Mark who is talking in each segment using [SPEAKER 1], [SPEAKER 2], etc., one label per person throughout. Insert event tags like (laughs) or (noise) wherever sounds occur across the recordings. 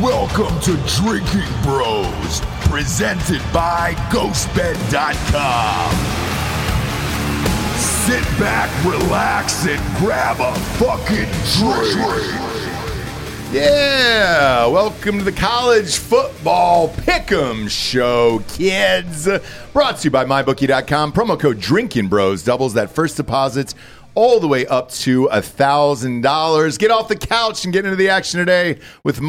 [SPEAKER 1] Welcome to Drinking Bros, presented by GhostBed.com. Sit back, relax, and grab a fucking drink.
[SPEAKER 2] Yeah, welcome to the college football pick'em show, kids. Brought to you by mybookie.com. Promo code Drinking Bros doubles that first deposit all the way up to a thousand dollars. Get off the couch and get into the action today with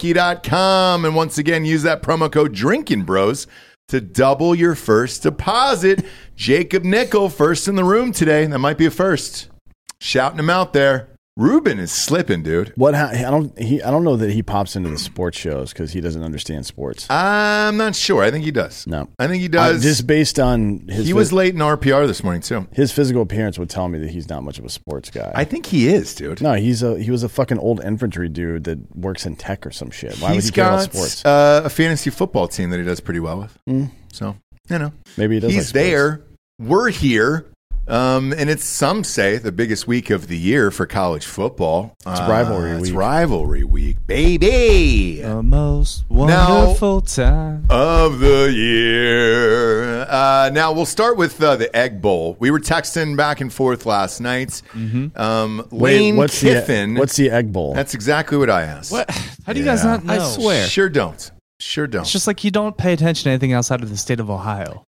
[SPEAKER 2] mybookie.com. And once again, use that promo code Drinking Bros to double your first deposit. Jacob Nickel, first in the room today. That might be a first. Shouting him out there. Ruben is slipping, dude.
[SPEAKER 3] What ha- I don't he I don't know that he pops into the sports shows because he doesn't understand sports.
[SPEAKER 2] I'm not sure. I think he does.
[SPEAKER 3] No.
[SPEAKER 2] I think he does.
[SPEAKER 3] I- just based on his
[SPEAKER 2] he
[SPEAKER 3] phys-
[SPEAKER 2] was late in RPR this morning too.
[SPEAKER 3] his physical appearance would tell me that he's not much of a sports guy.
[SPEAKER 2] I think he is, dude.
[SPEAKER 3] no, he's a he was a fucking old infantry dude that works in tech or some shit. Why
[SPEAKER 2] He's
[SPEAKER 3] would he care
[SPEAKER 2] got
[SPEAKER 3] about sports?
[SPEAKER 2] Uh, a fantasy football team that he does pretty well with. So you know,
[SPEAKER 3] Maybe he does. like
[SPEAKER 2] he's
[SPEAKER 3] sports.
[SPEAKER 2] there. We're here. Um, and it's some say the biggest week of the year for college football. It's
[SPEAKER 3] rivalry
[SPEAKER 2] It's
[SPEAKER 3] week. Oh,
[SPEAKER 2] rivalry week, baby.
[SPEAKER 4] The most
[SPEAKER 2] Now-
[SPEAKER 4] wonderful time.
[SPEAKER 2] of the year. Uh, now we'll start with uh, the Egg Bowl. We were texting back and forth last night. Um,
[SPEAKER 3] Mm-hmm. Wait,
[SPEAKER 2] Lane
[SPEAKER 3] what's
[SPEAKER 2] Kiffin.
[SPEAKER 3] the e, what's the egg bowl?
[SPEAKER 2] that's exactly what I asked.
[SPEAKER 4] What? How do you guys
[SPEAKER 2] Yeah.
[SPEAKER 4] not know?
[SPEAKER 5] I swear.
[SPEAKER 2] Sure don't. Sure don't.
[SPEAKER 4] It's just like you don't pay attention to anything outside of the state of Ohio.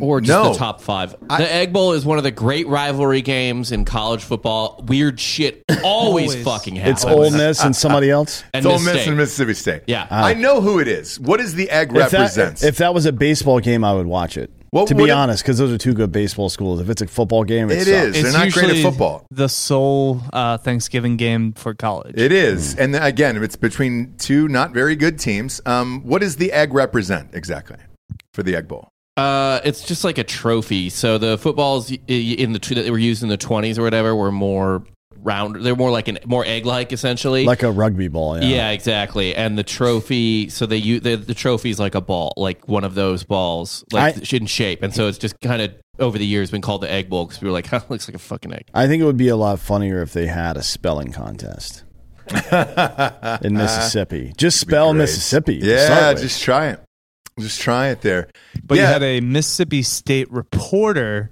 [SPEAKER 5] or just
[SPEAKER 2] No.
[SPEAKER 5] the top five.
[SPEAKER 2] I-
[SPEAKER 5] the Egg Bowl is one of the great rivalry games in college football. Weird shit always,
[SPEAKER 4] Always.
[SPEAKER 5] fucking
[SPEAKER 3] it's
[SPEAKER 5] happens.
[SPEAKER 3] Ole Miss and somebody else.
[SPEAKER 2] it's
[SPEAKER 5] and
[SPEAKER 2] Ole
[SPEAKER 5] Miss
[SPEAKER 2] Miss
[SPEAKER 5] State.
[SPEAKER 2] and Mississippi State.
[SPEAKER 5] Yeah.
[SPEAKER 2] I know who it is. What does the egg
[SPEAKER 3] Ah. If
[SPEAKER 2] represents?
[SPEAKER 3] that, if that was a baseball game, I would watch it.
[SPEAKER 2] What
[SPEAKER 3] to be
[SPEAKER 2] would it-
[SPEAKER 3] honest, because those are two good baseball schools. If it's a football game, it,
[SPEAKER 2] It
[SPEAKER 3] sucks.
[SPEAKER 2] is. They're not great at
[SPEAKER 4] usually
[SPEAKER 2] football.
[SPEAKER 4] The sole uh, Thanksgiving game for college.
[SPEAKER 2] it is. And then, again, it's between two not very good teams. Um, what does the egg represent exactly for the egg bowl?
[SPEAKER 5] Uh, it's just like a trophy. So the footballs y- y- in the tw- that were used in the twenties or whatever were more round. They're more like an more egg like essentially.
[SPEAKER 3] like a rugby ball. Yeah,
[SPEAKER 5] yeah, exactly. And the trophy. So they u- the, the trophy's like a ball, like one of those balls, like
[SPEAKER 3] I-
[SPEAKER 5] in shape. And so it's just kind of over the years been called the Egg Bowl because we were like, (laughs) huh, looks like a fucking egg.
[SPEAKER 3] I think it would be a lot funnier if they had a
[SPEAKER 2] (laughs)
[SPEAKER 3] spelling contest in Mississippi. Just spell
[SPEAKER 2] Great.
[SPEAKER 3] Mississippi. to
[SPEAKER 2] Yeah,
[SPEAKER 3] start with.
[SPEAKER 2] just try it. Just try it there.
[SPEAKER 4] But
[SPEAKER 2] Yeah.
[SPEAKER 4] you had a Mississippi State reporter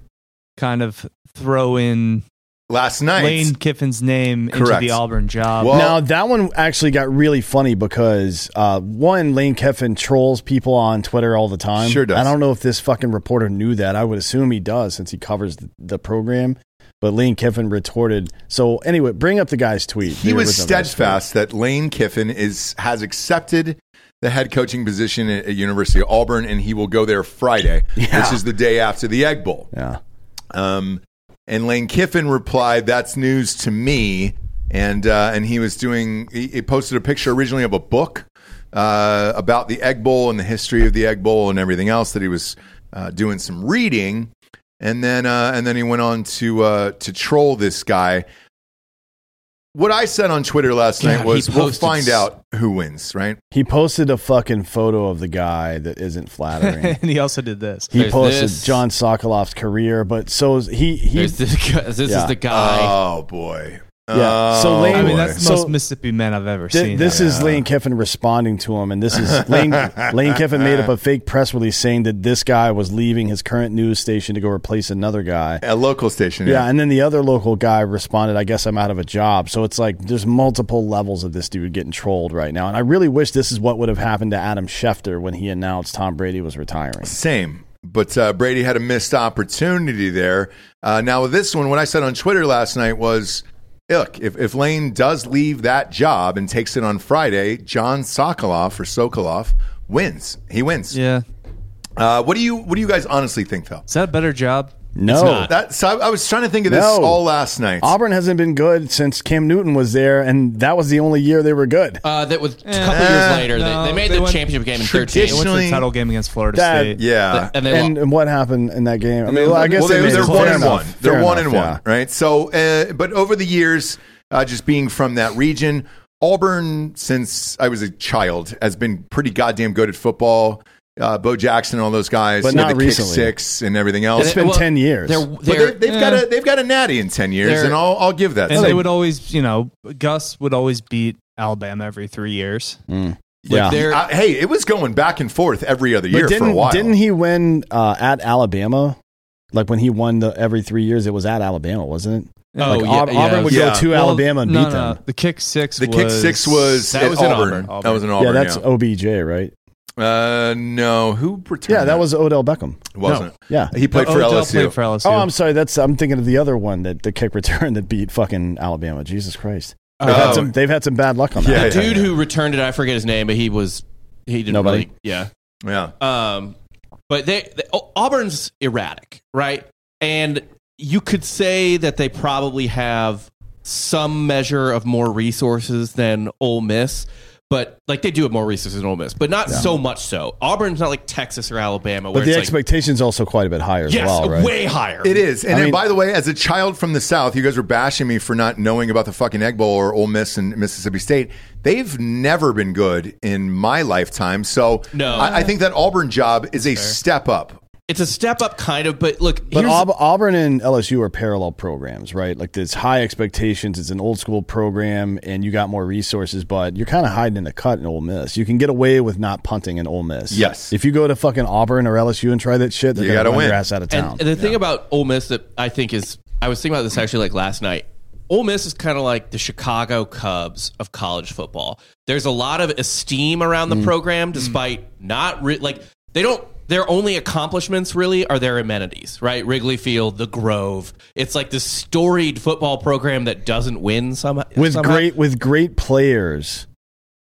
[SPEAKER 4] kind of throw in
[SPEAKER 2] Last night,
[SPEAKER 4] Lane Kiffin's name
[SPEAKER 2] Correct.
[SPEAKER 4] into the Auburn job.
[SPEAKER 2] Well-
[SPEAKER 3] now that one actually got really funny because uh, one Lane Kiffin trolls people on Twitter all the time.
[SPEAKER 2] Sure does.
[SPEAKER 3] I don't know if this fucking reporter knew that. I would assume he does since he covers the, the program. But Lane Kiffin retorted. So anyway, bring up the guy's tweet.
[SPEAKER 2] he
[SPEAKER 3] The
[SPEAKER 2] was
[SPEAKER 3] original guy's tweet.
[SPEAKER 2] steadfast that Lane Kiffin is has accepted the head coaching position at, at University of Auburn, and he will go there Friday, which is the day after the Egg Bowl.
[SPEAKER 3] Yeah.
[SPEAKER 2] Um, and Lane Kiffin replied, "That's news to me." And uh, and he was doing. He, he posted a picture originally of a book uh, about the Egg Bowl and the history of the Egg Bowl and everything else that he was uh, doing some reading. And then uh, and then he went on to uh, to troll this guy. What I said on Twitter last
[SPEAKER 5] God,
[SPEAKER 2] night
[SPEAKER 5] he
[SPEAKER 2] was, "We'll
[SPEAKER 5] posted
[SPEAKER 2] find
[SPEAKER 5] s-
[SPEAKER 2] out who wins." Right?
[SPEAKER 3] He posted a fucking photo of the guy that
[SPEAKER 2] (laughs)
[SPEAKER 3] isn't flattering.
[SPEAKER 4] (laughs) and he also did this.
[SPEAKER 3] He
[SPEAKER 5] There's
[SPEAKER 3] posted
[SPEAKER 5] this.
[SPEAKER 3] John Sokolov's career, but so is he he
[SPEAKER 5] There's this guy, this
[SPEAKER 3] Yeah.
[SPEAKER 5] is the guy.
[SPEAKER 2] Oh boy.
[SPEAKER 3] Yeah, so
[SPEAKER 2] Oh,
[SPEAKER 3] Lane-
[SPEAKER 4] I mean,
[SPEAKER 2] boy.
[SPEAKER 4] that's the
[SPEAKER 3] So-
[SPEAKER 4] most Mississippi man I've ever
[SPEAKER 3] Th-
[SPEAKER 4] seen.
[SPEAKER 3] this is Lane Kiffin responding to him, and this is
[SPEAKER 4] (laughs)
[SPEAKER 3] Lane, Lane Kiffin made up a fake press release saying that this guy was leaving his current news station to go replace another guy.
[SPEAKER 2] a local station.
[SPEAKER 3] Yeah, and then the other local guy responded, "I guess I'm out of a job." So it's like there's multiple levels of this dude getting trolled right now, and I really wish this is what would have happened to Adam Schefter when he announced Tom Brady was retiring.
[SPEAKER 2] Same. But uh, Brady had a missed opportunity there. Uh, now, with this one, what I said on Twitter last night was look, if, if Lane does leave that job and takes it on Friday, John Sokolov or Sokolov wins. He wins.
[SPEAKER 4] yeah.
[SPEAKER 2] Uh, what, do you, what do you guys honestly think, though?
[SPEAKER 4] Is that a better job?
[SPEAKER 3] No,
[SPEAKER 5] not.
[SPEAKER 2] That, so I, I was trying to think of this
[SPEAKER 3] No.
[SPEAKER 2] all last night.
[SPEAKER 3] Auburn hasn't been good since Cam Newton was there, and that was the only year they were good.
[SPEAKER 5] Uh, that was a couple years later.
[SPEAKER 4] no,
[SPEAKER 5] they, they made
[SPEAKER 4] they
[SPEAKER 5] the
[SPEAKER 4] went-
[SPEAKER 5] championship game in
[SPEAKER 4] They went
[SPEAKER 5] 13.
[SPEAKER 4] to
[SPEAKER 2] Traditionally-
[SPEAKER 4] the title game against Florida
[SPEAKER 3] That-
[SPEAKER 4] State.
[SPEAKER 2] yeah.
[SPEAKER 5] And they
[SPEAKER 3] And,
[SPEAKER 5] lost.
[SPEAKER 3] and what happened in that game? I mean, well, I guess
[SPEAKER 2] well, they,
[SPEAKER 3] they made
[SPEAKER 2] they're
[SPEAKER 3] it.
[SPEAKER 2] one
[SPEAKER 3] Fair
[SPEAKER 2] and one.
[SPEAKER 3] enough.
[SPEAKER 2] They're
[SPEAKER 3] Fair
[SPEAKER 2] one and
[SPEAKER 3] enough, yeah.
[SPEAKER 2] one, right? So, uh, but over the years, uh, just being from that region, Auburn, since I was a child, has been pretty goddamn good at football. Uh, Bo Jackson and all those guys,
[SPEAKER 3] But
[SPEAKER 2] you know,
[SPEAKER 3] not
[SPEAKER 2] the kick
[SPEAKER 3] recently.
[SPEAKER 2] six and everything else.
[SPEAKER 3] It's been
[SPEAKER 5] Well,
[SPEAKER 3] 10 years.
[SPEAKER 5] They're,
[SPEAKER 2] but
[SPEAKER 5] they're- eh.
[SPEAKER 2] they've, they've got a they've got a natty in ten years,
[SPEAKER 5] They're-
[SPEAKER 2] and I'll, I'll give that.
[SPEAKER 4] And
[SPEAKER 2] to
[SPEAKER 4] they
[SPEAKER 2] them.
[SPEAKER 4] would always, you know, Gus would always beat Alabama every three years.
[SPEAKER 3] yeah.
[SPEAKER 5] they're-
[SPEAKER 2] Uh, hey, it was going back and forth every other year
[SPEAKER 3] But didn't,
[SPEAKER 2] for a while.
[SPEAKER 3] didn't he win uh, at Alabama? Like when he won the every three years, it was at Alabama, wasn't it?
[SPEAKER 5] Oh,
[SPEAKER 3] like
[SPEAKER 5] yeah,
[SPEAKER 3] Aub- Auburn,
[SPEAKER 5] yeah,
[SPEAKER 3] would
[SPEAKER 2] yeah.
[SPEAKER 3] go to
[SPEAKER 4] Well,
[SPEAKER 3] Alabama and beat
[SPEAKER 4] no, no,
[SPEAKER 3] them.
[SPEAKER 4] The kick six.
[SPEAKER 2] The
[SPEAKER 4] was,
[SPEAKER 2] kick six was
[SPEAKER 5] that
[SPEAKER 2] at
[SPEAKER 5] was in
[SPEAKER 2] Auburn.
[SPEAKER 5] Auburn.
[SPEAKER 2] That was in Auburn.
[SPEAKER 3] yeah, that's
[SPEAKER 2] yeah.
[SPEAKER 3] OBJ, right?
[SPEAKER 2] Uh, no, who returned?
[SPEAKER 3] Yeah, that was Odell Beckham.
[SPEAKER 2] wasn't.
[SPEAKER 3] Yeah.
[SPEAKER 2] He Uh, played for
[SPEAKER 4] Odell
[SPEAKER 2] LSU.
[SPEAKER 4] Played for LSU.
[SPEAKER 3] Oh, I'm sorry. That's I'm thinking of the other one that the kick return (laughs) that beat fucking Alabama. Jesus Christ, they've,
[SPEAKER 2] Oh.
[SPEAKER 3] had, some, they've had some bad luck on that.
[SPEAKER 2] Yeah,
[SPEAKER 5] the
[SPEAKER 2] yeah,
[SPEAKER 5] uh, dude
[SPEAKER 2] yeah.
[SPEAKER 5] who returned it, I forget his name, but he was he didn't
[SPEAKER 3] Nobody.
[SPEAKER 5] really- yeah.
[SPEAKER 2] yeah.
[SPEAKER 5] Um, but they, they Au- Auburn's erratic, right? And you could say that they probably have some measure of more resources than Ole Miss, but like they do have more resources than Ole Miss, but not so much so. Auburn's not like Texas or Alabama, where
[SPEAKER 3] But the
[SPEAKER 5] it's like,
[SPEAKER 3] expectation's also quite a bit higher as
[SPEAKER 5] yes,
[SPEAKER 3] well, right?
[SPEAKER 5] way higher.
[SPEAKER 2] It is. And,
[SPEAKER 3] I
[SPEAKER 2] then,
[SPEAKER 3] mean-
[SPEAKER 2] by the way, as a child from the South, you guys were bashing me for not knowing about the fucking Egg Bowl or Ole Miss and Mississippi State. They've never been good in my lifetime. So
[SPEAKER 5] No.
[SPEAKER 2] I, I think that Auburn job is a step up.
[SPEAKER 5] It's a step up, kind of, but look,
[SPEAKER 3] But
[SPEAKER 5] here's-
[SPEAKER 3] Aub- Auburn and LSU are parallel programs, right? Like there's high expectations. It's an old school program, and you got more resources, but you're kind of hiding in the cut in Ole Miss. You can get away with not punting in Ole Miss.
[SPEAKER 2] Yes.
[SPEAKER 3] If you go to fucking Auburn or LSU and try that shit, they're
[SPEAKER 2] You
[SPEAKER 3] gonna
[SPEAKER 2] gotta
[SPEAKER 3] run
[SPEAKER 2] win.
[SPEAKER 3] your ass out of town.
[SPEAKER 5] And, and the thing about Ole Miss that I think is, I was thinking about this actually like last night. Ole Miss is kind of like the Chicago Cubs of college football. There's a lot of esteem around the
[SPEAKER 3] Mm.
[SPEAKER 5] program, despite not re- like they don't. Their only accomplishments really are their amenities, right? Wrigley Field, the Grove. It's like this storied football program that doesn't win somehow.
[SPEAKER 3] with
[SPEAKER 5] somehow.
[SPEAKER 3] great with great players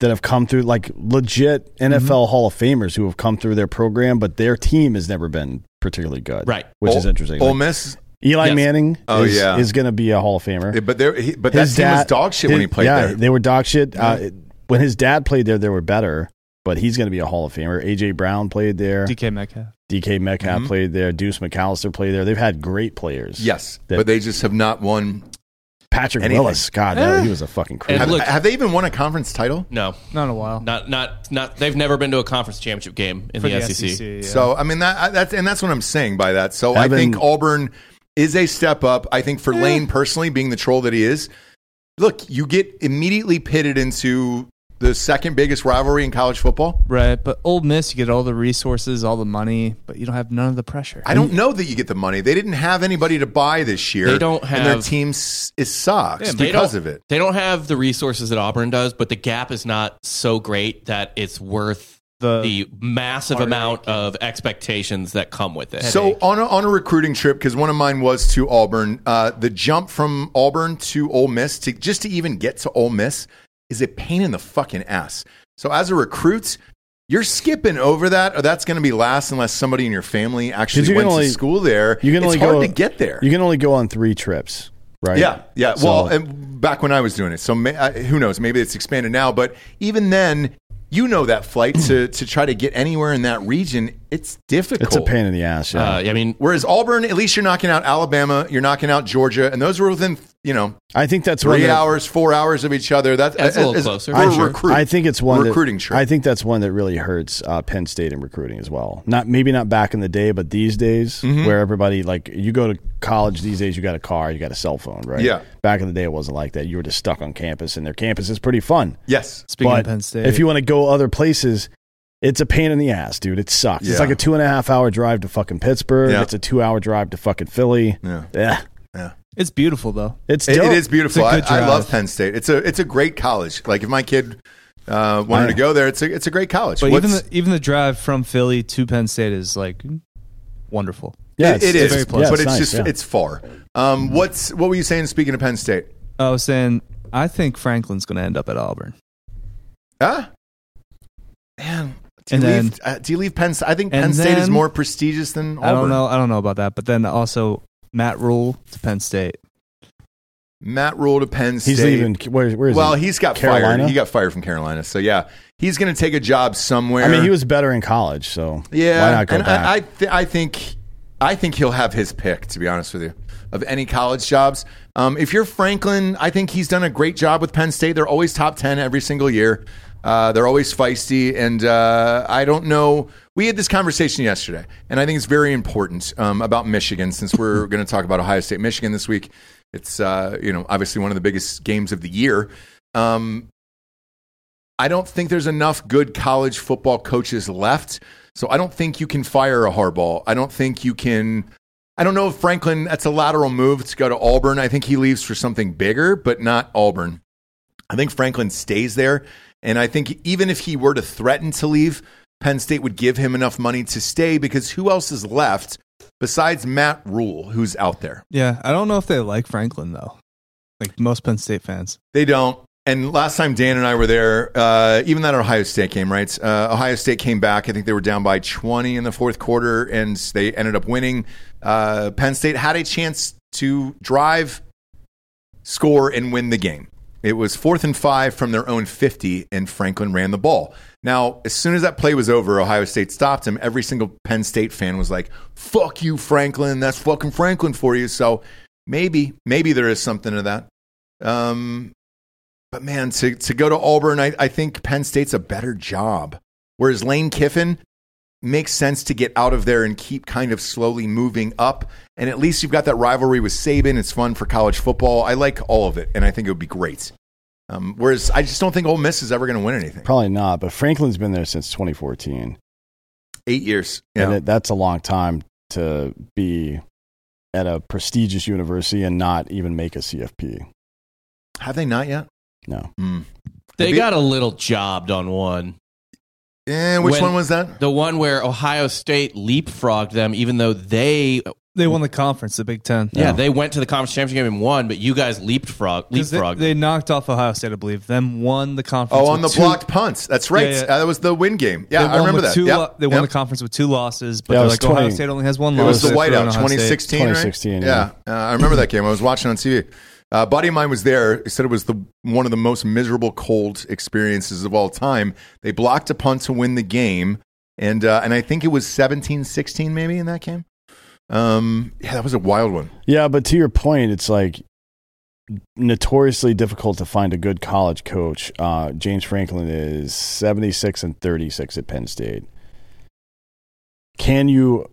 [SPEAKER 3] that have come through like legit
[SPEAKER 5] Mm-hmm.
[SPEAKER 3] NFL Hall of Famers who have come through their program, but their team has never been particularly good.
[SPEAKER 5] Right.
[SPEAKER 3] Which
[SPEAKER 2] Ole-
[SPEAKER 3] is interesting.
[SPEAKER 2] Ole
[SPEAKER 3] Like,
[SPEAKER 2] Miss,
[SPEAKER 3] Eli
[SPEAKER 5] Yes.
[SPEAKER 3] Manning
[SPEAKER 2] Oh,
[SPEAKER 3] is,
[SPEAKER 2] yeah.
[SPEAKER 3] is gonna be a Hall of Famer.
[SPEAKER 2] but they're, he, but that
[SPEAKER 3] His
[SPEAKER 2] team was
[SPEAKER 3] dad-
[SPEAKER 2] dog shit when
[SPEAKER 3] his-
[SPEAKER 2] he played
[SPEAKER 3] yeah,
[SPEAKER 2] there.
[SPEAKER 3] They were dog shit. Uh, when his dad played there, they were better, but he's going to be a Hall of Famer. AJ Brown played there.
[SPEAKER 4] DK Metcalf.
[SPEAKER 3] DK
[SPEAKER 5] Mm-hmm.
[SPEAKER 3] Metcalf played there. Deuce McAllister played there. They've had great players.
[SPEAKER 2] yes,
[SPEAKER 3] That-
[SPEAKER 2] but they just have not won.
[SPEAKER 3] Patrick
[SPEAKER 2] Anything.
[SPEAKER 3] Willis. God, no,
[SPEAKER 5] Eh.
[SPEAKER 3] he was a fucking crazy.
[SPEAKER 2] Have,
[SPEAKER 5] look-
[SPEAKER 2] have they even won a conference title?
[SPEAKER 5] No,
[SPEAKER 4] Not in a while.
[SPEAKER 5] not not not. They've never been to a conference championship game in
[SPEAKER 4] for E
[SPEAKER 5] the, E SEC.
[SPEAKER 4] yeah.
[SPEAKER 2] So I mean that I- that's and that's what I'm saying by that. So I
[SPEAKER 3] Evan-
[SPEAKER 2] think Auburn is a step up. I think for Lane personally, being the troll that he is, look, you get immediately pitted into the second biggest rivalry in college football.
[SPEAKER 4] right, but Old Miss, you get all the resources, all the money, but you don't have none of the pressure.
[SPEAKER 2] I don't know that you get the money. They didn't have anybody to buy this year.
[SPEAKER 5] Mm. They don't
[SPEAKER 2] and their
[SPEAKER 5] have-
[SPEAKER 2] team s- is sucks
[SPEAKER 5] They
[SPEAKER 2] because
[SPEAKER 5] don't-
[SPEAKER 2] of it.
[SPEAKER 5] They don't have the resources that Auburn does, but the gap is not so great that it's worth
[SPEAKER 4] The-
[SPEAKER 5] the, massive amount of expectations that come with it.
[SPEAKER 2] So on a, on a recruiting trip, because one of mine was to Auburn, uh, the jump from Auburn to Ole Miss to just to even get to Ole Miss is a pain in the fucking ass. So as a recruit, you're skipping over that, or that's going to be last unless somebody in your family actually
[SPEAKER 3] you
[SPEAKER 2] went
[SPEAKER 3] can only-
[SPEAKER 2] to school there.
[SPEAKER 3] you can
[SPEAKER 2] it's
[SPEAKER 3] only
[SPEAKER 2] hard
[SPEAKER 3] go
[SPEAKER 2] to get there.
[SPEAKER 3] You can only go on three trips, right?
[SPEAKER 2] Yeah, yeah.
[SPEAKER 3] So-
[SPEAKER 2] well, and back when I was doing it, so may, uh, who knows? Maybe it's expanded now, but even then, you know that flight to to try to get anywhere in that region, it's difficult.
[SPEAKER 3] it's a pain in the ass. Yeah.
[SPEAKER 5] uh, I mean,
[SPEAKER 2] Whereas Auburn, at least you're knocking out Alabama, you're knocking out Georgia, and those were within you know
[SPEAKER 3] I think that's one
[SPEAKER 2] three
[SPEAKER 3] that-
[SPEAKER 2] hours, four hours of each other. That-
[SPEAKER 5] That's a little
[SPEAKER 2] as-
[SPEAKER 5] closer.
[SPEAKER 2] for
[SPEAKER 5] I-
[SPEAKER 2] a
[SPEAKER 5] sure.
[SPEAKER 2] recruit.
[SPEAKER 3] I think it's one that-
[SPEAKER 2] recruiting trip.
[SPEAKER 3] I think that's one that really hurts uh, Penn State in recruiting as well. Not maybe not back in the day, but these days
[SPEAKER 2] Mm-hmm.
[SPEAKER 3] where everybody like you go to college these days, you got a car, you got a cell phone, right?
[SPEAKER 2] Yeah.
[SPEAKER 3] Back in the day, it wasn't like that. You were just stuck on campus, and their campus is pretty fun.
[SPEAKER 2] yes,
[SPEAKER 4] Speaking
[SPEAKER 3] but
[SPEAKER 4] of Penn State,
[SPEAKER 3] if you want to go other places. It's a pain in the ass, dude. It sucks.
[SPEAKER 2] Yeah.
[SPEAKER 3] It's like a two and a half hour drive to fucking Pittsburgh.
[SPEAKER 2] Yeah.
[SPEAKER 3] It's a two hour drive to fucking Philly.
[SPEAKER 2] Yeah.
[SPEAKER 3] Yeah.
[SPEAKER 4] it's beautiful though.
[SPEAKER 3] It's
[SPEAKER 2] It-
[SPEAKER 3] dope.
[SPEAKER 2] it is beautiful.
[SPEAKER 4] It's a
[SPEAKER 2] I,
[SPEAKER 4] good
[SPEAKER 2] I
[SPEAKER 4] drive.
[SPEAKER 2] love Penn State. It's a it's a great college. Like if my kid uh, wanted
[SPEAKER 3] I-
[SPEAKER 2] to go there, it's a it's a great college.
[SPEAKER 4] But even
[SPEAKER 2] What's-
[SPEAKER 4] the, even the drive from Philly to Penn State is like wonderful.
[SPEAKER 3] Yeah,
[SPEAKER 2] it- it
[SPEAKER 3] it's-
[SPEAKER 2] is,
[SPEAKER 3] it's-
[SPEAKER 2] but
[SPEAKER 3] yeah,
[SPEAKER 2] it's,
[SPEAKER 3] nice,
[SPEAKER 2] just
[SPEAKER 3] yeah.
[SPEAKER 2] it's far. Um, what's what were you saying? Speaking of Penn State,
[SPEAKER 4] I was saying, I think Franklin's going to end up at Auburn.
[SPEAKER 2] huh? Man, Do you
[SPEAKER 4] and then
[SPEAKER 2] leave, uh, do you leave Penn? St- I think Penn
[SPEAKER 4] and
[SPEAKER 2] State is
[SPEAKER 4] then-
[SPEAKER 2] more prestigious than Auburn.
[SPEAKER 4] I don't know. I don't know about that. But then also Matt Rule to Penn State.
[SPEAKER 2] Matt Rule to Penn State.
[SPEAKER 3] He's leaving. Where, where is
[SPEAKER 2] well,
[SPEAKER 3] he?
[SPEAKER 2] has got
[SPEAKER 3] Carolina?
[SPEAKER 2] fired. He got fired from Carolina. So yeah, he's going to take a job somewhere.
[SPEAKER 3] I mean, he was better in college, so
[SPEAKER 2] Yeah,
[SPEAKER 3] why not go
[SPEAKER 2] and
[SPEAKER 3] back?
[SPEAKER 2] I I, th- I think I think he'll have his pick. To be honest with you, of any college jobs, um, if you're Franklin, I think he's done a great job with Penn State. They're always top ten every single year. Uh, they're always feisty, and uh, I don't know. We had this conversation yesterday, and I think it's very important um, about Michigan since we're
[SPEAKER 3] (laughs)
[SPEAKER 2] going to talk about Ohio State, Michigan this week. It's uh, you know obviously one of the biggest games of the year. Um, I don't think there's enough good college football coaches left. So I don't think you can fire a Harbaugh. I don't think you can. I don't know if Franklin, that's a lateral move to go to Auburn. I think he leaves for something bigger, but not Auburn. I think Franklin stays there. And I think even if he were to threaten to leave, Penn State would give him enough money to stay because who else is left besides Matt Rule, who's out there?
[SPEAKER 4] Yeah, I don't know if they like Franklin though. Like most Penn State fans.
[SPEAKER 2] They don't. And last time Dan and I were there, uh, even that Ohio State game, right? Uh, Ohio State came back. I think they were down by 20 in the fourth quarter, and they ended up winning. Uh, Penn State had a chance to drive, score, and win the game. It was fourth and five from their own 50, and Franklin ran the ball. Now, as soon as that play was over, Ohio State stopped him. Every single Penn State fan was like, fuck you, Franklin. That's fucking Franklin for you. So maybe, maybe there is something to that. Um, but man, to, to go to Auburn, I, I think Penn State's a better job. Whereas Lane Kiffin makes sense to get out of there and keep kind of slowly moving up. And at least you've got that rivalry with Saban. It's fun for college football. I like all of it, and I think it would be great. Um, whereas I just don't think Ole Miss is ever going to win anything.
[SPEAKER 3] Probably not, but Franklin's been there since 2014.
[SPEAKER 2] Eight years.
[SPEAKER 3] And
[SPEAKER 2] Yeah.
[SPEAKER 3] it, that's a long time to be at a prestigious university and not even make a CFP.
[SPEAKER 2] Have they not yet?
[SPEAKER 3] No.
[SPEAKER 2] Mm.
[SPEAKER 5] They
[SPEAKER 2] Maybe-
[SPEAKER 5] got a little jobbed on one.
[SPEAKER 2] Eh, which
[SPEAKER 5] When-
[SPEAKER 2] one was that?
[SPEAKER 5] The one where Ohio State leapfrogged them, even though they
[SPEAKER 4] They won the conference, the Big Ten.
[SPEAKER 2] Oh.
[SPEAKER 5] yeah, they went to the conference championship game and won, but you guys leapfrog
[SPEAKER 4] 'Cause they,
[SPEAKER 5] leapfrogged.
[SPEAKER 4] they knocked off Ohio State, I believe. Then won the conference.
[SPEAKER 2] Oh, on
[SPEAKER 4] with
[SPEAKER 2] the
[SPEAKER 4] two-
[SPEAKER 2] blocked punts. That's right.
[SPEAKER 4] Yeah, yeah.
[SPEAKER 2] Uh, that was the win game. Yeah,
[SPEAKER 4] they won
[SPEAKER 2] I remember
[SPEAKER 4] with
[SPEAKER 2] that.
[SPEAKER 4] Two,
[SPEAKER 2] Yep.
[SPEAKER 4] lo- They won
[SPEAKER 2] Yep.
[SPEAKER 4] the conference with two losses, but
[SPEAKER 3] Yeah, it
[SPEAKER 4] they're
[SPEAKER 3] was
[SPEAKER 4] like Ohio
[SPEAKER 3] 20.
[SPEAKER 4] State only has one
[SPEAKER 2] It
[SPEAKER 4] loss.
[SPEAKER 3] Oh,
[SPEAKER 2] was the
[SPEAKER 4] They threw on
[SPEAKER 2] whiteout,
[SPEAKER 4] Ohio State.
[SPEAKER 2] 2016.
[SPEAKER 3] 2016,
[SPEAKER 2] Right?
[SPEAKER 3] yeah.
[SPEAKER 2] Uh, I remember that game. I was watching on TV. Uh, Buddy of mine was there. He said it was the one of the most miserable cold experiences of all time. They blocked a punt to win the game, and uh, and I think it was 17-16 maybe in that game. Um, yeah, that was a wild one.
[SPEAKER 3] Yeah, but to your point, it's like notoriously difficult to find a good college coach. Uh, James Franklin is 76 and 36 at Penn State. Can you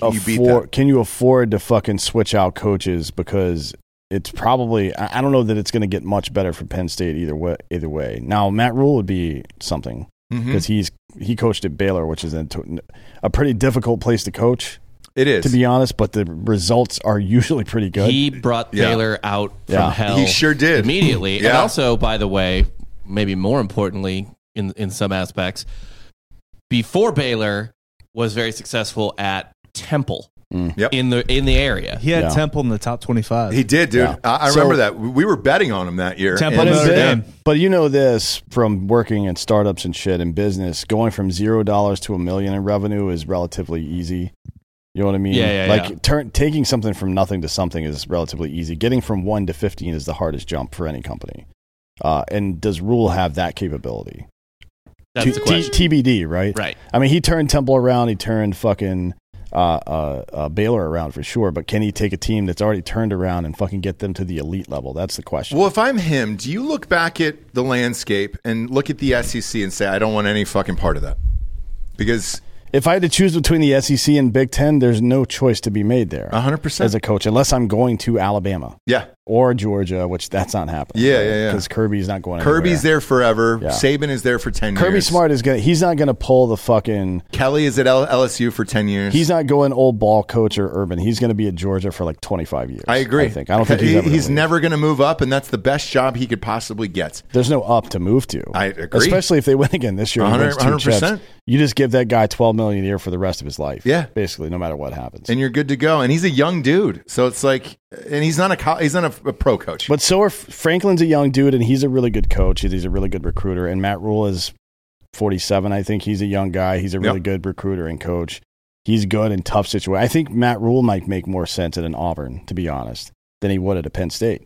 [SPEAKER 2] Can you beat
[SPEAKER 3] afford
[SPEAKER 2] that?
[SPEAKER 3] can you afford to fucking switch out coaches because it's probably I I don't know that it's going to get much better for Penn State either way either way. Now Matt Rule would be something
[SPEAKER 2] Mhm.
[SPEAKER 3] because he's he coached at Baylor, which is a, a pretty difficult place to coach
[SPEAKER 2] It is.
[SPEAKER 3] to be honest, but the results are usually pretty good.
[SPEAKER 5] He brought
[SPEAKER 2] Yeah.
[SPEAKER 5] Baylor out
[SPEAKER 3] Yeah.
[SPEAKER 5] from hell.
[SPEAKER 2] He sure did.
[SPEAKER 5] immediately. And
[SPEAKER 2] Yeah.
[SPEAKER 5] also, by the way, maybe more importantly, in in some aspects, before Baylor was very successful at Temple
[SPEAKER 2] Yep.
[SPEAKER 5] in the in the area.
[SPEAKER 4] He had
[SPEAKER 3] Yeah.
[SPEAKER 4] Temple in the top twenty-five.
[SPEAKER 2] he did, dude.
[SPEAKER 3] Yeah.
[SPEAKER 2] I, I
[SPEAKER 3] So-
[SPEAKER 2] remember that. We we were betting on him that year.
[SPEAKER 4] Temple
[SPEAKER 3] but,
[SPEAKER 2] And- uh,
[SPEAKER 4] Notre
[SPEAKER 3] in
[SPEAKER 4] Dame.
[SPEAKER 3] bu- but you know this from working in startups and shit in business, going from zero dollars to a million in revenue is relatively easy. You know what I mean?
[SPEAKER 5] Yeah, yeah,
[SPEAKER 3] like
[SPEAKER 5] yeah.
[SPEAKER 3] Turn, taking something from nothing to something is relatively easy. Getting from one to fifteen is the hardest jump for any company. Uh, and does Rule have that capability?
[SPEAKER 5] That's
[SPEAKER 3] T-
[SPEAKER 5] the question.
[SPEAKER 3] T- TBD, right?
[SPEAKER 5] Right.
[SPEAKER 3] I mean, he turned Temple around. He turned fucking uh, uh, uh, Baylor around for sure. But can he take a team that's already turned around and fucking get them to the elite level? That's the question.
[SPEAKER 2] Well, if I'm him, do you look back at the landscape and look at the SEC and say, I don't want any fucking part of that? Because
[SPEAKER 3] if I had to choose between the SEC and Big Ten, there's no choice to be made there
[SPEAKER 2] 100%.
[SPEAKER 3] as a coach, unless I'm going to Alabama
[SPEAKER 2] yeah,
[SPEAKER 3] or Georgia, which that's not happening.
[SPEAKER 2] Yeah, yeah, yeah.
[SPEAKER 3] Because Kirby's not going.
[SPEAKER 2] Kirby's
[SPEAKER 3] anywhere.
[SPEAKER 2] there forever.
[SPEAKER 3] Yeah.
[SPEAKER 2] Saban is there for 10 years.
[SPEAKER 3] Kirby Smart is gonna. He's not gonna pull the fucking.
[SPEAKER 2] Kelly is at L- LSU for 10 years.
[SPEAKER 3] He's not going old ball coach or urban. He's gonna be at Georgia for like 25 years.
[SPEAKER 2] I agree.
[SPEAKER 3] I think. I don't think he's
[SPEAKER 2] He-
[SPEAKER 3] ever. gonna leave.
[SPEAKER 2] never going to move up, and that's the best job he could possibly get.
[SPEAKER 3] There's no up to move to.
[SPEAKER 2] I agree.
[SPEAKER 3] Especially if they win again this year. and he
[SPEAKER 2] 100
[SPEAKER 3] wins two
[SPEAKER 2] 100%.
[SPEAKER 3] chips. You just give that guy 12 million a year for the rest of his life.
[SPEAKER 2] Yeah.
[SPEAKER 3] Basically, no matter what happens.
[SPEAKER 2] And you're good to go. And he's a young dude, so it's like, and he's not a co- he's not a, a pro coach.
[SPEAKER 3] but so are Franklin's a young dude and he's a really good coach. He's a really good recruiter and Matt Rule is 47. I think he's a young guy. He's a really
[SPEAKER 2] Yep.
[SPEAKER 3] good recruiter and coach. He's good in tough situations. I think Matt Rule might make more sense at an Auburn, to be honest, than he would at a Penn State.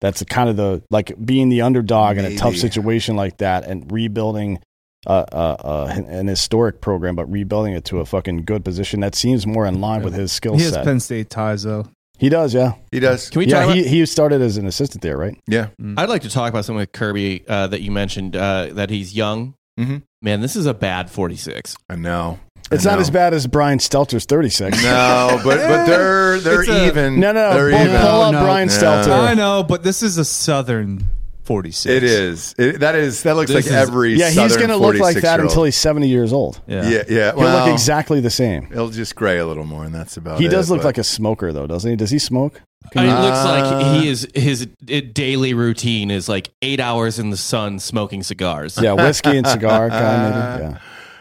[SPEAKER 3] That's the kind of the like being the underdog in a tough
[SPEAKER 2] Maybe.
[SPEAKER 3] situation like that and rebuilding uh, uh, uh, an historic program, but rebuilding it to a fucking good position that seems more in line with his skill
[SPEAKER 4] He has
[SPEAKER 3] set.
[SPEAKER 4] Penn State ties though.
[SPEAKER 3] he does, yeah,
[SPEAKER 2] He does.
[SPEAKER 5] Can we talk
[SPEAKER 3] yeah.
[SPEAKER 5] about
[SPEAKER 3] He he started as an assistant there, right?
[SPEAKER 2] yeah.
[SPEAKER 5] I'd like to talk about something with Kirby uh, that you mentioned uh, that he's young.
[SPEAKER 2] Mhm.
[SPEAKER 5] Man, this is a bad 46.
[SPEAKER 2] I know.
[SPEAKER 3] It's
[SPEAKER 2] I
[SPEAKER 3] not
[SPEAKER 2] know.
[SPEAKER 3] as bad as Brian Stelter's 36.
[SPEAKER 2] No, but
[SPEAKER 3] (laughs)
[SPEAKER 2] but they're they're
[SPEAKER 4] It's a-
[SPEAKER 2] even.
[SPEAKER 3] No, no, no.
[SPEAKER 2] They're
[SPEAKER 3] Pull,
[SPEAKER 2] even.
[SPEAKER 3] pull up
[SPEAKER 4] No,
[SPEAKER 3] Brian
[SPEAKER 2] no.
[SPEAKER 4] I
[SPEAKER 3] Stelter.
[SPEAKER 4] know, but this is a Southern 46.
[SPEAKER 2] It is. It, that is. That looks like
[SPEAKER 5] This is-
[SPEAKER 2] every.
[SPEAKER 3] Yeah, he's
[SPEAKER 2] going to
[SPEAKER 3] look like that until he's 70 years old.
[SPEAKER 4] Yeah.
[SPEAKER 2] Yeah, yeah.
[SPEAKER 3] He'll
[SPEAKER 2] well,
[SPEAKER 3] look exactly the same.
[SPEAKER 2] He'll just gray a little more, and that's about.
[SPEAKER 3] He
[SPEAKER 2] it,
[SPEAKER 3] does look
[SPEAKER 2] but-
[SPEAKER 3] like a smoker, though, doesn't he? Does he smoke?
[SPEAKER 5] I mean, it looks
[SPEAKER 2] Uh,
[SPEAKER 5] like he is his uh, daily routine is like eight hours in the sun smoking cigars.
[SPEAKER 3] Yeah, whiskey and cigar guy,
[SPEAKER 2] (laughs)
[SPEAKER 3] maybe. Yeah.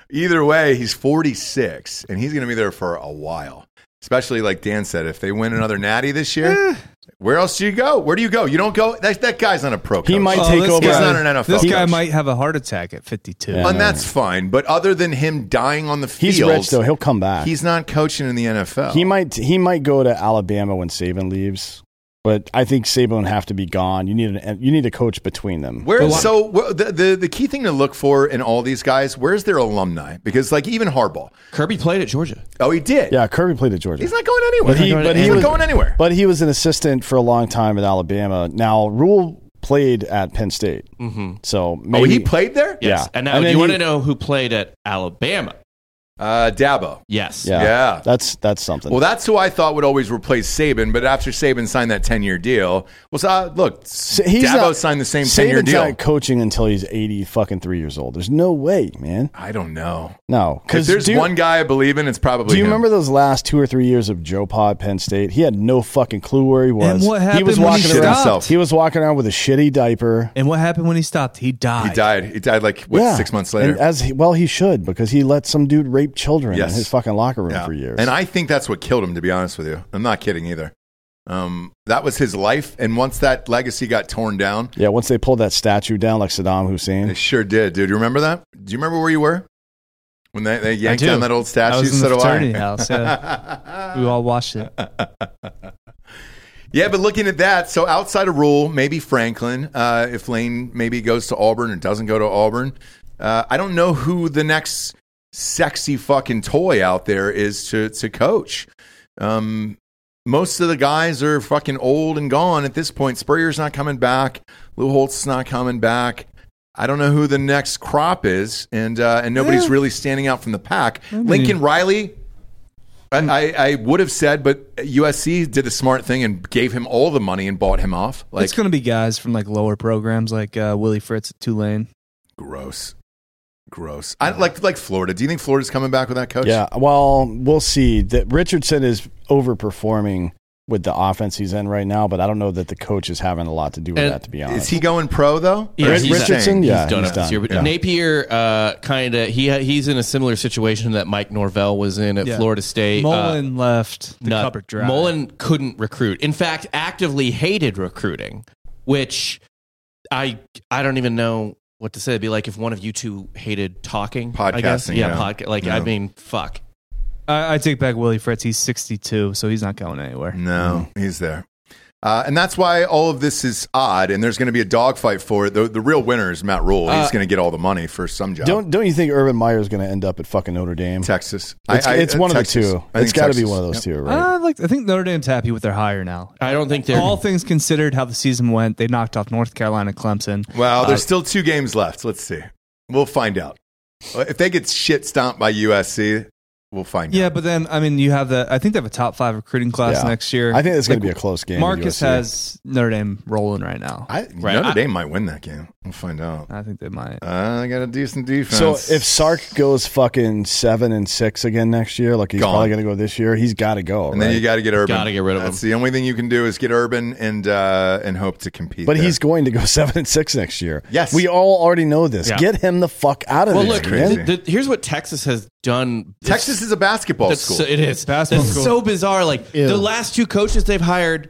[SPEAKER 2] Either way, he's 46, and he's going to be there for a while. Especially like Dan said, if they win another Natty this
[SPEAKER 3] Eh.
[SPEAKER 2] year, where else do you go? Where do you go? You don't go. That, that guy's not a pro. Coach.
[SPEAKER 3] He might
[SPEAKER 4] Oh,
[SPEAKER 3] take
[SPEAKER 4] this
[SPEAKER 3] over.
[SPEAKER 4] guy-
[SPEAKER 2] He's not an NFL
[SPEAKER 4] This guy
[SPEAKER 2] coach.
[SPEAKER 4] might have a heart attack at 52.
[SPEAKER 3] Yeah.
[SPEAKER 2] and that's fine. But other than him dying on the field,
[SPEAKER 3] He's rich, though. He'll come back.
[SPEAKER 2] he's not coaching in the NFL.
[SPEAKER 3] he might he might go to Alabama when Saban leaves, but I think Saban would have to be gone. You need an you need a coach between them.
[SPEAKER 2] Where so wh- the, the the key thing to look for in all these guys, where's their alumni? Because like even Harbaugh,
[SPEAKER 5] Kirby played at Georgia.
[SPEAKER 2] oh he did,
[SPEAKER 3] Yeah, Kirby played at Georgia.
[SPEAKER 2] he's not going anywhere.
[SPEAKER 3] But he-
[SPEAKER 2] he's
[SPEAKER 3] but he
[SPEAKER 2] not
[SPEAKER 3] was-
[SPEAKER 2] going anywhere.
[SPEAKER 3] But he was an assistant for a long time at Alabama. Now, Rule played at Penn State. Mm-hmm. So maybe
[SPEAKER 2] oh, he played there.
[SPEAKER 5] Yes.
[SPEAKER 3] Yeah.
[SPEAKER 5] And now
[SPEAKER 3] And
[SPEAKER 5] do
[SPEAKER 3] then
[SPEAKER 5] you want to
[SPEAKER 3] he-
[SPEAKER 5] know who played at Alabama?
[SPEAKER 2] Uh, Dabo.
[SPEAKER 5] Yes.
[SPEAKER 3] Yeah.
[SPEAKER 2] Yeah.
[SPEAKER 3] That's that's something.
[SPEAKER 2] Well, that's who I thought would always replace Saban, but after Saban signed that ten year deal, well, so, uh, look,
[SPEAKER 3] S-
[SPEAKER 2] Dabo signed the same
[SPEAKER 3] Saban's
[SPEAKER 2] ten year deal.
[SPEAKER 3] not coaching until he's 80 fucking 3 years old. There's no way, man.
[SPEAKER 2] I don't know.
[SPEAKER 3] No.
[SPEAKER 2] If there's
[SPEAKER 3] do,
[SPEAKER 2] one guy I believe in, it's probably.
[SPEAKER 3] do you
[SPEAKER 2] him.
[SPEAKER 3] remember those last 2 or 3 years of Joe Pa at Penn State? He had no fucking clue where he was.
[SPEAKER 4] And what happened
[SPEAKER 3] he was
[SPEAKER 4] when he
[SPEAKER 3] walking
[SPEAKER 4] stopped?
[SPEAKER 3] around
[SPEAKER 2] himself?
[SPEAKER 3] He was walking around with a shitty diaper.
[SPEAKER 4] And what happened when he stopped? He died.
[SPEAKER 2] He died. He died like what six months later.
[SPEAKER 3] And as he, well he should because he let some dude rape children
[SPEAKER 2] Yes.
[SPEAKER 3] in his fucking locker room
[SPEAKER 2] Yeah.
[SPEAKER 3] for years.
[SPEAKER 2] And I think that's what killed him, to be honest with you. I'm not kidding either. Um, that was his life. And once that legacy got torn down,
[SPEAKER 3] Yeah, once they pulled that statue down like Saddam Hussein.
[SPEAKER 2] it sure did, dude. You remember that? Do you remember where you were? When they, they yanked
[SPEAKER 4] I do.
[SPEAKER 2] down that old statue?
[SPEAKER 4] I was in
[SPEAKER 2] so
[SPEAKER 4] the
[SPEAKER 2] do
[SPEAKER 4] fraternity
[SPEAKER 2] I.
[SPEAKER 4] house.
[SPEAKER 2] (laughs)
[SPEAKER 4] Yeah. we all watched it.
[SPEAKER 2] Yeah, but looking at that, so outside of rule, maybe Franklin, uh, if Lane maybe goes to Auburn or doesn't go to Auburn, uh, I don't know who the next sexy fucking toy out there is to to coach. Um, most of the guys are fucking old and gone at this point. Spurrier's not coming back. Lou Holtz's not coming back. I don't know who the next crop is, and uh, and nobody's really standing out from the pack. Lincoln Riley, I, I, I would have said, but USC did the smart thing and gave him all the money and bought him off. Like
[SPEAKER 4] it's going to be guys from like lower programs like uh, Willie Fritz at Tulane.
[SPEAKER 2] gross, gross. I like like Florida. Do you think Florida's coming back with that coach?
[SPEAKER 3] Yeah, well, we'll see. That Richardson is overperforming with the offense he's in right now, but I don't know that the coach is having a lot to do with
[SPEAKER 5] And
[SPEAKER 3] that. To be honest,
[SPEAKER 2] Is he going pro though?
[SPEAKER 5] Yeah,
[SPEAKER 2] Or
[SPEAKER 5] he's
[SPEAKER 2] is he
[SPEAKER 5] Richardson?
[SPEAKER 2] staying?
[SPEAKER 3] Yeah,
[SPEAKER 5] he's done
[SPEAKER 3] he's
[SPEAKER 5] it this
[SPEAKER 3] done.
[SPEAKER 5] year. But
[SPEAKER 2] Yeah.
[SPEAKER 5] Napier, uh, kind of, he he's in a similar situation that Mike Norvell was in at
[SPEAKER 4] Yeah.
[SPEAKER 5] Florida State. Uh,
[SPEAKER 4] Mullen left the
[SPEAKER 5] nut.
[SPEAKER 4] cupboard dry.
[SPEAKER 5] Mullen couldn't recruit. In fact, actively hated recruiting, which I I don't even know what to say. It'd be like if one of you two hated talking, I guess.
[SPEAKER 2] Podcasting,
[SPEAKER 5] Yeah,
[SPEAKER 2] yeah.
[SPEAKER 5] podca- Like
[SPEAKER 2] Yeah.
[SPEAKER 5] I mean, fuck.
[SPEAKER 4] I, I take back Willie Fritz. He's 62, so he's not going anywhere.
[SPEAKER 2] No, he's there. Uh, and that's why all of this is odd, and there's going to be a dogfight for it. The, the real winner is Matt Rule. He's going to get all the money for some job.
[SPEAKER 3] Uh, don't don't you think Urban Meyer is going to end up at fucking Notre Dame?
[SPEAKER 2] Texas.
[SPEAKER 3] It's,
[SPEAKER 2] I- I-
[SPEAKER 3] it's one
[SPEAKER 2] Texas.
[SPEAKER 3] of the two.
[SPEAKER 2] I
[SPEAKER 3] It's
[SPEAKER 2] think
[SPEAKER 3] got to be
[SPEAKER 2] Texas.
[SPEAKER 3] one of those
[SPEAKER 2] Yep.
[SPEAKER 3] two, right?
[SPEAKER 4] I like. I think Notre Dame's happy with their hire now.
[SPEAKER 5] I don't think they're.
[SPEAKER 4] All things considered, how the season went, they knocked off North Carolina, Clemson.
[SPEAKER 2] Well,
[SPEAKER 3] Uh,
[SPEAKER 2] there's still two games left. Let's see. We'll find out. Uh, If they get shit stomped by USC, we'll find
[SPEAKER 4] Yeah,
[SPEAKER 2] out.
[SPEAKER 4] but then I mean, you have the. I think they have a top five recruiting class
[SPEAKER 3] Yeah.
[SPEAKER 4] next year.
[SPEAKER 3] I think it's going to be a close game. with
[SPEAKER 4] Marcus
[SPEAKER 3] USC.
[SPEAKER 4] has Notre Dame rolling right now.
[SPEAKER 2] I,
[SPEAKER 5] Right,
[SPEAKER 2] Notre
[SPEAKER 5] I-
[SPEAKER 2] Dame might win that game. We'll find out.
[SPEAKER 4] I think they might.
[SPEAKER 2] Uh, I got a decent defense.
[SPEAKER 3] So if Sark goes fucking seven and six again next year, like he's
[SPEAKER 2] Gone.
[SPEAKER 3] probably going to go this year, he's got to go.
[SPEAKER 2] and then
[SPEAKER 3] right?
[SPEAKER 2] you got to get Urban.
[SPEAKER 5] Gotta get rid of
[SPEAKER 2] That's the only thing you can do is get Urban and uh, and hope to compete.
[SPEAKER 3] but
[SPEAKER 2] there.
[SPEAKER 3] he's going to go (laughs) seven and six next year.
[SPEAKER 2] Yes.
[SPEAKER 3] we all already know this.
[SPEAKER 5] Yeah.
[SPEAKER 3] Get him the fuck out of
[SPEAKER 5] well,
[SPEAKER 3] there,
[SPEAKER 5] look.
[SPEAKER 3] man.
[SPEAKER 2] crazy.
[SPEAKER 5] th- th- here's what Texas has done.
[SPEAKER 2] Texas is a basketball
[SPEAKER 5] That's uh,
[SPEAKER 2] school.
[SPEAKER 5] so- it is.
[SPEAKER 4] Basketball
[SPEAKER 5] That's
[SPEAKER 4] school.
[SPEAKER 5] so bizarre. Like
[SPEAKER 3] Ew.
[SPEAKER 5] the last two coaches they've hired,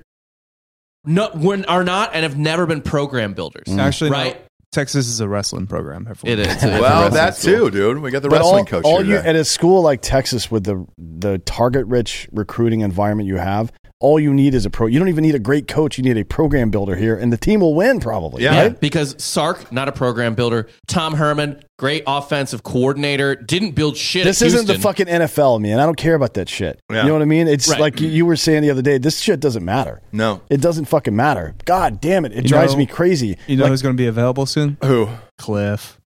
[SPEAKER 5] not when are not and have never been program builders.
[SPEAKER 2] Mm.
[SPEAKER 4] Actually, no.
[SPEAKER 5] right?
[SPEAKER 4] Texas is a wrestling program. everyone.
[SPEAKER 5] It is. It's a
[SPEAKER 2] well,
[SPEAKER 5] wrestling
[SPEAKER 2] that
[SPEAKER 5] school.
[SPEAKER 2] too, dude. We got the
[SPEAKER 3] But
[SPEAKER 2] wrestling
[SPEAKER 3] all,
[SPEAKER 2] coach
[SPEAKER 3] all
[SPEAKER 2] here
[SPEAKER 3] you
[SPEAKER 2] today.
[SPEAKER 3] at a school like Texas with the the target rich recruiting environment you have, all you need is a pro. You don't even need a great coach. You need a program builder here, and the team will win probably.
[SPEAKER 2] Yeah.
[SPEAKER 5] Yeah,
[SPEAKER 3] right?
[SPEAKER 5] because Sark, not a program builder. Tom Herman, great offensive coordinator, didn't build shit.
[SPEAKER 3] This
[SPEAKER 5] at
[SPEAKER 3] isn't the fucking
[SPEAKER 5] Houston.
[SPEAKER 3] NFL, man. I don't care about that shit.
[SPEAKER 2] Yeah.
[SPEAKER 3] You know what I mean? It's
[SPEAKER 5] Right.
[SPEAKER 3] like you, you were saying the other day. This shit doesn't matter.
[SPEAKER 2] no,
[SPEAKER 3] It doesn't fucking matter. God damn it! It drives
[SPEAKER 4] know-
[SPEAKER 3] me crazy.
[SPEAKER 4] (laughs) You know
[SPEAKER 3] Like-
[SPEAKER 4] who's going to be available soon?
[SPEAKER 2] who?
[SPEAKER 4] Cliff.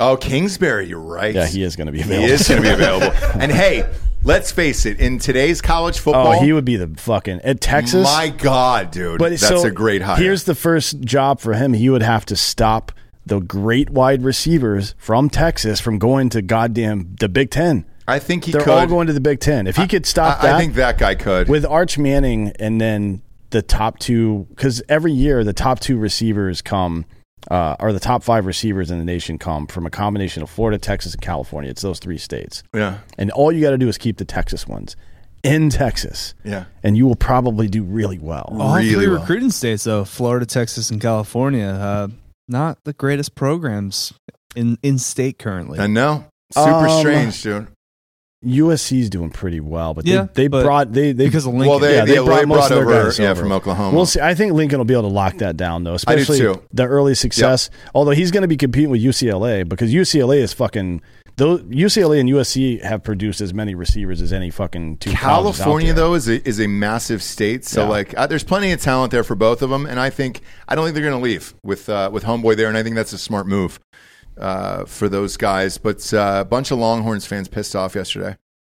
[SPEAKER 2] Oh, Kingsbury. You're right.
[SPEAKER 3] yeah, he is going to be
[SPEAKER 2] He
[SPEAKER 3] available. (laughs)
[SPEAKER 2] is going to be available. and hey, let's face it. In today's college football,
[SPEAKER 3] oh, he would be the fucking at Texas.
[SPEAKER 2] My God, dude,
[SPEAKER 3] But
[SPEAKER 2] that's
[SPEAKER 3] so
[SPEAKER 2] a great hire.
[SPEAKER 3] Here's the first job for him. He would have to stop the great wide receivers from Texas from going to goddamn the Big Ten.
[SPEAKER 2] I think he
[SPEAKER 3] They're
[SPEAKER 2] could.
[SPEAKER 3] all going to the Big Ten. If he could stop
[SPEAKER 2] I,
[SPEAKER 3] that,
[SPEAKER 2] I think that guy could.
[SPEAKER 3] with Arch Manning and then the top two, because every year the top two receivers come, uh, or the top five receivers in the nation come from a combination of Florida, Texas, and California. It's those three states.
[SPEAKER 2] yeah,
[SPEAKER 3] And all you got to do is keep the Texas ones in Texas.
[SPEAKER 2] Yeah.
[SPEAKER 3] And you will probably do really well.
[SPEAKER 4] All
[SPEAKER 2] Really
[SPEAKER 4] Oh, three
[SPEAKER 2] well.
[SPEAKER 4] recruiting states, though Florida, Texas, and California. Uh, not the greatest programs in, in state currently.
[SPEAKER 2] I know. Super
[SPEAKER 3] Um,
[SPEAKER 2] strange, dude.
[SPEAKER 3] USC's doing pretty well, but
[SPEAKER 4] Yeah,
[SPEAKER 3] they, they
[SPEAKER 4] but
[SPEAKER 3] brought they they
[SPEAKER 4] because of Lincoln.
[SPEAKER 2] Well, they,
[SPEAKER 3] yeah, they
[SPEAKER 2] yeah, well,
[SPEAKER 3] brought
[SPEAKER 2] they
[SPEAKER 3] most
[SPEAKER 2] brought
[SPEAKER 3] of their
[SPEAKER 2] over,
[SPEAKER 3] guys
[SPEAKER 2] yeah,
[SPEAKER 3] over.
[SPEAKER 2] from Oklahoma.
[SPEAKER 3] We'll see. I think Lincoln will be able to lock that down though,
[SPEAKER 2] I do
[SPEAKER 3] especially
[SPEAKER 2] too.
[SPEAKER 3] the early success. Although he's going to be competing with UCLA because UCLA is fucking. Though UCLA and USC have produced as many receivers as any fucking two. colleges out
[SPEAKER 2] California
[SPEAKER 3] there.
[SPEAKER 2] though is a, is a massive state, so
[SPEAKER 3] Yeah.
[SPEAKER 2] like uh, there's plenty of talent there for both of them, and I think I don't think they're going to leave with uh, with homeboy there, and I think that's a smart move uh, for those guys. But uh, a bunch of Longhorns fans pissed off yesterday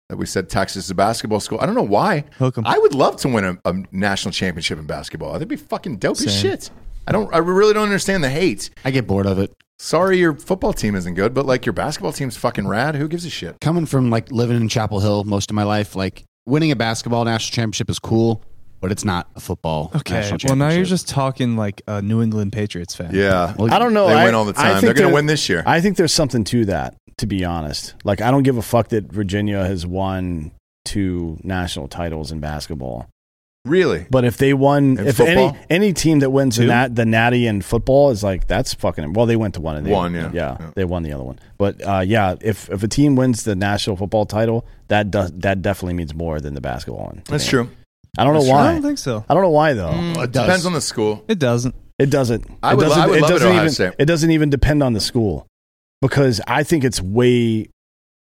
[SPEAKER 2] that we said Texas is a basketball school. I don't know why.
[SPEAKER 4] Hook 'em.
[SPEAKER 2] I would love to win a, a national championship in basketball. That'd be fucking dope as shit. I don't. I really don't understand the hate.
[SPEAKER 6] I get bored of it.
[SPEAKER 2] Sorry, your football team isn't good, but like your basketball team's fucking rad. Who gives a shit?
[SPEAKER 6] Coming from like living in Chapel Hill most of my life, like winning a basketball national championship is cool, but it's not a football.
[SPEAKER 4] okay.
[SPEAKER 6] national
[SPEAKER 4] Well, now you're
[SPEAKER 6] championship.
[SPEAKER 4] just talking like a New England Patriots fan.
[SPEAKER 2] Yeah,
[SPEAKER 3] I don't know.
[SPEAKER 2] They
[SPEAKER 3] I,
[SPEAKER 2] win all the
[SPEAKER 3] I
[SPEAKER 2] time.
[SPEAKER 3] think
[SPEAKER 2] They're going to
[SPEAKER 3] there-
[SPEAKER 2] win this year.
[SPEAKER 3] I think there's something to that. To be honest, like I don't give a fuck that Virginia has won two national titles in basketball.
[SPEAKER 2] really?
[SPEAKER 3] But if they won,
[SPEAKER 2] And
[SPEAKER 3] if
[SPEAKER 2] football?
[SPEAKER 3] any any team that wins the,
[SPEAKER 4] Two?
[SPEAKER 3] nat, the Natty in football is like that's fucking well they went to one and they
[SPEAKER 2] One, yeah.
[SPEAKER 3] yeah,
[SPEAKER 2] Yeah.
[SPEAKER 3] they won the other one. But uh, yeah, if if a team wins the national football title, that does that definitely means more than the basketball one. to
[SPEAKER 2] That's
[SPEAKER 3] me.
[SPEAKER 2] true.
[SPEAKER 3] I don't know
[SPEAKER 4] That's true. I
[SPEAKER 3] why.
[SPEAKER 4] don't think so.
[SPEAKER 3] I don't know why though.
[SPEAKER 6] it does.
[SPEAKER 2] Depends on the school.
[SPEAKER 4] It doesn't.
[SPEAKER 3] It doesn't.
[SPEAKER 2] Mm. I
[SPEAKER 3] it
[SPEAKER 2] would-
[SPEAKER 3] doesn't,
[SPEAKER 2] I would love it at
[SPEAKER 3] doesn't
[SPEAKER 2] Ohio
[SPEAKER 3] even,
[SPEAKER 2] State.
[SPEAKER 3] It doesn't even depend on the school because I think it's way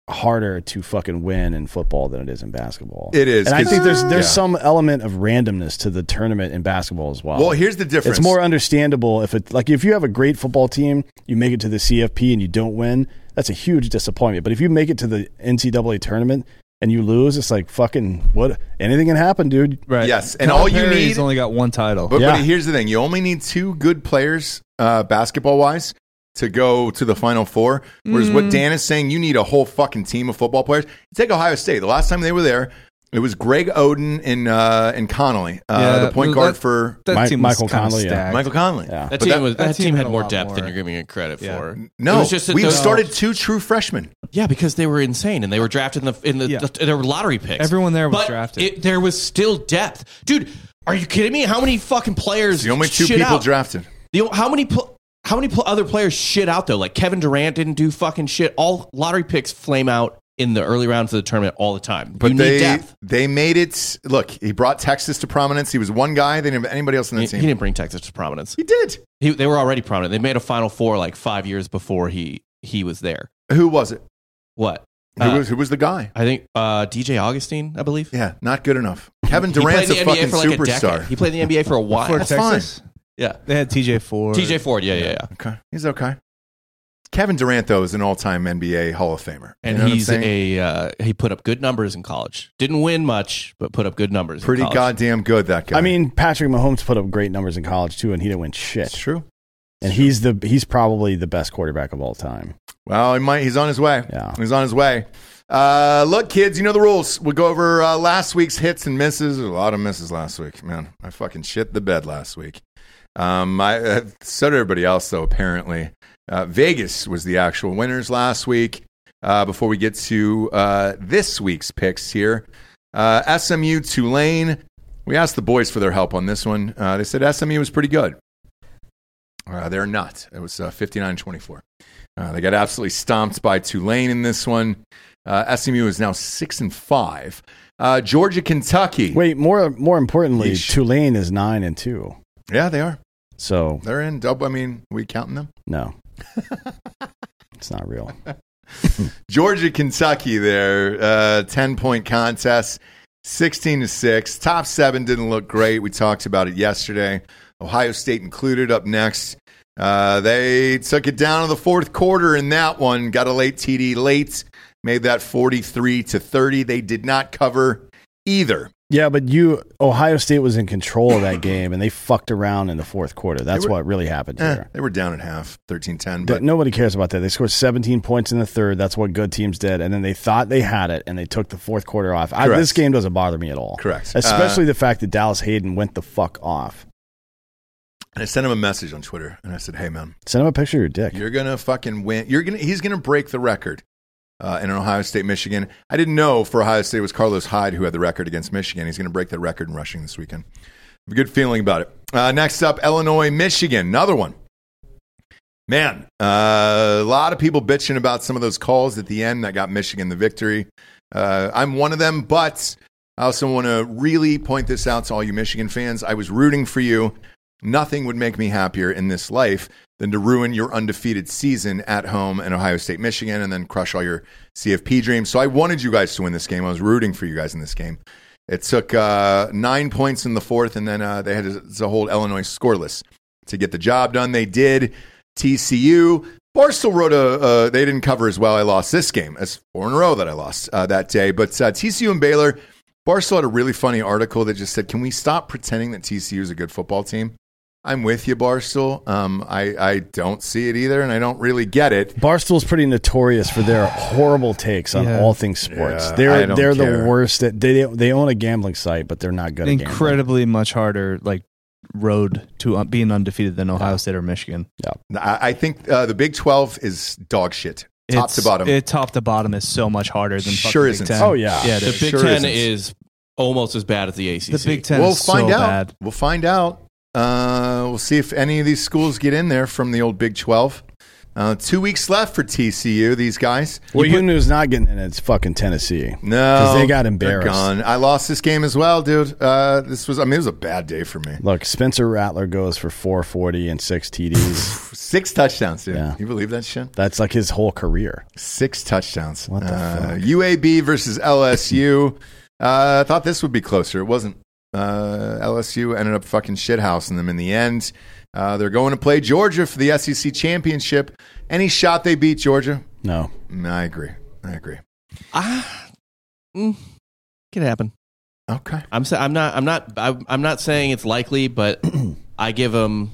[SPEAKER 3] harder to fucking win in football than it is in basketball.
[SPEAKER 2] It is,
[SPEAKER 3] and I
[SPEAKER 2] 'cause-
[SPEAKER 3] think there's there's
[SPEAKER 2] Yeah.
[SPEAKER 3] some element of randomness to the tournament in basketball as well.
[SPEAKER 2] Well, here's the difference.
[SPEAKER 3] It's more understandable if it like if you have a great football team, you make it to the CFP and you don't win, that's a huge disappointment. But if you make it to the NCAA tournament and you lose, it's like fucking what anything can happen, dude.
[SPEAKER 4] Right.
[SPEAKER 2] Yes, and
[SPEAKER 4] Tom
[SPEAKER 2] all you
[SPEAKER 4] Perry's
[SPEAKER 2] need-
[SPEAKER 4] only got one title.
[SPEAKER 2] But,
[SPEAKER 3] Yeah.
[SPEAKER 2] but here's the thing: you only need two good players, uh, basketball wise, to go to the Final Four. Whereas
[SPEAKER 3] Mm.
[SPEAKER 2] what Dan is saying, you need a whole fucking team of football players. Take Ohio State. The last time they were there, it was Greg Oden and uh, and Connolly, uh,
[SPEAKER 4] Yeah,
[SPEAKER 2] the point
[SPEAKER 4] well,
[SPEAKER 2] guard
[SPEAKER 4] that-
[SPEAKER 2] for
[SPEAKER 4] that
[SPEAKER 3] Mi-
[SPEAKER 4] team was
[SPEAKER 3] Michael
[SPEAKER 4] kinda
[SPEAKER 3] Conley, yeah.
[SPEAKER 4] stacked.
[SPEAKER 2] Michael Connolly.
[SPEAKER 3] Yeah.
[SPEAKER 5] That
[SPEAKER 2] But
[SPEAKER 5] team,
[SPEAKER 2] that-
[SPEAKER 5] was, that,
[SPEAKER 4] that
[SPEAKER 5] team,
[SPEAKER 4] team
[SPEAKER 5] had
[SPEAKER 4] had a
[SPEAKER 5] more
[SPEAKER 4] lot
[SPEAKER 5] depth than
[SPEAKER 4] more.
[SPEAKER 5] you're giving it credit
[SPEAKER 4] Yeah.
[SPEAKER 5] for. It
[SPEAKER 2] No,
[SPEAKER 5] was just that
[SPEAKER 2] we
[SPEAKER 5] those-
[SPEAKER 2] started two true freshmen.
[SPEAKER 5] Yeah, because they were insane and they were drafted in the in the,
[SPEAKER 4] Yeah.
[SPEAKER 5] the there were lottery picks.
[SPEAKER 4] Everyone there was
[SPEAKER 5] But
[SPEAKER 4] drafted.
[SPEAKER 5] It, there was still depth, dude. Are you kidding me? How many fucking players?
[SPEAKER 2] The only two
[SPEAKER 5] shit
[SPEAKER 2] people
[SPEAKER 5] out?
[SPEAKER 2] drafted.
[SPEAKER 5] The o- how many pl- how many pl- other players shit out though? Like Kevin Durant didn't do fucking shit. All lottery picks flame out in the early rounds of the tournament all the time.
[SPEAKER 2] But
[SPEAKER 5] you
[SPEAKER 2] they
[SPEAKER 5] need depth.
[SPEAKER 2] they made it. Look, he brought Texas to prominence. He was one guy. They didn't have anybody else on
[SPEAKER 5] He,
[SPEAKER 2] that
[SPEAKER 5] he
[SPEAKER 2] team.
[SPEAKER 5] didn't bring Texas to prominence.
[SPEAKER 2] he did.
[SPEAKER 5] He, they were already prominent. They made a Final Four like five years before he he was there.
[SPEAKER 2] Who was it?
[SPEAKER 5] What?
[SPEAKER 2] Who,
[SPEAKER 5] Uh,
[SPEAKER 2] was, who was the guy?
[SPEAKER 5] I think uh, DJ Augustine, I believe.
[SPEAKER 2] Yeah, not good enough. Kevin
[SPEAKER 5] He played
[SPEAKER 2] Durant's a
[SPEAKER 5] in the NBA
[SPEAKER 2] fucking
[SPEAKER 5] for like a
[SPEAKER 2] superstar.
[SPEAKER 5] decade. He played in the NBA
[SPEAKER 2] (laughs)
[SPEAKER 5] for a while.
[SPEAKER 4] For
[SPEAKER 2] That's
[SPEAKER 4] Texas,
[SPEAKER 5] yeah.
[SPEAKER 4] they had TJ Ford.
[SPEAKER 5] TJ Ford, yeah, yeah, yeah.
[SPEAKER 2] okay, he's okay. Kevin Durant though is an all-time NBA Hall of Famer, You
[SPEAKER 5] And
[SPEAKER 2] know what I'm
[SPEAKER 5] he's
[SPEAKER 2] saying?
[SPEAKER 5] a uh, he put up good numbers in college. Didn't win much, but put up good numbers.
[SPEAKER 2] pretty
[SPEAKER 5] in college.
[SPEAKER 2] goddamn good. That guy.
[SPEAKER 3] I mean, Patrick Mahomes put up great numbers in college too, and he didn't win shit.
[SPEAKER 2] it's true.
[SPEAKER 3] and he's the he's probably the best quarterback of all time.
[SPEAKER 2] Well, he might. He's on his way.
[SPEAKER 3] Yeah.
[SPEAKER 2] He's on his way. Uh, look, kids, you know the rules. We'll go over uh, last week's hits and misses. A lot of misses last week, man. I fucking shit the bed last week. Um, I uh, so did everybody else though. Apparently, uh, Vegas was the actual winners last week. Uh, before we get to uh, this week's picks here, uh, SMU Tulane. We asked the boys for their help on this one. Uh, they said SMU was pretty good. Uh, they're not. It was uh, 59-24. Uh, they got absolutely stomped by Tulane in this one. Uh, SMU is now six and five. Uh, Georgia, Kentucky.
[SPEAKER 3] Wait, more more importantly,
[SPEAKER 2] Yeesh.
[SPEAKER 3] Tulane is nine and two.
[SPEAKER 2] Yeah, they are.
[SPEAKER 3] So
[SPEAKER 2] They're in. Dub. I mean, we counting them.
[SPEAKER 3] no, (laughs) it's not real.
[SPEAKER 2] Georgia, Kentucky. There, uh, ten point contest, sixteen to six. Top seven didn't look great. We talked about it yesterday. Ohio State included up next. Uh, they took it down in the fourth quarter in that one. Got a late TD late. Made that forty-three to thirty. They did not cover either.
[SPEAKER 3] Yeah, but you Ohio State was in control of that game, and they fucked around in the fourth quarter. That's
[SPEAKER 2] were-
[SPEAKER 3] what really happened
[SPEAKER 2] Eh,
[SPEAKER 3] here.
[SPEAKER 2] they were down at half, 13-10.
[SPEAKER 3] Th-
[SPEAKER 2] But
[SPEAKER 3] Nobody cares about that. They scored 17 points in the third. That's what good teams did, and then they thought they had it, and they took the fourth quarter off. I,
[SPEAKER 2] Correct.
[SPEAKER 3] this game doesn't bother me at all.
[SPEAKER 2] Correct. Uh,
[SPEAKER 3] especially the fact that Dallas Hayden went the fuck off.
[SPEAKER 2] and I sent him a message on Twitter, and I said, "Hey, man,
[SPEAKER 3] Send him a picture of your dick.
[SPEAKER 2] You're gonna fucking win. You're gonna. He's gonna break the record uh, in Ohio State, Michigan. I didn't know for Ohio State it was Carlos Hyde who had the record against Michigan. He's gonna break the record in rushing this weekend. Have a good feeling about it. Uh, next up, Illinois, Michigan. Another one. Man, uh, a lot of people bitching about some of those calls at the end that got Michigan the victory. Uh, I'm one of them, but I also want to really point this out to all you Michigan fans. I was rooting for you. Nothing would make me happier in this life than to ruin your undefeated season at home in Ohio State, Michigan, and then crush all your CFP dreams. So I wanted you guys to win this game. I was rooting for you guys in this game. It took uh, nine points in the fourth, and then uh, they had to to hold Illinois scoreless to get the job done. They did. TCU. Barstool wrote a, uh, they didn't cover as well. I lost this game. That's four in a row that I lost uh, that day. But uh, TCU and Baylor, Barstool had a really funny article that just said, can we stop pretending that TCU is a good football team? I'm with you, Barstool. Um, I, I don't see it either, and I don't really get it.
[SPEAKER 3] Barstool's pretty notorious for their horrible takes on
[SPEAKER 4] Yeah.
[SPEAKER 3] all things sports.
[SPEAKER 2] Yeah, I
[SPEAKER 3] they're
[SPEAKER 2] don't
[SPEAKER 3] they're
[SPEAKER 2] care.
[SPEAKER 3] the worst. At, they they own a gambling site, but they're not good at gambling.
[SPEAKER 4] Incredibly much harder, like road to um, being undefeated than Ohio State or Michigan.
[SPEAKER 2] I, I think uh, the Big 12 is dog shit, top
[SPEAKER 4] It's-
[SPEAKER 2] to bottom.
[SPEAKER 4] It top to bottom is so much harder than fucking
[SPEAKER 2] Sure
[SPEAKER 4] Big
[SPEAKER 2] isn't.
[SPEAKER 4] Ten.
[SPEAKER 3] Oh yeah,
[SPEAKER 4] yeah. it
[SPEAKER 5] The
[SPEAKER 4] is.
[SPEAKER 5] Big
[SPEAKER 2] sure
[SPEAKER 5] Ten
[SPEAKER 2] isn't.
[SPEAKER 5] is almost as bad as the ACC.
[SPEAKER 4] The Big Ten.
[SPEAKER 2] we'll
[SPEAKER 4] is
[SPEAKER 2] find
[SPEAKER 4] so
[SPEAKER 2] out.
[SPEAKER 4] Bad.
[SPEAKER 2] We'll find out. Uh, we'll see if any of these schools get in there from the old Big 12. Uh, two weeks left for TCU. These guys,
[SPEAKER 3] Well, you knew who's not getting in. It's fucking Tennessee.
[SPEAKER 2] no,
[SPEAKER 3] they got
[SPEAKER 2] they're
[SPEAKER 3] embarrassed.
[SPEAKER 2] gone. I lost this game as well, dude. Uh, this was, I mean, it was a bad day for me.
[SPEAKER 3] Look, Spencer Rattler goes for 440 and six
[SPEAKER 2] (laughs)
[SPEAKER 3] TDs.
[SPEAKER 2] Six touchdowns, dude.
[SPEAKER 3] Yeah.
[SPEAKER 2] You believe that shit?
[SPEAKER 3] That's like his whole career.
[SPEAKER 2] Six touchdowns.
[SPEAKER 3] What the
[SPEAKER 2] uh,
[SPEAKER 3] fuck?
[SPEAKER 2] UAB versus LSU. Uh, I thought this would be closer. It wasn't. Uh, LSU ended up fucking shithousing them in the end. Uh, they're going to play Georgia for the SEC championship. Any shot they beat Georgia?
[SPEAKER 3] No,
[SPEAKER 2] Mm, I agree. I agree.
[SPEAKER 5] Ah, mm, could happen.
[SPEAKER 2] Okay.
[SPEAKER 5] I'm sa- I'm not I'm not I'm I'm not saying it's likely, but I give them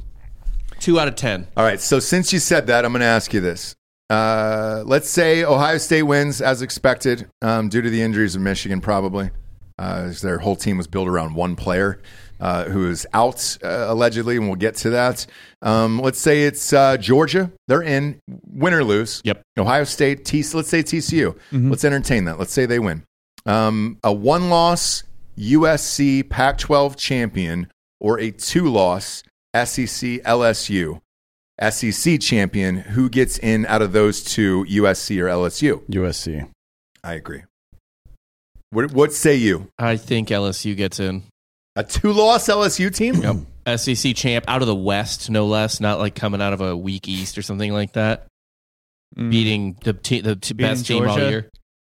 [SPEAKER 5] two out of ten.
[SPEAKER 2] All right. So since you said that, I'm going to ask you this. Uh, let's say Ohio State wins as expected um, due to the injuries of Michigan, probably. Uh, as their whole team was built around one player uh, who is out uh, allegedly, and we'll get to that. Um, let's say it's uh, Georgia; they're in, win or lose.
[SPEAKER 5] Yep.
[SPEAKER 2] Ohio State, T- let's say TCU. Let's entertain that. Let's say they win. Um, a one-loss USC Pac-12 champion or a two-loss E SEC LSU. SEC E champion, who gets in out of those two, USC or LSU?
[SPEAKER 3] USC.
[SPEAKER 2] I agree. What, what say you?
[SPEAKER 5] I think LSU gets in.
[SPEAKER 2] A two loss LSU team?
[SPEAKER 5] SEC E champ out of the West, no less. Not like coming out of a weak East or something like that.
[SPEAKER 4] Mm.
[SPEAKER 5] Beating the te- the t-
[SPEAKER 4] Beating
[SPEAKER 5] best team all
[SPEAKER 4] Georgia?
[SPEAKER 5] year.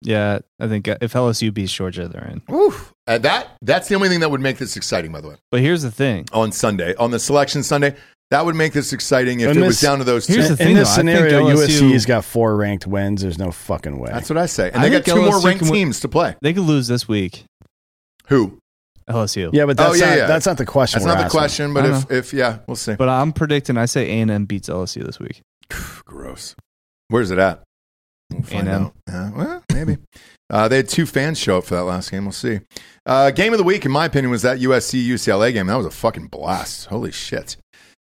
[SPEAKER 4] Yeah, I think uh, if LSU beats Georgia, they're in.
[SPEAKER 2] Oof. Uh, that, that's the only thing that would make this exciting, by the way,
[SPEAKER 4] But here's the thing.
[SPEAKER 2] on Sunday, on the selection Sunday. That would make this exciting if
[SPEAKER 3] And
[SPEAKER 2] it was
[SPEAKER 3] this-
[SPEAKER 2] down to those two.
[SPEAKER 4] Here's the
[SPEAKER 3] in
[SPEAKER 4] thing,
[SPEAKER 3] this
[SPEAKER 4] though, I think
[SPEAKER 3] scenario,
[SPEAKER 4] LSU
[SPEAKER 3] USC's got four ranked wins. There's no fucking way.
[SPEAKER 2] That's what I say. And
[SPEAKER 4] I
[SPEAKER 2] they got two
[SPEAKER 4] think
[SPEAKER 2] more
[SPEAKER 4] LSU
[SPEAKER 2] ranked
[SPEAKER 4] can win-
[SPEAKER 2] teams to play.
[SPEAKER 4] They could lose this week.
[SPEAKER 2] Who?
[SPEAKER 4] LSU.
[SPEAKER 3] yeah, but that's,
[SPEAKER 2] Oh, yeah,
[SPEAKER 3] not,
[SPEAKER 2] yeah.
[SPEAKER 3] that's not the question.
[SPEAKER 2] That's
[SPEAKER 3] we're
[SPEAKER 2] not the
[SPEAKER 3] asking.
[SPEAKER 2] question, but
[SPEAKER 4] I
[SPEAKER 2] if, if, yeah, we'll see.
[SPEAKER 4] But I'm predicting. I say A and M beats LSU this week.
[SPEAKER 2] (sighs) Gross. Where's it at? We'll find
[SPEAKER 4] A&M.
[SPEAKER 2] out. Uh, well, maybe. (laughs) Uh, they had two fans show up for that last game. We'll see. Uh, game of the week, in my opinion, was that USC UCLA game. That was a fucking blast. Holy shit.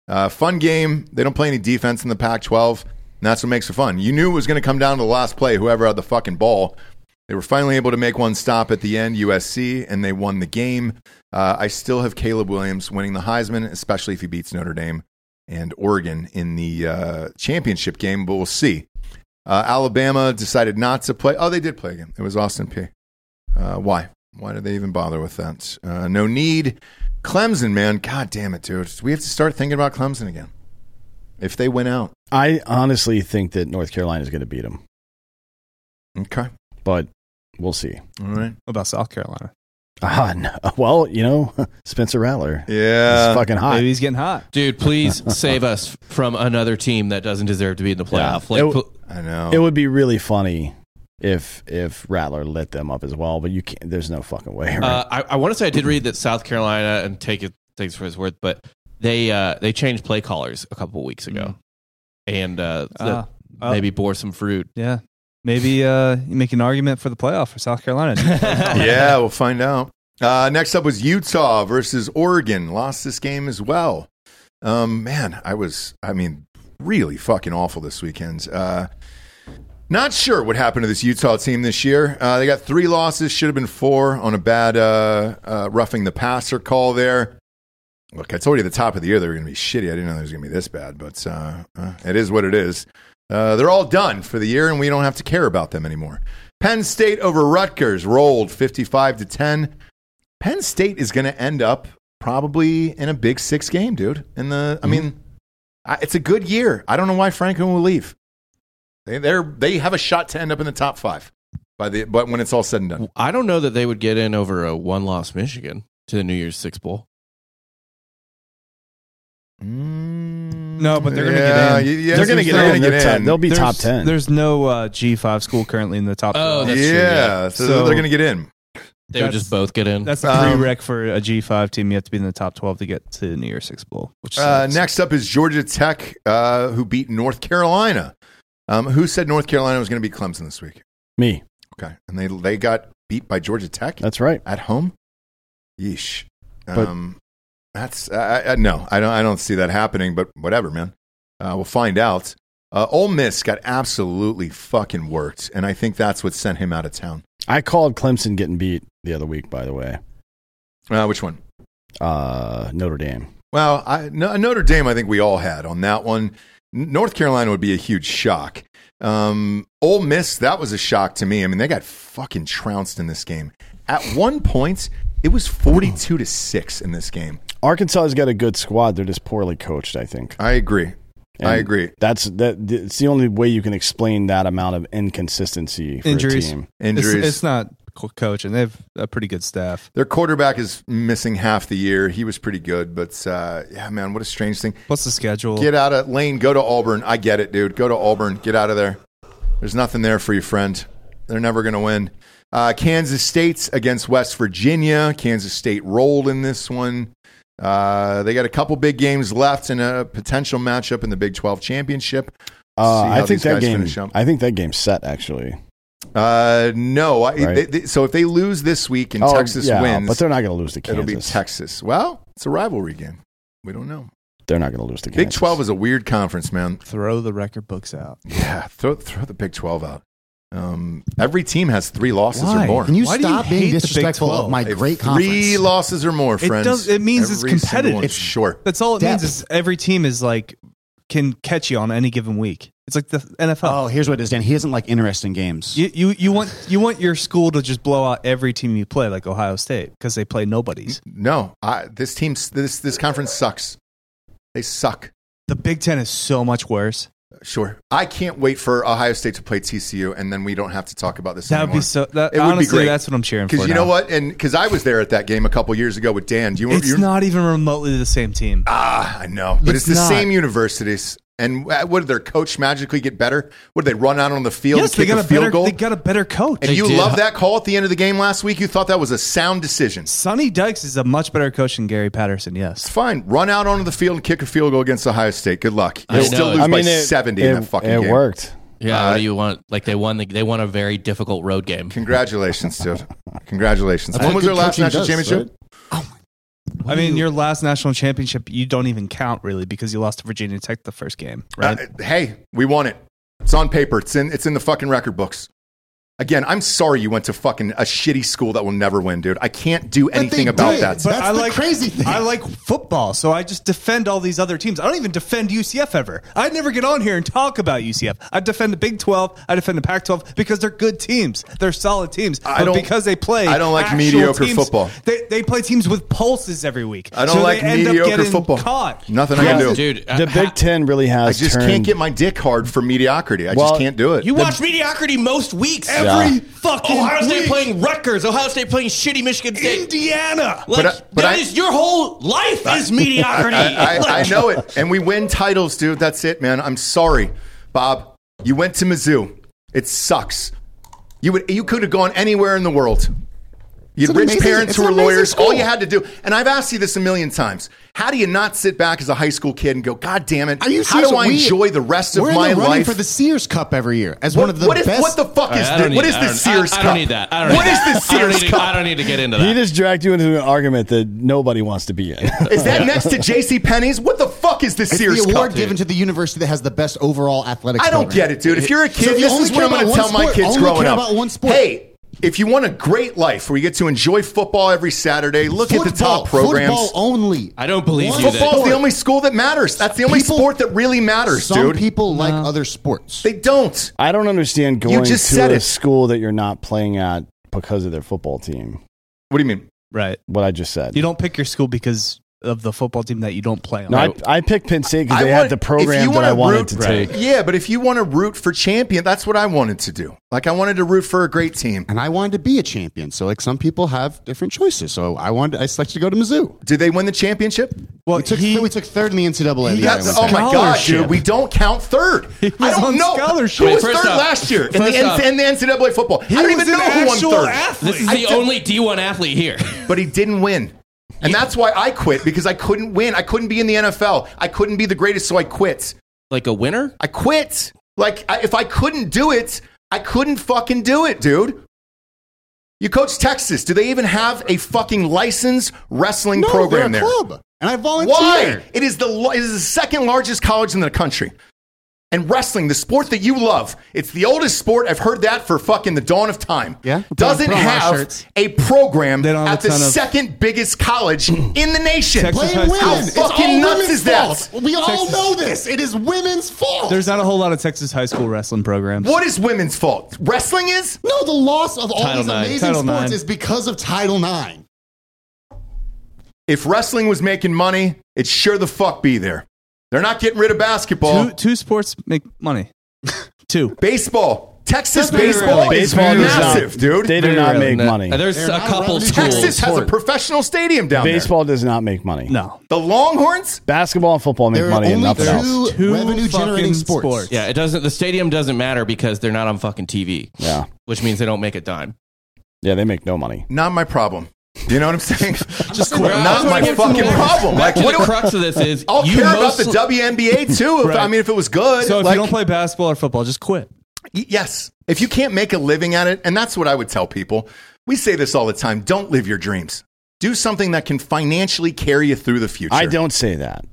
[SPEAKER 2] Uh, fun game. They don't play any defense in the Pac 12, and that's what makes it fun. You knew it was going to come down to the last play, whoever had the fucking ball. They were finally able to make one stop at the end, USC, and they won the game. Uh, I still have Caleb Williams winning the Heisman, especially if he beats Notre Dame. and Oregon in the uh, championship game, but we'll see. Uh, Alabama decided not to play. Oh, they did play again. It was Austin P. Uh, why? Why did they even bother with that? Uh, no need. Clemson, man. God damn it, dude. We have to start thinking about Clemson again. If they win out.
[SPEAKER 3] I honestly think that North Carolina is going to beat them,
[SPEAKER 2] Okay.
[SPEAKER 3] but we'll see.
[SPEAKER 2] All right.
[SPEAKER 4] What about South Carolina?
[SPEAKER 3] Ah, (laughs) no. well, you know, (laughs) Spencer Rattler.
[SPEAKER 2] Yeah.
[SPEAKER 3] It's fucking hot.
[SPEAKER 4] Maybe he's getting hot.
[SPEAKER 5] Dude, please save us from another team that doesn't deserve to be in the playoff.
[SPEAKER 3] It
[SPEAKER 5] Like,
[SPEAKER 3] w-
[SPEAKER 5] pl-
[SPEAKER 2] I know.
[SPEAKER 3] It would be really funny if if Rattler lit them up as well, but you can't. There's no fucking way. Right?
[SPEAKER 5] uh, I, I want to say I did read that South Carolina and take it takes for his worth, but they uh, they changed play callers a couple weeks ago, and uh,
[SPEAKER 4] Ah,
[SPEAKER 5] that
[SPEAKER 4] well,
[SPEAKER 5] maybe bore some fruit.
[SPEAKER 4] Yeah. Maybe uh, you make an argument for the playoff for South Carolina.
[SPEAKER 2] yeah, we'll find out. Uh, next up was Utah versus Oregon. Lost this game as well. Um, man, I was, I mean, really fucking awful this weekend. Uh, not sure what happened to this Utah team this year. Uh, they got three losses, should have been four on a bad uh, uh, roughing the passer call there. Look, I told you at the top of the year they were going to be shitty. I didn't know they was going to be this bad, but uh, uh, it is what it is. Uh, they're all done for the year, and we don't have to care about them anymore. Penn State over Rutgers rolled 55 to 10. Penn State is going to end up probably in a big six game, dude. And the, I
[SPEAKER 4] Mm-hmm.
[SPEAKER 2] mean, I, it's a good year. I don't know why Franklin will leave. They they're, they have a shot to end up in the top five by the but when it's all said and done.
[SPEAKER 5] I don't know that they would get in over a one loss Michigan to the New Year's Six bowl.
[SPEAKER 4] No, but they're gonna get in.
[SPEAKER 2] yeah, Yeah,
[SPEAKER 3] they're going to
[SPEAKER 2] they're
[SPEAKER 3] get in.
[SPEAKER 2] gonna
[SPEAKER 3] They're top-
[SPEAKER 2] in.
[SPEAKER 3] They'll be top
[SPEAKER 4] There's-
[SPEAKER 3] ten.
[SPEAKER 4] There's no uh, G5 school currently in the top.
[SPEAKER 5] Oh, that's-
[SPEAKER 4] that's,
[SPEAKER 2] yeah,
[SPEAKER 5] true, yeah.
[SPEAKER 2] so,
[SPEAKER 4] So-
[SPEAKER 2] they're going to get in.
[SPEAKER 5] They would
[SPEAKER 4] That's-
[SPEAKER 5] just both get in.
[SPEAKER 4] that's the
[SPEAKER 2] Um,
[SPEAKER 4] prereq for a G5 team. You have to be in the top 12 to get to the New Year's Six Bowl. Which
[SPEAKER 2] Uh,
[SPEAKER 4] sucks.
[SPEAKER 2] next up is Georgia Tech, uh, who beat North Carolina. Um, who said North Carolina was going to beat Clemson this week?
[SPEAKER 3] Me.
[SPEAKER 2] Okay, and they they got beat by Georgia Tech
[SPEAKER 3] That's right.
[SPEAKER 2] at home. Yeesh.
[SPEAKER 3] But-
[SPEAKER 2] Um, that's I, I, no, I don't. I don't see that happening. But whatever, man. Uh, we'll find out. Uh, Ole Miss got absolutely fucking worked, and I think that's what sent him out of town.
[SPEAKER 3] I called Clemson getting beat the other week. By the way,
[SPEAKER 2] Uh, which one?
[SPEAKER 3] uh, Notre Dame.
[SPEAKER 2] Well, I, no, Notre Dame, I think we all had on that one. N- North Carolina would be a huge shock. Um, Ole Miss, that was a shock to me. I mean, they got fucking trounced in this game. At one point, it was forty-two to six in this game.
[SPEAKER 3] Arkansas has got a good squad. They're just poorly coached. I think.
[SPEAKER 2] I agree. I
[SPEAKER 3] And
[SPEAKER 2] agree.
[SPEAKER 3] That's that. th- It's the only way you can explain that amount of inconsistency for
[SPEAKER 4] Injuries.
[SPEAKER 3] a team.
[SPEAKER 4] it's,
[SPEAKER 2] Injuries.
[SPEAKER 4] it's not co- coach, and they have a pretty good staff.
[SPEAKER 2] Their quarterback is missing half the year. He was pretty good, but uh, yeah, man, what a strange thing.
[SPEAKER 4] What's the schedule?
[SPEAKER 2] Get out of Lane. Go to Auburn. I get it, dude. Go to Auburn. Get out of there. There's nothing there for you, friend. They're never going to win. Uh, Kansas State's against West Virginia. Kansas State rolled in this one. Uh, they got a couple big games left and a potential matchup in the Big 12 championship.
[SPEAKER 3] Uh,
[SPEAKER 2] See how
[SPEAKER 3] I think
[SPEAKER 2] these
[SPEAKER 3] that
[SPEAKER 2] guys
[SPEAKER 3] game.
[SPEAKER 2] finish up.
[SPEAKER 3] I think that game's set actually.
[SPEAKER 2] Uh, no. I,
[SPEAKER 3] Right.
[SPEAKER 2] they, they, so if they lose this week and
[SPEAKER 3] Oh,
[SPEAKER 2] Texas
[SPEAKER 3] yeah,
[SPEAKER 2] wins,
[SPEAKER 3] but they're not going to lose to Kansas.
[SPEAKER 2] it'll be Texas. Well, it's a rivalry game. We don't know.
[SPEAKER 3] They're not going to lose to Kansas.
[SPEAKER 2] Big 12 is a weird conference, man.
[SPEAKER 4] Throw the record books out.
[SPEAKER 2] Yeah, throw throw the Big Twelve out. Um, every team has three losses
[SPEAKER 4] Why?
[SPEAKER 2] or more.
[SPEAKER 6] Can you
[SPEAKER 4] Why do you
[SPEAKER 6] stop
[SPEAKER 4] hate
[SPEAKER 6] being
[SPEAKER 4] the Big
[SPEAKER 6] disrespectful
[SPEAKER 4] 12?
[SPEAKER 6] of my
[SPEAKER 2] Hey,
[SPEAKER 6] great
[SPEAKER 2] three
[SPEAKER 6] conference?
[SPEAKER 2] losses or more,
[SPEAKER 4] It
[SPEAKER 2] friends.
[SPEAKER 4] does- it means it's
[SPEAKER 2] Every single
[SPEAKER 4] competitive.
[SPEAKER 2] one.
[SPEAKER 4] It's-
[SPEAKER 2] sure.
[SPEAKER 4] That's all it means
[SPEAKER 6] Depth.
[SPEAKER 4] is every team is like can catch you on any given week. It's like the NFL.
[SPEAKER 6] Oh, here's what it is, Dan. He doesn't like interesting games.
[SPEAKER 4] You, you you want you want your school to just blow out every team you play, like Ohio State, because they play nobodies.
[SPEAKER 2] No, I, this team, this this conference sucks. They suck.
[SPEAKER 4] The Big Ten is so much worse.
[SPEAKER 2] Sure. I can't wait for Ohio State to play TCU, and then we don't have to talk about this.
[SPEAKER 4] That would be
[SPEAKER 2] anymore.
[SPEAKER 4] so. That,
[SPEAKER 2] It would be
[SPEAKER 4] honestly,
[SPEAKER 2] great.
[SPEAKER 4] that's what I'm cheering for.
[SPEAKER 2] Because you know
[SPEAKER 4] now.
[SPEAKER 2] what, and because I was there at that game a couple years ago with Dan. Do you?
[SPEAKER 4] It's
[SPEAKER 2] you,
[SPEAKER 4] not even remotely the same team.
[SPEAKER 2] Ah, I know, but it's,
[SPEAKER 4] It's
[SPEAKER 2] the
[SPEAKER 4] not.
[SPEAKER 2] same universities. And uh, what did their coach magically get better? What did they run out on the field?
[SPEAKER 4] Yes,
[SPEAKER 2] and
[SPEAKER 4] they
[SPEAKER 2] kick a
[SPEAKER 4] got a
[SPEAKER 2] field
[SPEAKER 4] better.
[SPEAKER 2] goal?
[SPEAKER 4] They got a better coach.
[SPEAKER 2] And you love that call at the end of the game last week. You thought that was a sound decision. It's
[SPEAKER 4] Sonny Dykes is a much better coach than Gary Patterson. Yes,
[SPEAKER 2] fine. Run out onto the field and kick a field goal against Ohio State. Good luck. You
[SPEAKER 5] I know.
[SPEAKER 2] still lose
[SPEAKER 5] I
[SPEAKER 2] by 70 in that fucking
[SPEAKER 3] it
[SPEAKER 2] game.
[SPEAKER 3] worked.
[SPEAKER 5] Yeah, what do you want? Like they won. The, they won a very difficult road game.
[SPEAKER 2] Congratulations, dude. Congratulations.
[SPEAKER 6] That's
[SPEAKER 2] when
[SPEAKER 6] what
[SPEAKER 2] was their
[SPEAKER 6] good
[SPEAKER 2] last
[SPEAKER 6] coaching
[SPEAKER 2] national
[SPEAKER 6] does,
[SPEAKER 2] championship?
[SPEAKER 4] I mean your last national championship. You don't even count really because you lost to Virginia Tech the first game, right?
[SPEAKER 2] Uh, hey, we won it. It's on paper. It's in, it's in the fucking record books. Again, I'm sorry you went to fucking a shitty school that will never win, dude. I can't do
[SPEAKER 6] they
[SPEAKER 2] anything about
[SPEAKER 6] did,
[SPEAKER 2] that.
[SPEAKER 6] but- That's
[SPEAKER 4] I
[SPEAKER 6] the
[SPEAKER 4] like
[SPEAKER 6] crazy thing.
[SPEAKER 4] I like football, so I just defend all these other teams. I don't even defend UCF ever. I never get on here and talk about UCF. I defend the Big Twelve. I defend the Pac twelve because they're good teams. They're solid teams.
[SPEAKER 2] I
[SPEAKER 4] but
[SPEAKER 2] don't-
[SPEAKER 4] because they play.
[SPEAKER 2] I don't like
[SPEAKER 4] actual
[SPEAKER 2] mediocre
[SPEAKER 4] teams-
[SPEAKER 2] football.
[SPEAKER 4] They, they play teams with pulses every week.
[SPEAKER 2] I don't
[SPEAKER 4] So
[SPEAKER 2] like
[SPEAKER 4] they end up
[SPEAKER 2] mediocre
[SPEAKER 4] getting
[SPEAKER 2] football.
[SPEAKER 4] Caught.
[SPEAKER 2] Nothing I can do.
[SPEAKER 5] dude.
[SPEAKER 3] The Big Ten really
[SPEAKER 2] I
[SPEAKER 3] has.
[SPEAKER 2] just
[SPEAKER 3] turned-
[SPEAKER 2] can't get my dick hard for mediocrity. I
[SPEAKER 3] Well,
[SPEAKER 2] just can't do it.
[SPEAKER 5] You watch mediocrity most weeks.
[SPEAKER 3] Every Yeah.
[SPEAKER 4] fucking
[SPEAKER 5] Ohio State
[SPEAKER 4] week.
[SPEAKER 5] playing Rutgers. Ohio State playing shitty Michigan State.
[SPEAKER 4] Indiana.
[SPEAKER 5] Like,
[SPEAKER 2] But I- but
[SPEAKER 5] that
[SPEAKER 2] I-
[SPEAKER 5] is- your whole life is
[SPEAKER 2] (laughs)
[SPEAKER 5] mediocrity.
[SPEAKER 2] I, I, I
[SPEAKER 5] Like, (laughs)
[SPEAKER 2] know it. And we win titles, dude. That's it, man. I'm sorry, Bob. You went to Mizzou. It sucks. You would you could have gone anywhere in the world. You had
[SPEAKER 6] an
[SPEAKER 2] rich
[SPEAKER 6] amazing-
[SPEAKER 2] parents
[SPEAKER 6] it's
[SPEAKER 2] who
[SPEAKER 6] an
[SPEAKER 2] were
[SPEAKER 6] amazing
[SPEAKER 2] lawyers. All
[SPEAKER 6] school.
[SPEAKER 2] you had to do, and I've asked you this a million times: How do you not sit back as a high school kid and go, "God damn it!
[SPEAKER 6] Are you
[SPEAKER 2] how
[SPEAKER 6] serious?
[SPEAKER 2] do I
[SPEAKER 6] We-
[SPEAKER 2] enjoy the rest of
[SPEAKER 6] we're in
[SPEAKER 2] my
[SPEAKER 6] the running
[SPEAKER 2] life?"
[SPEAKER 6] for the Sears Cup every year as
[SPEAKER 2] what,
[SPEAKER 6] one of the
[SPEAKER 2] what is-
[SPEAKER 6] best.
[SPEAKER 2] what the fuck
[SPEAKER 5] All
[SPEAKER 2] is
[SPEAKER 5] right, I
[SPEAKER 2] this?
[SPEAKER 5] don't
[SPEAKER 2] What
[SPEAKER 5] need-
[SPEAKER 2] is
[SPEAKER 5] I
[SPEAKER 2] this
[SPEAKER 5] don't- I-
[SPEAKER 2] Sears
[SPEAKER 5] I,
[SPEAKER 2] Cup?
[SPEAKER 5] don't need that. I don't
[SPEAKER 2] What
[SPEAKER 5] need
[SPEAKER 2] is this
[SPEAKER 5] that. I don't
[SPEAKER 2] Sears
[SPEAKER 5] need to-
[SPEAKER 2] Cup?
[SPEAKER 5] I don't need to get into
[SPEAKER 3] He
[SPEAKER 5] that.
[SPEAKER 3] just dragged you into an argument that nobody wants to be in. (laughs)
[SPEAKER 2] Is that next to J.C. Penney's? What the fuck is this
[SPEAKER 6] It's
[SPEAKER 2] Sears
[SPEAKER 6] the award
[SPEAKER 2] Cup?
[SPEAKER 6] given to the university that has the best overall athletics.
[SPEAKER 2] I don't
[SPEAKER 6] program.
[SPEAKER 2] get it, dude. If you're a kid,
[SPEAKER 6] So if you
[SPEAKER 2] this
[SPEAKER 6] only
[SPEAKER 2] is what
[SPEAKER 6] care
[SPEAKER 2] I'm going to
[SPEAKER 6] about
[SPEAKER 2] tell
[SPEAKER 6] one
[SPEAKER 2] my
[SPEAKER 6] sport,
[SPEAKER 2] kids
[SPEAKER 6] only
[SPEAKER 2] growing
[SPEAKER 6] care
[SPEAKER 2] up.
[SPEAKER 6] about one sport.
[SPEAKER 2] Hey, if you want a great life where you get to enjoy football every Saturday, look
[SPEAKER 6] football,
[SPEAKER 2] at the top programs.
[SPEAKER 6] Football only.
[SPEAKER 5] I don't believe
[SPEAKER 6] One
[SPEAKER 5] you that-
[SPEAKER 2] Football's
[SPEAKER 6] sport.
[SPEAKER 2] the only school that matters. That's the only
[SPEAKER 6] People-
[SPEAKER 2] sport that really matters,
[SPEAKER 6] Some
[SPEAKER 2] dude.
[SPEAKER 6] people like other sports.
[SPEAKER 2] they don't.
[SPEAKER 3] I don't understand going
[SPEAKER 2] just
[SPEAKER 3] to
[SPEAKER 2] said
[SPEAKER 3] a
[SPEAKER 2] it.
[SPEAKER 3] school that you're not playing at because of their football team.
[SPEAKER 2] What do you mean?
[SPEAKER 4] Right.
[SPEAKER 3] What I just said.
[SPEAKER 4] You don't pick your school because of the football team that you don't play on.
[SPEAKER 3] no, I, I picked Penn State because
[SPEAKER 2] I
[SPEAKER 3] they
[SPEAKER 2] want-
[SPEAKER 3] had the
[SPEAKER 2] if you
[SPEAKER 3] program that
[SPEAKER 2] wanna
[SPEAKER 3] I wanted to
[SPEAKER 2] root-
[SPEAKER 3] take.
[SPEAKER 2] Yeah, but if you want to root for champion, that's what I wanted to do. Like I wanted to root for a great team.
[SPEAKER 6] and I wanted to be a champion. So like some people have different choices. So I wanted I selected to go to Mizzou.
[SPEAKER 2] Did they win the championship?
[SPEAKER 4] well,
[SPEAKER 6] We took
[SPEAKER 4] he-
[SPEAKER 6] we took third in the NCAA.
[SPEAKER 4] He
[SPEAKER 6] the year I
[SPEAKER 4] got-
[SPEAKER 6] went
[SPEAKER 2] oh
[SPEAKER 6] back.
[SPEAKER 2] my god, dude!
[SPEAKER 4] Scholarship.
[SPEAKER 2] We don't count
[SPEAKER 4] (laughs)
[SPEAKER 2] third. I
[SPEAKER 4] was
[SPEAKER 2] don't
[SPEAKER 4] on
[SPEAKER 2] know
[SPEAKER 4] scholarship.
[SPEAKER 2] who was
[SPEAKER 5] Wait, first
[SPEAKER 2] third
[SPEAKER 5] off-
[SPEAKER 2] last year in the,
[SPEAKER 5] first off-
[SPEAKER 2] N- in the NCAA football. I don't
[SPEAKER 4] was
[SPEAKER 2] even
[SPEAKER 4] an
[SPEAKER 2] know who won
[SPEAKER 4] actual
[SPEAKER 2] third.
[SPEAKER 4] athlete.
[SPEAKER 5] This is
[SPEAKER 2] I
[SPEAKER 5] the
[SPEAKER 2] don't-
[SPEAKER 5] only D1 athlete here.
[SPEAKER 2] but he didn't win. And that's why I quit because I couldn't win. I couldn't be in the NFL. I couldn't be the greatest, so I quit.
[SPEAKER 5] Like a winner?
[SPEAKER 2] I quit. Like I, if I couldn't do it, I couldn't fucking do it, dude. You coach Texas. Do they even have a fucking licensed wrestling
[SPEAKER 6] No,
[SPEAKER 2] program
[SPEAKER 6] they're
[SPEAKER 2] there?
[SPEAKER 6] a club. And I volunteered.
[SPEAKER 2] Why? It is the lo- it is the second largest college in the country. And wrestling, the sport that you love, it's the oldest sport. I've heard that for fucking the dawn of time.
[SPEAKER 6] Yeah.
[SPEAKER 2] doesn't
[SPEAKER 6] Put on our
[SPEAKER 2] have
[SPEAKER 6] shirts.
[SPEAKER 2] a program
[SPEAKER 4] They don't have
[SPEAKER 2] at
[SPEAKER 4] a
[SPEAKER 2] the
[SPEAKER 4] ton of-
[SPEAKER 2] second biggest college in the nation.
[SPEAKER 4] Texas
[SPEAKER 6] Blame
[SPEAKER 4] High
[SPEAKER 6] women.
[SPEAKER 4] school.
[SPEAKER 2] How
[SPEAKER 6] It's
[SPEAKER 2] fucking
[SPEAKER 6] all
[SPEAKER 2] nuts
[SPEAKER 6] women's
[SPEAKER 2] is that?
[SPEAKER 6] fault. We all
[SPEAKER 4] Texas-
[SPEAKER 6] know this. It is women's fault.
[SPEAKER 4] There's not a whole lot of Texas high school wrestling programs.
[SPEAKER 2] What is women's fault? Wrestling is.
[SPEAKER 6] no, the loss of all
[SPEAKER 5] Title
[SPEAKER 6] these
[SPEAKER 5] IX.
[SPEAKER 6] amazing
[SPEAKER 4] Title
[SPEAKER 6] sports
[SPEAKER 4] IX.
[SPEAKER 6] is because of Title IX.
[SPEAKER 2] If wrestling was making money, it'd sure the fuck be there. They're not getting rid of basketball,
[SPEAKER 4] Two, two sports make money. (laughs) two.
[SPEAKER 2] baseball. Texas
[SPEAKER 6] That's very
[SPEAKER 2] baseball,
[SPEAKER 6] relevant.
[SPEAKER 2] is
[SPEAKER 3] Baseball does not-
[SPEAKER 2] massive, dude.
[SPEAKER 3] They do
[SPEAKER 4] Very
[SPEAKER 3] not make
[SPEAKER 4] relevant.
[SPEAKER 3] money.
[SPEAKER 5] Uh, There's
[SPEAKER 6] They're
[SPEAKER 5] a
[SPEAKER 6] not
[SPEAKER 5] couple
[SPEAKER 6] relevant.
[SPEAKER 5] schools.
[SPEAKER 2] Texas has a
[SPEAKER 6] sport.
[SPEAKER 2] professional stadium down
[SPEAKER 3] Baseball does not make money.
[SPEAKER 4] No.
[SPEAKER 2] there. The Longhorns?
[SPEAKER 3] Basketball and football make
[SPEAKER 6] There are
[SPEAKER 3] money and
[SPEAKER 6] only
[SPEAKER 3] nothing else.
[SPEAKER 6] two,
[SPEAKER 4] Two
[SPEAKER 6] revenue generating
[SPEAKER 4] fucking
[SPEAKER 6] sports.
[SPEAKER 4] sports.
[SPEAKER 5] Yeah, it doesn't. The stadium doesn't matter because they're not on fucking TV.
[SPEAKER 3] Yeah.
[SPEAKER 5] which means they don't make a dime.
[SPEAKER 3] Yeah, they make no money.
[SPEAKER 2] Not my problem. You know what I'm
[SPEAKER 3] (laughs)
[SPEAKER 2] saying? Just not
[SPEAKER 5] That's
[SPEAKER 2] my
[SPEAKER 5] what I get
[SPEAKER 2] fucking
[SPEAKER 5] from the-
[SPEAKER 2] problem. Like,
[SPEAKER 5] Back to
[SPEAKER 2] what
[SPEAKER 5] the
[SPEAKER 2] do
[SPEAKER 5] crux of this is
[SPEAKER 2] (laughs) I'll
[SPEAKER 5] you
[SPEAKER 2] care
[SPEAKER 5] mostly-
[SPEAKER 2] about the
[SPEAKER 3] (laughs)
[SPEAKER 2] WNBA too. If, I
[SPEAKER 4] Right.
[SPEAKER 2] mean, if it was good,
[SPEAKER 4] So if
[SPEAKER 2] like,
[SPEAKER 4] you don't play basketball or football, just quit.
[SPEAKER 2] y- yes. If you can't make a living at it, and that's what I would tell people. We say this all the time: don't live your dreams. Do something that can financially carry you through the future.
[SPEAKER 3] I don't say that.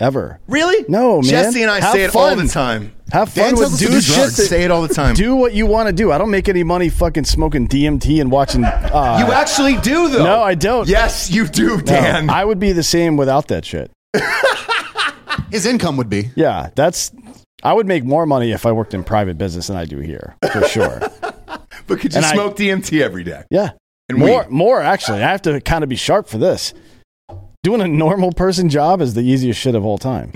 [SPEAKER 3] Ever.
[SPEAKER 2] really.
[SPEAKER 3] No, man.
[SPEAKER 2] Jesse and I
[SPEAKER 3] Have
[SPEAKER 2] say it all
[SPEAKER 3] fun.
[SPEAKER 2] the time.
[SPEAKER 3] Have fun
[SPEAKER 2] Dan
[SPEAKER 3] with
[SPEAKER 2] tells us to
[SPEAKER 3] dude
[SPEAKER 2] do
[SPEAKER 3] shit
[SPEAKER 2] drugs.
[SPEAKER 3] that-
[SPEAKER 2] Say it all the time.
[SPEAKER 3] Do what you want to do. I don't make any money fucking smoking DMT and watching. Uh,
[SPEAKER 2] (laughs) you actually do though.
[SPEAKER 3] No, I don't.
[SPEAKER 2] Yes, you do,
[SPEAKER 3] No,
[SPEAKER 2] Dan. (laughs)
[SPEAKER 3] I would be the same without that shit.
[SPEAKER 6] His income would be.
[SPEAKER 3] Yeah, that's. I would make more money if I worked in private business than I do here, for sure.
[SPEAKER 2] but could you
[SPEAKER 3] and I-
[SPEAKER 2] smoke DMT every day?
[SPEAKER 3] yeah,
[SPEAKER 2] And
[SPEAKER 3] more,
[SPEAKER 2] weed.
[SPEAKER 3] more actually. I have to kind of be sharp for this. Doing a normal person job is the easiest shit of all time.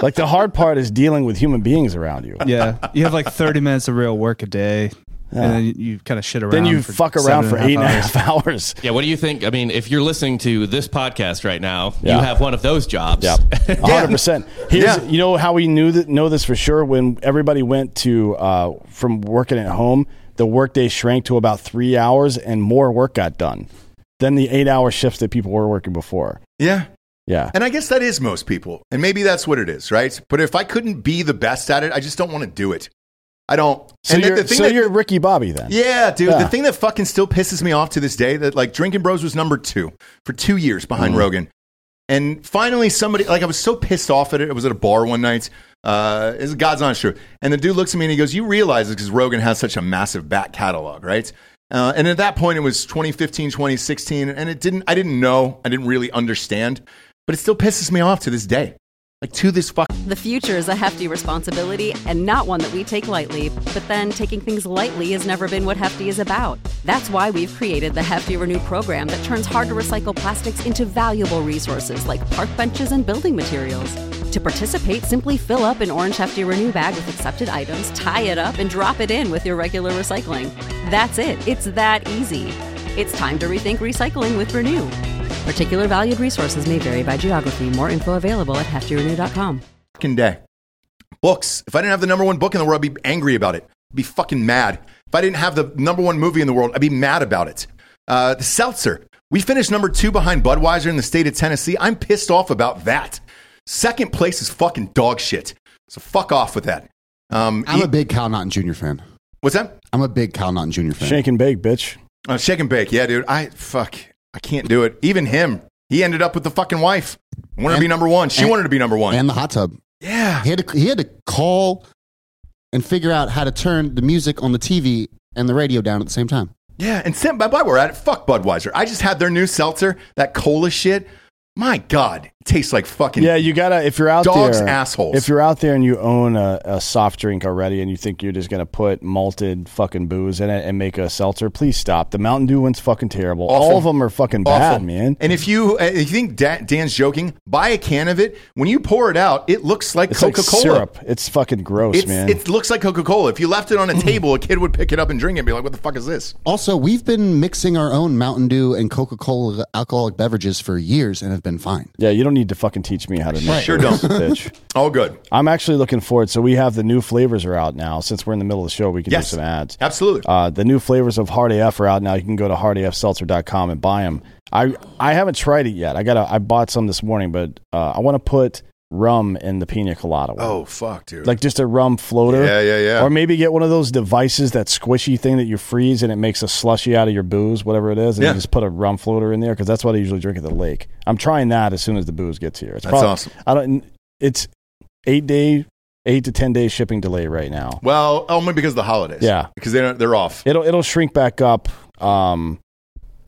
[SPEAKER 3] like the hard part is dealing with human beings around you.
[SPEAKER 4] Yeah. (laughs) You have like 30 minutes of real work a day. And then you, you kind of shit around.
[SPEAKER 3] Then you
[SPEAKER 4] for
[SPEAKER 3] fuck
[SPEAKER 4] seven
[SPEAKER 3] around for eight and a (laughs)
[SPEAKER 4] hours.
[SPEAKER 3] half hours.
[SPEAKER 5] Yeah, what do you think? I mean, if you're listening to this podcast right now,
[SPEAKER 3] Yeah.
[SPEAKER 5] you have one of those jobs.
[SPEAKER 3] Yeah, hundred percent.
[SPEAKER 2] Yeah.
[SPEAKER 3] Here's you know how we knew that know this for sure when everybody went to uh, from working at home, the workday shrank to about three hours and more work got done than the eight hour shifts that people were working before.
[SPEAKER 2] Yeah.
[SPEAKER 3] Yeah,
[SPEAKER 2] And I guess that is most people. And maybe that's what it is, right? But if I couldn't be the best at it, I just don't want to do it. I don't.
[SPEAKER 3] so
[SPEAKER 2] and the-
[SPEAKER 3] you're
[SPEAKER 2] the thing
[SPEAKER 3] so
[SPEAKER 2] that-
[SPEAKER 3] you're Ricky Bobby then.
[SPEAKER 2] yeah, dude.
[SPEAKER 3] Yeah.
[SPEAKER 2] The thing that fucking still pisses me off to this day that like Drinking Bros was number two for two years behind Rogan. And finally, somebody, like, I was so pissed off at it. I was at a bar one night. Uh, it's God's honest truth. And the dude looks at me and he goes, "You realize because Rogan has such a massive back catalog, right?" Uh, and at that point, it was 2015, 2016, and it didn't. I didn't know. I didn't really understand. But it still pisses me off to this day. Like to this fuck.
[SPEAKER 7] The future is a hefty responsibility and not one that we take lightly, but then taking things lightly has never been what Hefty is about. That's why we've created the Hefty Renew program that turns hard to recycle plastics into valuable resources like park benches and building materials. To participate, simply fill up an orange Hefty Renew bag with accepted items, tie it up, and drop it in with your regular recycling. That's it, it's that easy. It's time to rethink recycling with Renew. Particular valued resources may vary by geography. More info available at heftyrenew.com.
[SPEAKER 2] fucking day. Books. If I didn't have the number one book in the world, I'd be angry about it. I'd be fucking mad. If I didn't have the number one movie in the world, I'd be mad about it. Uh, the seltzer. We finished number two behind Budweiser in the state of Tennessee. I'm pissed off about that. Second place is fucking dog shit. So fuck off with that. Um,
[SPEAKER 6] I'm
[SPEAKER 2] eat-
[SPEAKER 6] a big Kyle Naughton Jr. fan.
[SPEAKER 2] what's that?
[SPEAKER 6] I'm a big Kyle Naughton Jr. fan.
[SPEAKER 3] Shake and bake, bitch.
[SPEAKER 2] Uh, shake and bake. Yeah, dude. I fuck. I can't do it. Even him. He ended up with the fucking wife. Wanted to
[SPEAKER 6] And-
[SPEAKER 2] be number one. She
[SPEAKER 6] and-
[SPEAKER 2] wanted to be number one.
[SPEAKER 6] And the hot tub.
[SPEAKER 2] yeah.
[SPEAKER 6] He had, to, he had to call and figure out how to turn the music on the TV and the radio down at the same time.
[SPEAKER 2] Yeah, and sent by by we're at it, fuck Budweiser. I just had their new seltzer, that cola shit. My God, it tastes like fucking.
[SPEAKER 3] Yeah, you gotta if you're out
[SPEAKER 2] Dogs,
[SPEAKER 3] there,
[SPEAKER 2] assholes.
[SPEAKER 3] If you're out there and you own a, a soft drink already, and you think you're just gonna put malted fucking booze in it and make a seltzer, please stop. The Mountain Dew one's fucking terrible.
[SPEAKER 2] Awful.
[SPEAKER 3] All of them are fucking bad, man.
[SPEAKER 2] And if you uh, if you think da- Dan's joking, buy a can of it. When you pour it out, it looks like
[SPEAKER 3] It's
[SPEAKER 2] Coca
[SPEAKER 3] like
[SPEAKER 2] Cola.
[SPEAKER 3] syrup. It's fucking gross,
[SPEAKER 2] It's
[SPEAKER 3] man. Mm.
[SPEAKER 2] it looks like Coca Cola. If you left it on a table, a kid would pick it up and drink it and be like, "What the fuck is this?"
[SPEAKER 6] Also, we've been mixing our own Mountain Dew and Coca Cola alcoholic beverages for years and have been fine.
[SPEAKER 3] yeah, you don't need to fucking teach me how to make
[SPEAKER 2] Sure
[SPEAKER 3] this,
[SPEAKER 2] don't. (laughs)
[SPEAKER 3] bitch.
[SPEAKER 2] All good.
[SPEAKER 3] I'm actually looking forward. So we have the new flavors are out now. Since we're in the middle of the show, we can
[SPEAKER 2] Yes.
[SPEAKER 3] do some ads.
[SPEAKER 2] Absolutely.
[SPEAKER 3] Uh, the new flavors of Hard AF are out now. You can go to hardafseltzer.com and buy them. I I haven't tried it yet. I got I bought some this morning, but uh, I want to put rum in the pina colada. one.
[SPEAKER 2] oh fuck, dude.
[SPEAKER 3] Like just a rum floater.
[SPEAKER 2] Yeah, yeah, yeah.
[SPEAKER 3] Or maybe get one of those devices, that squishy thing that you freeze and it makes a slushy out of your booze, whatever it is, and
[SPEAKER 2] Yeah.
[SPEAKER 3] you just put a rum floater in there because that's what I usually drink at the lake. I'm trying that as soon as the booze gets here. It's
[SPEAKER 2] That's awesome.
[SPEAKER 3] I don't. It's eight day, eight to ten day shipping delay right now.
[SPEAKER 2] well, only because of the holidays.
[SPEAKER 3] Yeah.
[SPEAKER 2] because they don't, they're off.
[SPEAKER 3] It'll it'll shrink back up. Um,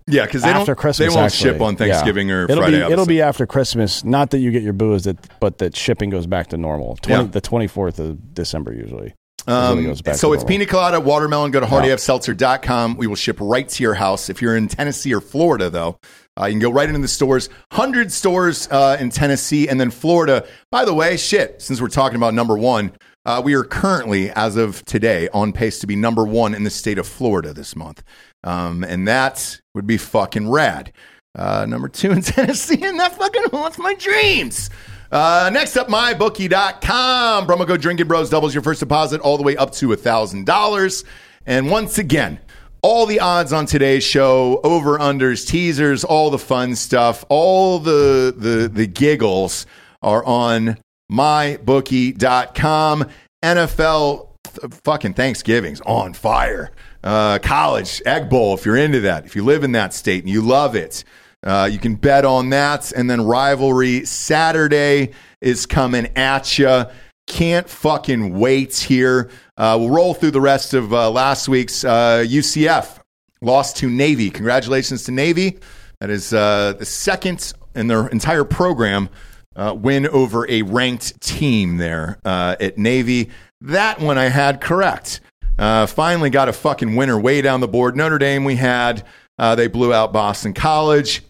[SPEAKER 2] Yeah, because they
[SPEAKER 3] after
[SPEAKER 2] don't.
[SPEAKER 3] Christmas.
[SPEAKER 2] they won't
[SPEAKER 3] actually.
[SPEAKER 2] ship on
[SPEAKER 3] Yeah.
[SPEAKER 2] Thanksgiving or
[SPEAKER 3] it'll
[SPEAKER 2] Friday.
[SPEAKER 3] Be, it'll
[SPEAKER 2] obviously.
[SPEAKER 3] be after Christmas. Not that you get your booze, that but that shipping goes back to normal. 20,
[SPEAKER 2] Yeah.
[SPEAKER 3] The twenty fourth of December usually.
[SPEAKER 2] Um,
[SPEAKER 3] Really goes back
[SPEAKER 2] so
[SPEAKER 3] to
[SPEAKER 2] it's
[SPEAKER 3] normal.
[SPEAKER 2] pina colada, watermelon. Go to
[SPEAKER 3] Yeah.
[SPEAKER 2] hardafseltzer.com. We will ship right to your house. If you're in Tennessee or Florida, though, uh, you can go right into the stores. 100 stores uh, in Tennessee and then Florida. By the way, shit, since we're talking about number one, uh, we are currently, as of today, on pace to be number one in the state of Florida this month. Um, and that would be fucking rad. Uh, number two in (laughs) Tennessee, and that fucking haunts my dreams. Uh, next up, mybookie.com. Promo code Drinking Bros doubles your first deposit all the way up to $1,000. And once again, all the odds on today's show, over unders, teasers, all the fun stuff, all the, the, the giggles are on mybookie.com. NFL th- fucking Thanksgiving's on fire. Uh, college egg bowl, if you're into that, if you live in that state and you love it, uh, you can bet on that. And then rivalry Saturday is coming at you. Can't fucking wait here. Uh, we'll roll through the rest of uh, last week's uh, UCF lost to Navy. Congratulations to Navy. That is uh, the second in their entire program uh, win over a ranked team there uh, at Navy. That one I had correct. Uh, finally got a fucking winner way down the board. Notre Dame we had. Uh, they blew out Boston College.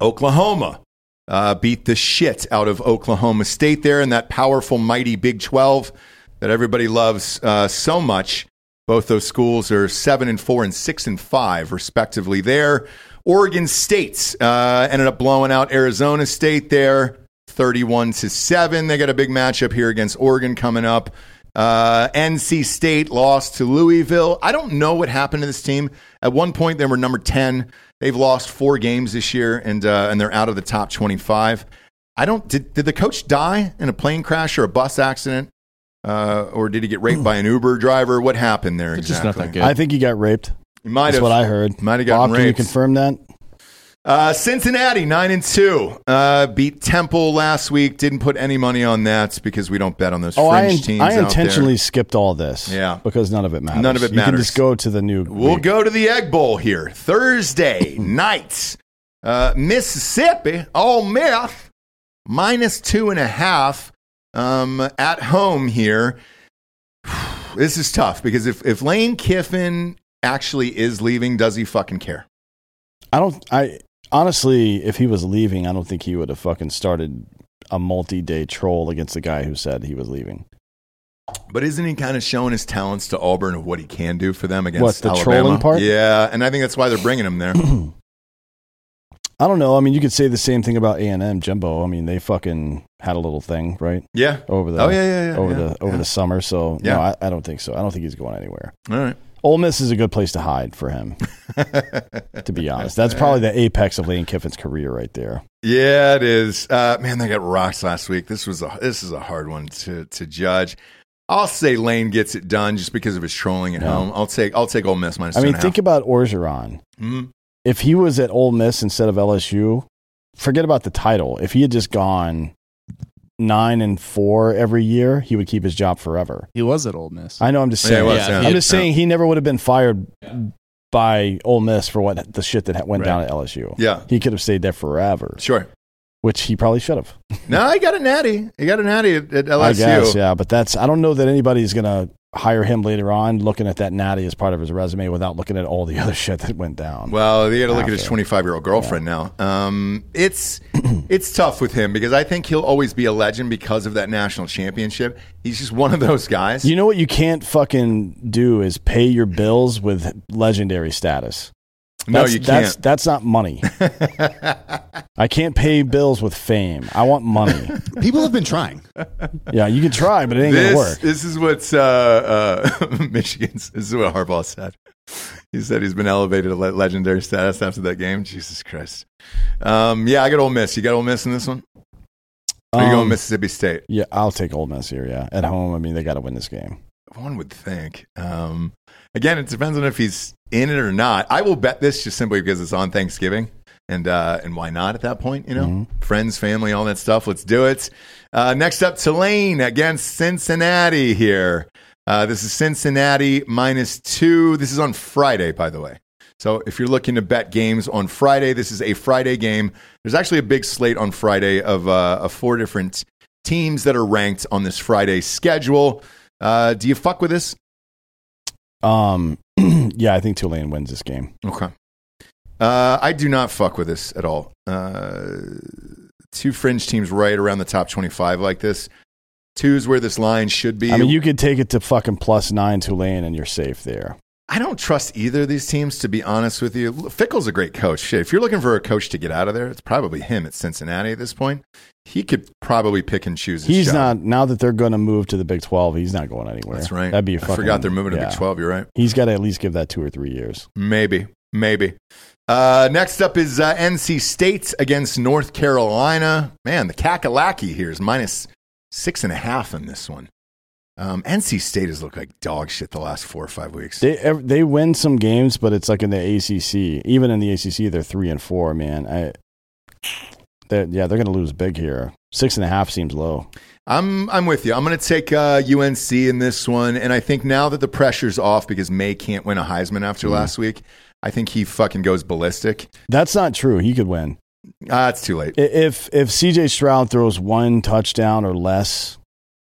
[SPEAKER 2] Oklahoma uh, beat the shit out of Oklahoma State there in that powerful, mighty Big 12 that everybody loves uh, so much. Both those schools are seven and four and six and five, respectively. There, Oregon State uh, ended up blowing out Arizona State there, thirty-one to seven. They got a big matchup here against Oregon coming up. Uh, NC State lost to Louisville. I don't know what happened to this team. At one point, they were number ten. They've lost four games this year, and uh, and they're out of the top twenty-five. I don't. Did, did the coach die in a plane crash or a bus accident? uh, or did he get raped by an Uber driver? What happened there
[SPEAKER 5] It's
[SPEAKER 2] exactly?
[SPEAKER 5] just not that good.
[SPEAKER 3] I think he got raped.
[SPEAKER 2] He might
[SPEAKER 3] That's
[SPEAKER 2] have.
[SPEAKER 3] what I heard.
[SPEAKER 2] Might have
[SPEAKER 3] Bob,
[SPEAKER 2] gotten
[SPEAKER 3] can you
[SPEAKER 2] raped.
[SPEAKER 3] confirm that?
[SPEAKER 2] Uh, Cincinnati nine and two uh, beat Temple last week. Didn't put any money on that because we don't bet on those
[SPEAKER 3] Oh, I,
[SPEAKER 2] fringe teams.
[SPEAKER 3] I
[SPEAKER 2] out
[SPEAKER 3] intentionally
[SPEAKER 2] there.
[SPEAKER 3] skipped all this.
[SPEAKER 2] Yeah.
[SPEAKER 3] Because none of it matters.
[SPEAKER 2] None of it
[SPEAKER 3] You can
[SPEAKER 2] matters.
[SPEAKER 3] just go to the new.
[SPEAKER 2] We'll
[SPEAKER 3] league.
[SPEAKER 2] go to the Egg Bowl here
[SPEAKER 3] (laughs)
[SPEAKER 2] Thursday night. Uh, Mississippi, Ole Miss, minus two and a half um, at home here. (sighs) This is tough because if, if Lane Kiffin actually is leaving, does he fucking care?
[SPEAKER 3] I don't. I honestly, if he was leaving, I don't think he would have fucking started a multi-day troll against the guy who said he was leaving.
[SPEAKER 2] But isn't he kind of showing his talents to Auburn of what he can do for them against
[SPEAKER 3] What, the
[SPEAKER 2] Alabama?
[SPEAKER 3] trolling part?
[SPEAKER 2] Yeah, and I think that's why they're bringing him
[SPEAKER 3] (clears throat)
[SPEAKER 2] there.
[SPEAKER 3] I don't know. I mean, you could say the same thing about A and M Jimbo. I mean, they fucking had a little thing right
[SPEAKER 2] yeah.
[SPEAKER 3] over the
[SPEAKER 2] Oh, yeah, yeah, yeah.
[SPEAKER 3] over
[SPEAKER 2] yeah,
[SPEAKER 3] the over the summer. So
[SPEAKER 2] Yeah.
[SPEAKER 3] no, I, I don't think so. I don't think he's going anywhere.
[SPEAKER 2] yeah. All right.
[SPEAKER 3] Ole Miss is a good place to hide for
[SPEAKER 2] (laughs)
[SPEAKER 3] him. to be honest, that's probably the apex of Lane Kiffin's career right there.
[SPEAKER 2] Yeah, it is. Uh, man, they got rocked last week. This was a this is a hard one to to judge. I'll say Lane gets it done just because of his trolling at home. I'll take I'll take Ole Miss minus.
[SPEAKER 3] I
[SPEAKER 2] two
[SPEAKER 3] mean,
[SPEAKER 2] and a
[SPEAKER 3] think
[SPEAKER 2] half.
[SPEAKER 3] about Orgeron.
[SPEAKER 2] Mhm.
[SPEAKER 3] If he was at Ole Miss instead of LSU, forget about the title. If he had just gone nine and four every year, he would keep his job forever.
[SPEAKER 6] He was at Old Miss.
[SPEAKER 3] I know. I'm just
[SPEAKER 2] Yeah,
[SPEAKER 3] saying.
[SPEAKER 2] he was,
[SPEAKER 5] Yeah,
[SPEAKER 2] yeah.
[SPEAKER 3] I'm just saying he never would have been fired by Ole Miss for what the shit that went
[SPEAKER 5] Right.
[SPEAKER 3] down at LSU.
[SPEAKER 2] Yeah.
[SPEAKER 3] he could have stayed there forever,
[SPEAKER 2] Sure.
[SPEAKER 3] which he probably should have.
[SPEAKER 2] No, he got a natty. He got a natty at, at LSU.
[SPEAKER 3] I guess, yeah. But that's I don't know that anybody's gonna hire him later on looking at that natty as part of his resume without looking at all the (laughs) other shit that went down.
[SPEAKER 2] Well, you got to look at his
[SPEAKER 3] After.
[SPEAKER 2] 25 year old girlfriend now. Um, it's (clears throat) it's tough with him because I think he'll always be a legend because of that national championship. He's just one of those guys.
[SPEAKER 3] you know what you can't fucking do is pay your bills with legendary status.
[SPEAKER 2] no,
[SPEAKER 3] That's-
[SPEAKER 2] you
[SPEAKER 3] That's
[SPEAKER 2] can't.
[SPEAKER 3] that's
[SPEAKER 2] (laughs)
[SPEAKER 3] not money. I can't pay bills with fame. I want money.
[SPEAKER 6] People have been trying.
[SPEAKER 3] Yeah, you can try, but it ain't gonna
[SPEAKER 2] This,
[SPEAKER 3] work.
[SPEAKER 2] this is what's uh, uh, (laughs) Michigan's. This is what Harbaugh said. He said he's been elevated to le- legendary status after that game. Jesus Christ. Um, yeah, I got Ole Miss. You got Ole Miss in this one? Or you going
[SPEAKER 3] Um,
[SPEAKER 2] Mississippi State?
[SPEAKER 3] Yeah, I'll take Ole Miss here. Yeah, at home. I mean, they got to win this game.
[SPEAKER 2] One would think. Um, again, it depends on if he's in it or not. I will bet this just simply because it's on Thanksgiving. And, uh, and why not at that point? You know, friends, family, all that stuff. Let's do it. Uh, next up, Tulane against Cincinnati here. Uh, this is Cincinnati minus two. This is on Friday, by the way. So if you're looking to bet games on Friday, this is a Friday game. There's actually a big slate on Friday of, uh, of four different teams that are ranked on this Friday schedule. Uh, do you fuck with this?
[SPEAKER 3] Um, (clears throat) yeah, I think Tulane wins this game.
[SPEAKER 2] Okay. Uh, I do not fuck with this at all. Uh, two fringe teams right around the top 25 like this. Two is where this line should be.
[SPEAKER 3] I mean, you could take it to fucking plus nine Tulane, and you're safe there.
[SPEAKER 2] I don't trust either of these teams, to be honest with you. Fickle's a great coach. Shit, if you're looking for a coach to get out of there, it's probably him at Cincinnati at this point. He could probably pick and choose. His
[SPEAKER 3] He's
[SPEAKER 2] shot.
[SPEAKER 3] not now that they're going to move to the Big Twelve. He's not going anywhere.
[SPEAKER 2] That's right.
[SPEAKER 3] That'd be. A
[SPEAKER 2] I
[SPEAKER 3] fucking,
[SPEAKER 2] forgot they're moving to
[SPEAKER 3] yeah.
[SPEAKER 2] Big 12. You're right.
[SPEAKER 3] He's got to at least give that two or three years.
[SPEAKER 2] Maybe, maybe. Uh, next up is uh, NC State against North Carolina. Man, the Kakalaki here is minus six and a half in this one. Um, NC State has looked like dog shit the last four or five weeks.
[SPEAKER 3] They ev- they win some games, but it's like in the ACC. Even in the ACC, they're three and four. Man, I. That yeah, they're going to lose big here. Six and a half seems low.
[SPEAKER 2] I'm I'm with you. I'm going to take uh, UNC in this one, and I think now that the pressure's off because May can't win a Heisman
[SPEAKER 3] Mm.
[SPEAKER 2] after last week, I think he fucking goes ballistic.
[SPEAKER 3] That's not true. He could win
[SPEAKER 2] Ah, it's too late.
[SPEAKER 3] I- if if CJ Stroud throws one touchdown or less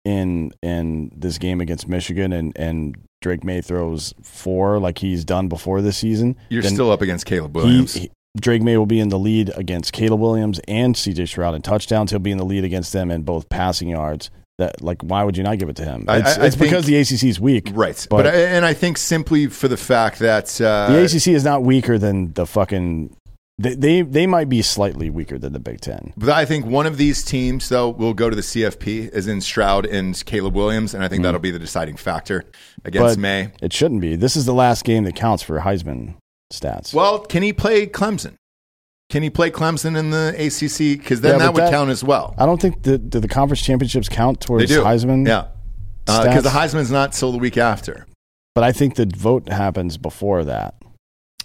[SPEAKER 3] in in this game against Michigan, and and Drake May throws four like he's done before this season.
[SPEAKER 2] You're
[SPEAKER 3] then
[SPEAKER 2] still up against Caleb
[SPEAKER 3] he-
[SPEAKER 2] Williams.
[SPEAKER 3] he- Drake May will be in the lead against Caleb Williams and CJ Stroud in touchdowns. He'll be in the lead against them in both passing yards. That like, why would you not give it to him?
[SPEAKER 2] I-
[SPEAKER 3] It's,
[SPEAKER 2] I- I
[SPEAKER 3] it's because the ACC is weak,
[SPEAKER 2] right, but,
[SPEAKER 3] But,
[SPEAKER 2] I, and I think simply for the fact that uh,
[SPEAKER 3] the ACC is not weaker than the fucking. They, they they might be slightly weaker than the Big Ten.
[SPEAKER 2] But I think one of these teams, though, will go to the CFP, as in Stroud and Caleb Williams, and I think that'll be the deciding factor against
[SPEAKER 3] Mm-hmm. But
[SPEAKER 2] May.
[SPEAKER 3] It shouldn't be. This is the last game that counts for Heisman stats.
[SPEAKER 2] Well, can he play Clemson? Can he play Clemson in the ACC? Because then
[SPEAKER 3] Yeah,
[SPEAKER 2] that
[SPEAKER 3] but
[SPEAKER 2] would
[SPEAKER 3] that-
[SPEAKER 2] count as well.
[SPEAKER 3] I don't think the do the conference championships count
[SPEAKER 2] They
[SPEAKER 3] towards
[SPEAKER 2] do
[SPEAKER 3] Heisman.
[SPEAKER 2] yeah, because the
[SPEAKER 3] stats?
[SPEAKER 2] Heisman's not till the week after.
[SPEAKER 3] but I think the vote happens before that.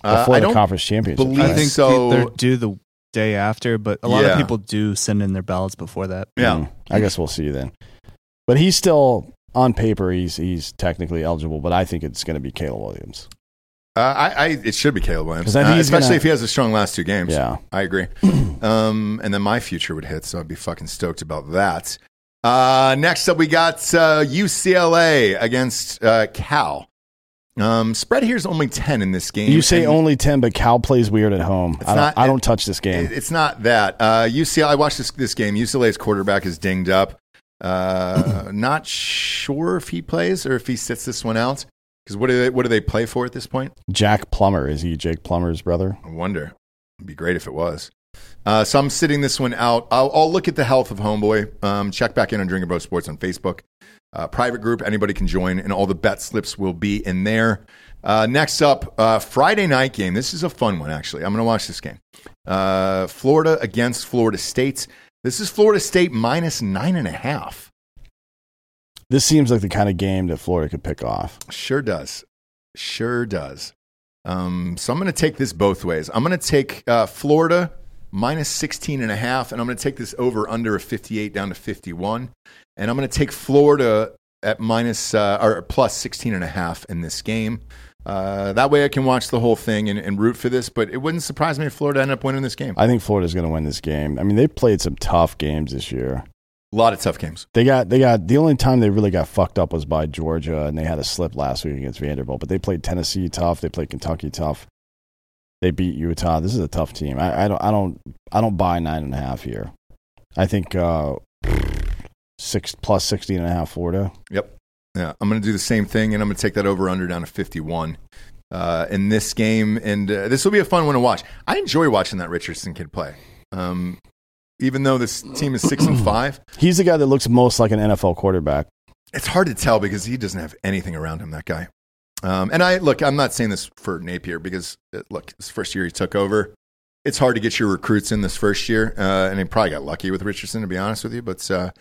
[SPEAKER 2] Uh,
[SPEAKER 3] before
[SPEAKER 2] I
[SPEAKER 3] the
[SPEAKER 2] don't
[SPEAKER 3] conference championship.
[SPEAKER 2] believe-
[SPEAKER 3] right?
[SPEAKER 4] I think
[SPEAKER 2] So-
[SPEAKER 4] they're due the day after, but a lot
[SPEAKER 2] Yeah.
[SPEAKER 4] of people do send in their ballots before that.
[SPEAKER 2] Yeah.
[SPEAKER 3] Mm, I guess we'll see then. But he's still on paper. He's he's technically eligible, but I think it's going to be Caleb Williams.
[SPEAKER 2] Uh, I, I it should be Caleb Williams,
[SPEAKER 3] 'Cause I think
[SPEAKER 2] Uh,
[SPEAKER 3] he's
[SPEAKER 2] especially
[SPEAKER 3] gonna-
[SPEAKER 2] if he has a strong last two games.
[SPEAKER 3] Yeah.
[SPEAKER 2] I
[SPEAKER 3] (clears throat)
[SPEAKER 2] agree. um, and then my future would hit, so I'd be fucking stoked about that. Uh, next up, we got uh, UCLA against uh, Cal. Um, spread here is only ten in this game.
[SPEAKER 3] You say
[SPEAKER 2] and
[SPEAKER 3] only ten, but Cal plays weird at home. I don't,
[SPEAKER 2] not-
[SPEAKER 3] I don't touch this game.
[SPEAKER 2] it- It's not that uh, UCLA. I watched this this game. UCLA's quarterback is dinged up.
[SPEAKER 3] (clears throat)
[SPEAKER 2] Uh, not sure if he plays or if he sits this one out. Because what do they what do they play for at this point?
[SPEAKER 3] Jack Plummer is he Jake Plummer's brother?
[SPEAKER 2] I wonder. It'd be great if it was. Uh, so I'm sitting this one out. I'll, I'll look at the health of Homeboy. Um, check back in on Drinker Bro Sports on Facebook. Uh, private group, anybody can join, and all the bet slips will be in there. Uh, next up, uh, Friday night game. This is a fun one, actually. I'm going to watch this game. Uh, Florida against Florida State. This is Florida State minus nine and a half.
[SPEAKER 3] This seems like the kind of game that Florida could pick off.
[SPEAKER 2] Sure does. Sure does. Um, so I'm going to take this both ways. I'm going to take uh, Florida minus 16 and a half, and I'm going to take this over under a 58 down to 51. And I'm going to take Florida at minus uh, or plus 16 and a half in this game. Uh, that way I can watch the whole thing and, and root for this, but it wouldn't surprise me if Florida ended up winning this game.
[SPEAKER 3] I think Florida's going to win this game. I mean, they played some tough games this year.
[SPEAKER 2] A lot of tough games.
[SPEAKER 3] They got they got the only time they really got fucked up was by Georgia, and they had a slip last week against Vanderbilt. But they played Tennessee tough. They played Kentucky tough. They beat Utah. This is a tough team. I, I don't I don't I don't buy nine and a half here. I think uh, six plus sixteen and a half Florida.
[SPEAKER 2] Yep. Yeah, I'm going to do the same thing, and I'm going to take that over under down to 51 uh, in this game, and uh, this will be a fun one to watch. I enjoy watching that Richardson kid play, um, even though this team is six and five.
[SPEAKER 3] He's the guy that looks most like an NFL quarterback.
[SPEAKER 2] It's hard to tell because he doesn't have anything around him. That guy. Um, and I look, I'm not saying this for Napier because uh, look, his first year he took over. It's hard to get your recruits in this first year, uh, and he probably got lucky with Richardson, to be honest with you. But uh,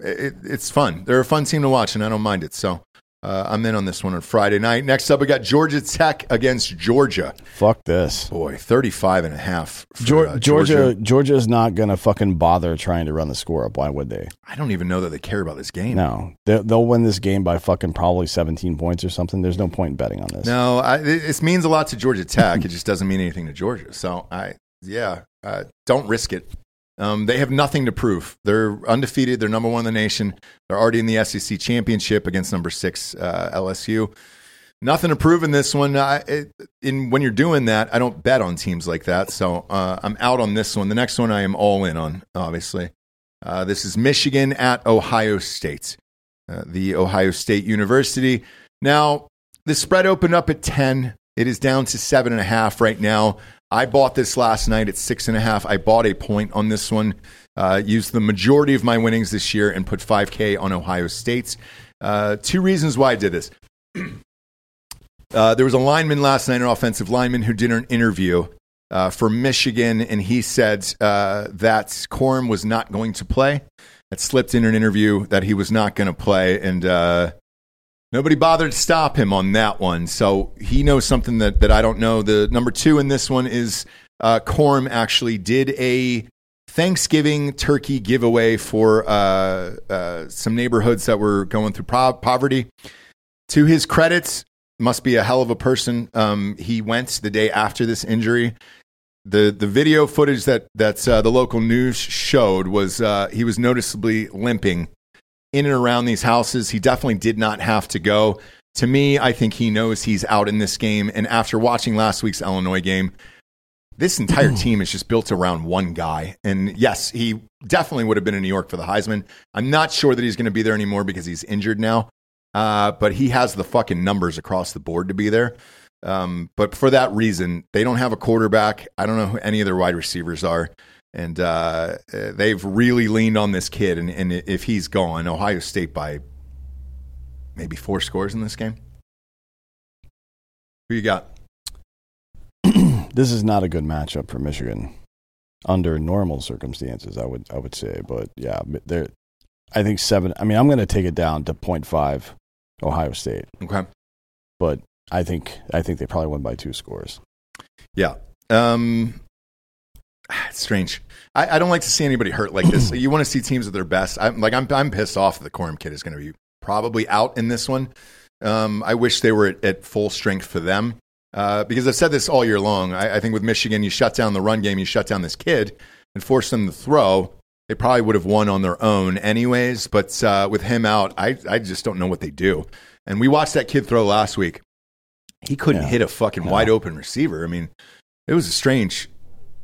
[SPEAKER 2] it, it's fun. They're a fun team to watch, and I don't mind it. So uh, I'm in on this one on Friday night. Next up, we got Georgia Tech against Georgia.
[SPEAKER 3] Fuck this.
[SPEAKER 2] Boy, 35 and a half. for,
[SPEAKER 3] Geor-
[SPEAKER 2] uh,
[SPEAKER 3] Georgia Georgia is not going to fucking bother trying to run the score up. Why would they?
[SPEAKER 2] I don't even know that they care about this game.
[SPEAKER 3] No, they'll, they'll win this game by fucking probably 17 points or something. There's no point in betting on this.
[SPEAKER 2] No, I, it, this means a lot to Georgia Tech. it just doesn't mean anything to Georgia. So I, yeah, uh, don't risk it. Um, they have nothing to prove. They're undefeated. They're number one in the nation. They're already in the SEC championship against number six uh, LSU. Nothing to prove in this one. I, it, in when you're doing that, I don't bet on teams like that. So uh, I'm out on this one. The next one I am all in on. Obviously, uh, this is Michigan at Ohio State, uh, the Ohio State University. Now the spread opened up at 10. It is down to seven and a half right now. I bought this last night at six and a half. I bought a point on this one. Uh, used the majority of my winnings this year and put 5K on Ohio State's. Uh, two reasons why I did this. (clears throat) Uh, there was a lineman last night, an offensive lineman, who did an interview uh, for Michigan, and he said uh, that Corum was not going to play. It slipped in an interview that he was not going to play, and uh, Nobody bothered to stop him on that one. So he knows something that, that I don't know. The number two in this one is uh, Corm actually did a Thanksgiving turkey giveaway for uh, uh, some neighborhoods that were going through po- poverty. To his credits, must be a hell of a person. Um, he went the day after this injury. The, the video footage that, that uh, the local news showed was uh, he was noticeably limping in and around these houses. He definitely did not have to go. To me, I think he knows he's out in this game. And after watching last week's Illinois game, this entire team is just built around one guy. And yes, he definitely would have been in New York for the Heisman. I'm not sure that he's going to be there anymore because he's injured now. Uh, but he has the fucking numbers across the board to be there. Um, but for that reason, they don't have a quarterback. I don't know who any of their wide receivers are. And uh, uh, they've really leaned on this kid. And, and if he's gone, Ohio State by maybe four scores in this game. Who you got?
[SPEAKER 3] This is not a good matchup for Michigan under normal circumstances, I would I would say, but yeah, there I think 7 I mean, I'm going to take it down to 0.5 Ohio State,
[SPEAKER 2] Okay.
[SPEAKER 3] but I think I think they probably win by two scores.
[SPEAKER 2] Yeah. Um, (sighs) it's strange. I, I don't like to see anybody hurt like
[SPEAKER 3] (clears throat)
[SPEAKER 2] this. you want to see teams at their best. I'm like I'm I'm pissed off that the Quorum kid is going to be probably out in this one. Um, I wish they were at, at full strength for them uh, because I've said this all year long. I, I think with Michigan, you shut down the run game, you shut down this kid, and force them to throw. They probably would have won on their own anyways. But uh, with him out, I I just don't know what they do. And we watched that kid throw last week. He couldn't
[SPEAKER 3] Yeah.
[SPEAKER 2] hit a fucking wide open receiver. I mean, it was a strange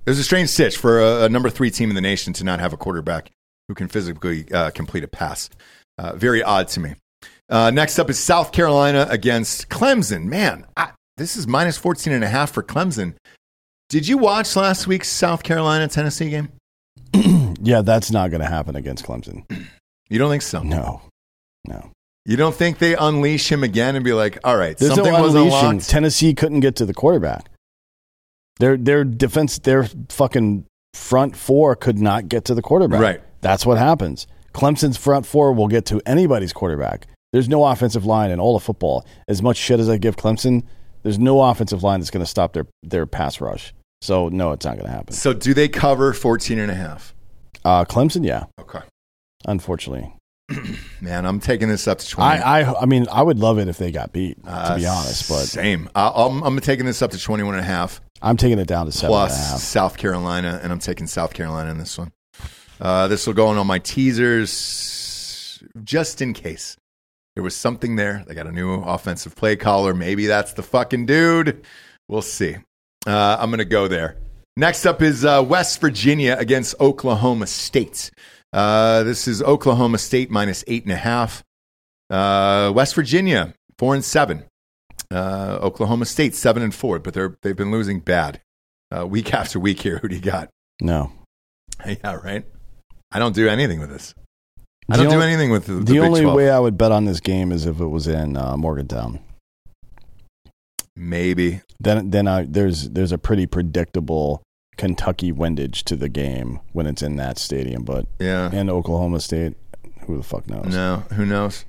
[SPEAKER 2] it was a strange stitch for a, a number three team in the nation to not have a quarterback who can physically uh, complete a pass. Uh, very odd to me. Uh, next up is South Carolina against Clemson. Man, I, this is minus 14 and a half for Clemson. Did you watch last week's South Carolina Tennessee game?
[SPEAKER 3] Yeah, that's not going to happen against Clemson.
[SPEAKER 2] You don't think so?
[SPEAKER 3] No, no.
[SPEAKER 2] You don't think they unleash him again and be like, all right,
[SPEAKER 3] There's
[SPEAKER 2] something
[SPEAKER 3] no
[SPEAKER 2] was
[SPEAKER 3] unleashing.
[SPEAKER 2] unlocked?
[SPEAKER 3] Tennessee couldn't get to the quarterback. Their their defense, their fucking front four could not get to the quarterback.
[SPEAKER 2] Right.
[SPEAKER 3] That's what happens. Clemson's front four will get to anybody's quarterback. There's no offensive line in all of football. As much shit as I give Clemson, there's no offensive line that's going to stop their their pass rush. So no, it's not going to happen.
[SPEAKER 2] So do they cover 14 and a half?
[SPEAKER 3] Uh, Clemson, yeah,
[SPEAKER 2] Okay.
[SPEAKER 3] unfortunately.
[SPEAKER 2] Man, I'm taking this up to 20.
[SPEAKER 3] I, I I mean, I would love it if they got beat.
[SPEAKER 2] Uh,
[SPEAKER 3] to be honest, but
[SPEAKER 2] Same. I, I'm, I'm taking this up to 21 and a half.
[SPEAKER 3] I'm taking it down to seven and a half.
[SPEAKER 2] plus South Carolina, and I'm taking South Carolina in this one. Uh, this will go on all my teasers, just in case there was something there. They got a new offensive play caller. Maybe that's the fucking dude. We'll see. Uh, I'm gonna go there. Next up is uh, West Virginia against Oklahoma State. Uh, this is Oklahoma State minus eight and a half. Uh, West Virginia four and seven. Uh, Oklahoma State seven and four, but they're they've been losing bad uh, week (laughs) after week here. Who do you got? (laughs)
[SPEAKER 3] No.
[SPEAKER 2] Yeah, right. I don't do anything with this. I don't
[SPEAKER 3] The
[SPEAKER 2] do
[SPEAKER 3] on-
[SPEAKER 2] anything with the, the,
[SPEAKER 3] The
[SPEAKER 2] Big
[SPEAKER 3] only
[SPEAKER 2] 12.
[SPEAKER 3] way I would bet on this game is if it was in uh, Morgantown.
[SPEAKER 2] Maybe
[SPEAKER 3] Then, then I, there's there's a pretty predictable Kentucky windage to the game when it's in that stadium. But
[SPEAKER 2] Yeah.
[SPEAKER 3] and Oklahoma State, who the fuck knows?
[SPEAKER 2] No, who knows?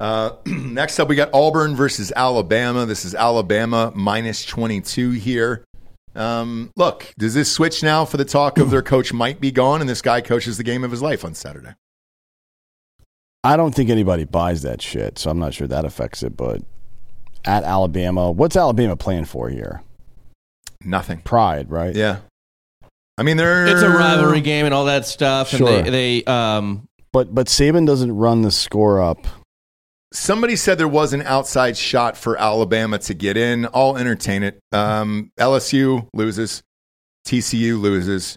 [SPEAKER 2] Uh, (clears throat) next up, we got Auburn versus Alabama. This is Alabama minus 22 here. Um, look, does this switch now for the talk of their coach might be gone and this guy coaches the game of his life on Saturday?
[SPEAKER 3] I don't think anybody buys that shit, so I'm not sure that affects it. But at Alabama, what's Alabama playing for here?
[SPEAKER 2] Nothing.
[SPEAKER 3] Pride, right?
[SPEAKER 2] Yeah. I mean, they're.
[SPEAKER 5] (laughs) It's a rivalry game and all that stuff.
[SPEAKER 3] Sure.
[SPEAKER 5] And they, they um,
[SPEAKER 3] But but Saban doesn't run the score up.
[SPEAKER 2] Somebody said there was an outside shot for Alabama to get in. I'll entertain it. Um, LSU loses, TCU loses,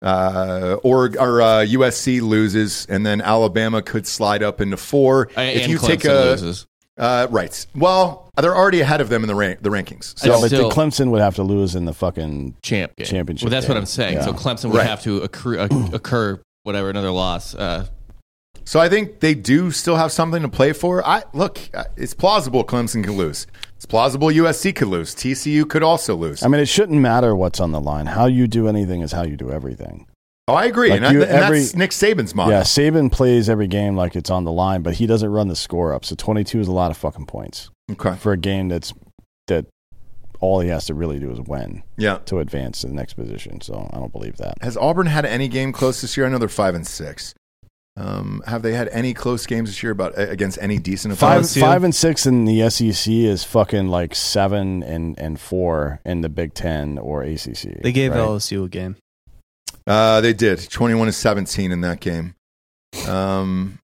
[SPEAKER 2] uh, or, or uh, USC loses, and then Alabama could slide up into four.
[SPEAKER 5] Uh, and Clemson loses.
[SPEAKER 2] uh, right, well, they're already ahead of them in the rank, the rankings.
[SPEAKER 5] Yeah,
[SPEAKER 3] Yeah,
[SPEAKER 2] So
[SPEAKER 3] but
[SPEAKER 5] still-
[SPEAKER 3] the Clemson would have to lose in the fucking
[SPEAKER 5] champ game.
[SPEAKER 3] Championship
[SPEAKER 5] Well, that's what
[SPEAKER 3] game.
[SPEAKER 5] I'm saying.
[SPEAKER 3] Yeah.
[SPEAKER 5] So Clemson would
[SPEAKER 2] Right.
[SPEAKER 5] have to
[SPEAKER 2] (clears throat)
[SPEAKER 5] accrue, acc- occur whatever another loss. Uh,
[SPEAKER 2] so I think they do still have something to play for. I look, uh, it's plausible Clemson could lose. It's plausible USC could lose. TCU could also lose.
[SPEAKER 3] I mean, it shouldn't matter what's on the line. How you do anything is how you do everything.
[SPEAKER 2] oh, I agree,
[SPEAKER 3] Like
[SPEAKER 2] and, I-
[SPEAKER 3] you-
[SPEAKER 2] and that's
[SPEAKER 3] every-
[SPEAKER 2] Nick Saban's model.
[SPEAKER 3] Yeah, Saban plays every game like it's on the line, but he doesn't run the score up. So 22 is a lot of fucking points
[SPEAKER 2] Okay.
[SPEAKER 3] for a game that's that all he has to really do is win
[SPEAKER 2] Yeah.
[SPEAKER 3] to advance to the next position. So I don't believe that.
[SPEAKER 2] Has Auburn had any game close this year? I know they're five and six. Um, have they had any close games this year about against any decent
[SPEAKER 3] Five,
[SPEAKER 2] opponents?
[SPEAKER 3] five and six in the SEC is fucking like seven and, and four in the Big Ten or ACC.
[SPEAKER 4] They gave
[SPEAKER 3] right?
[SPEAKER 4] LSU a game.
[SPEAKER 2] Uh, they did twenty-one to seventeen in that game. Um,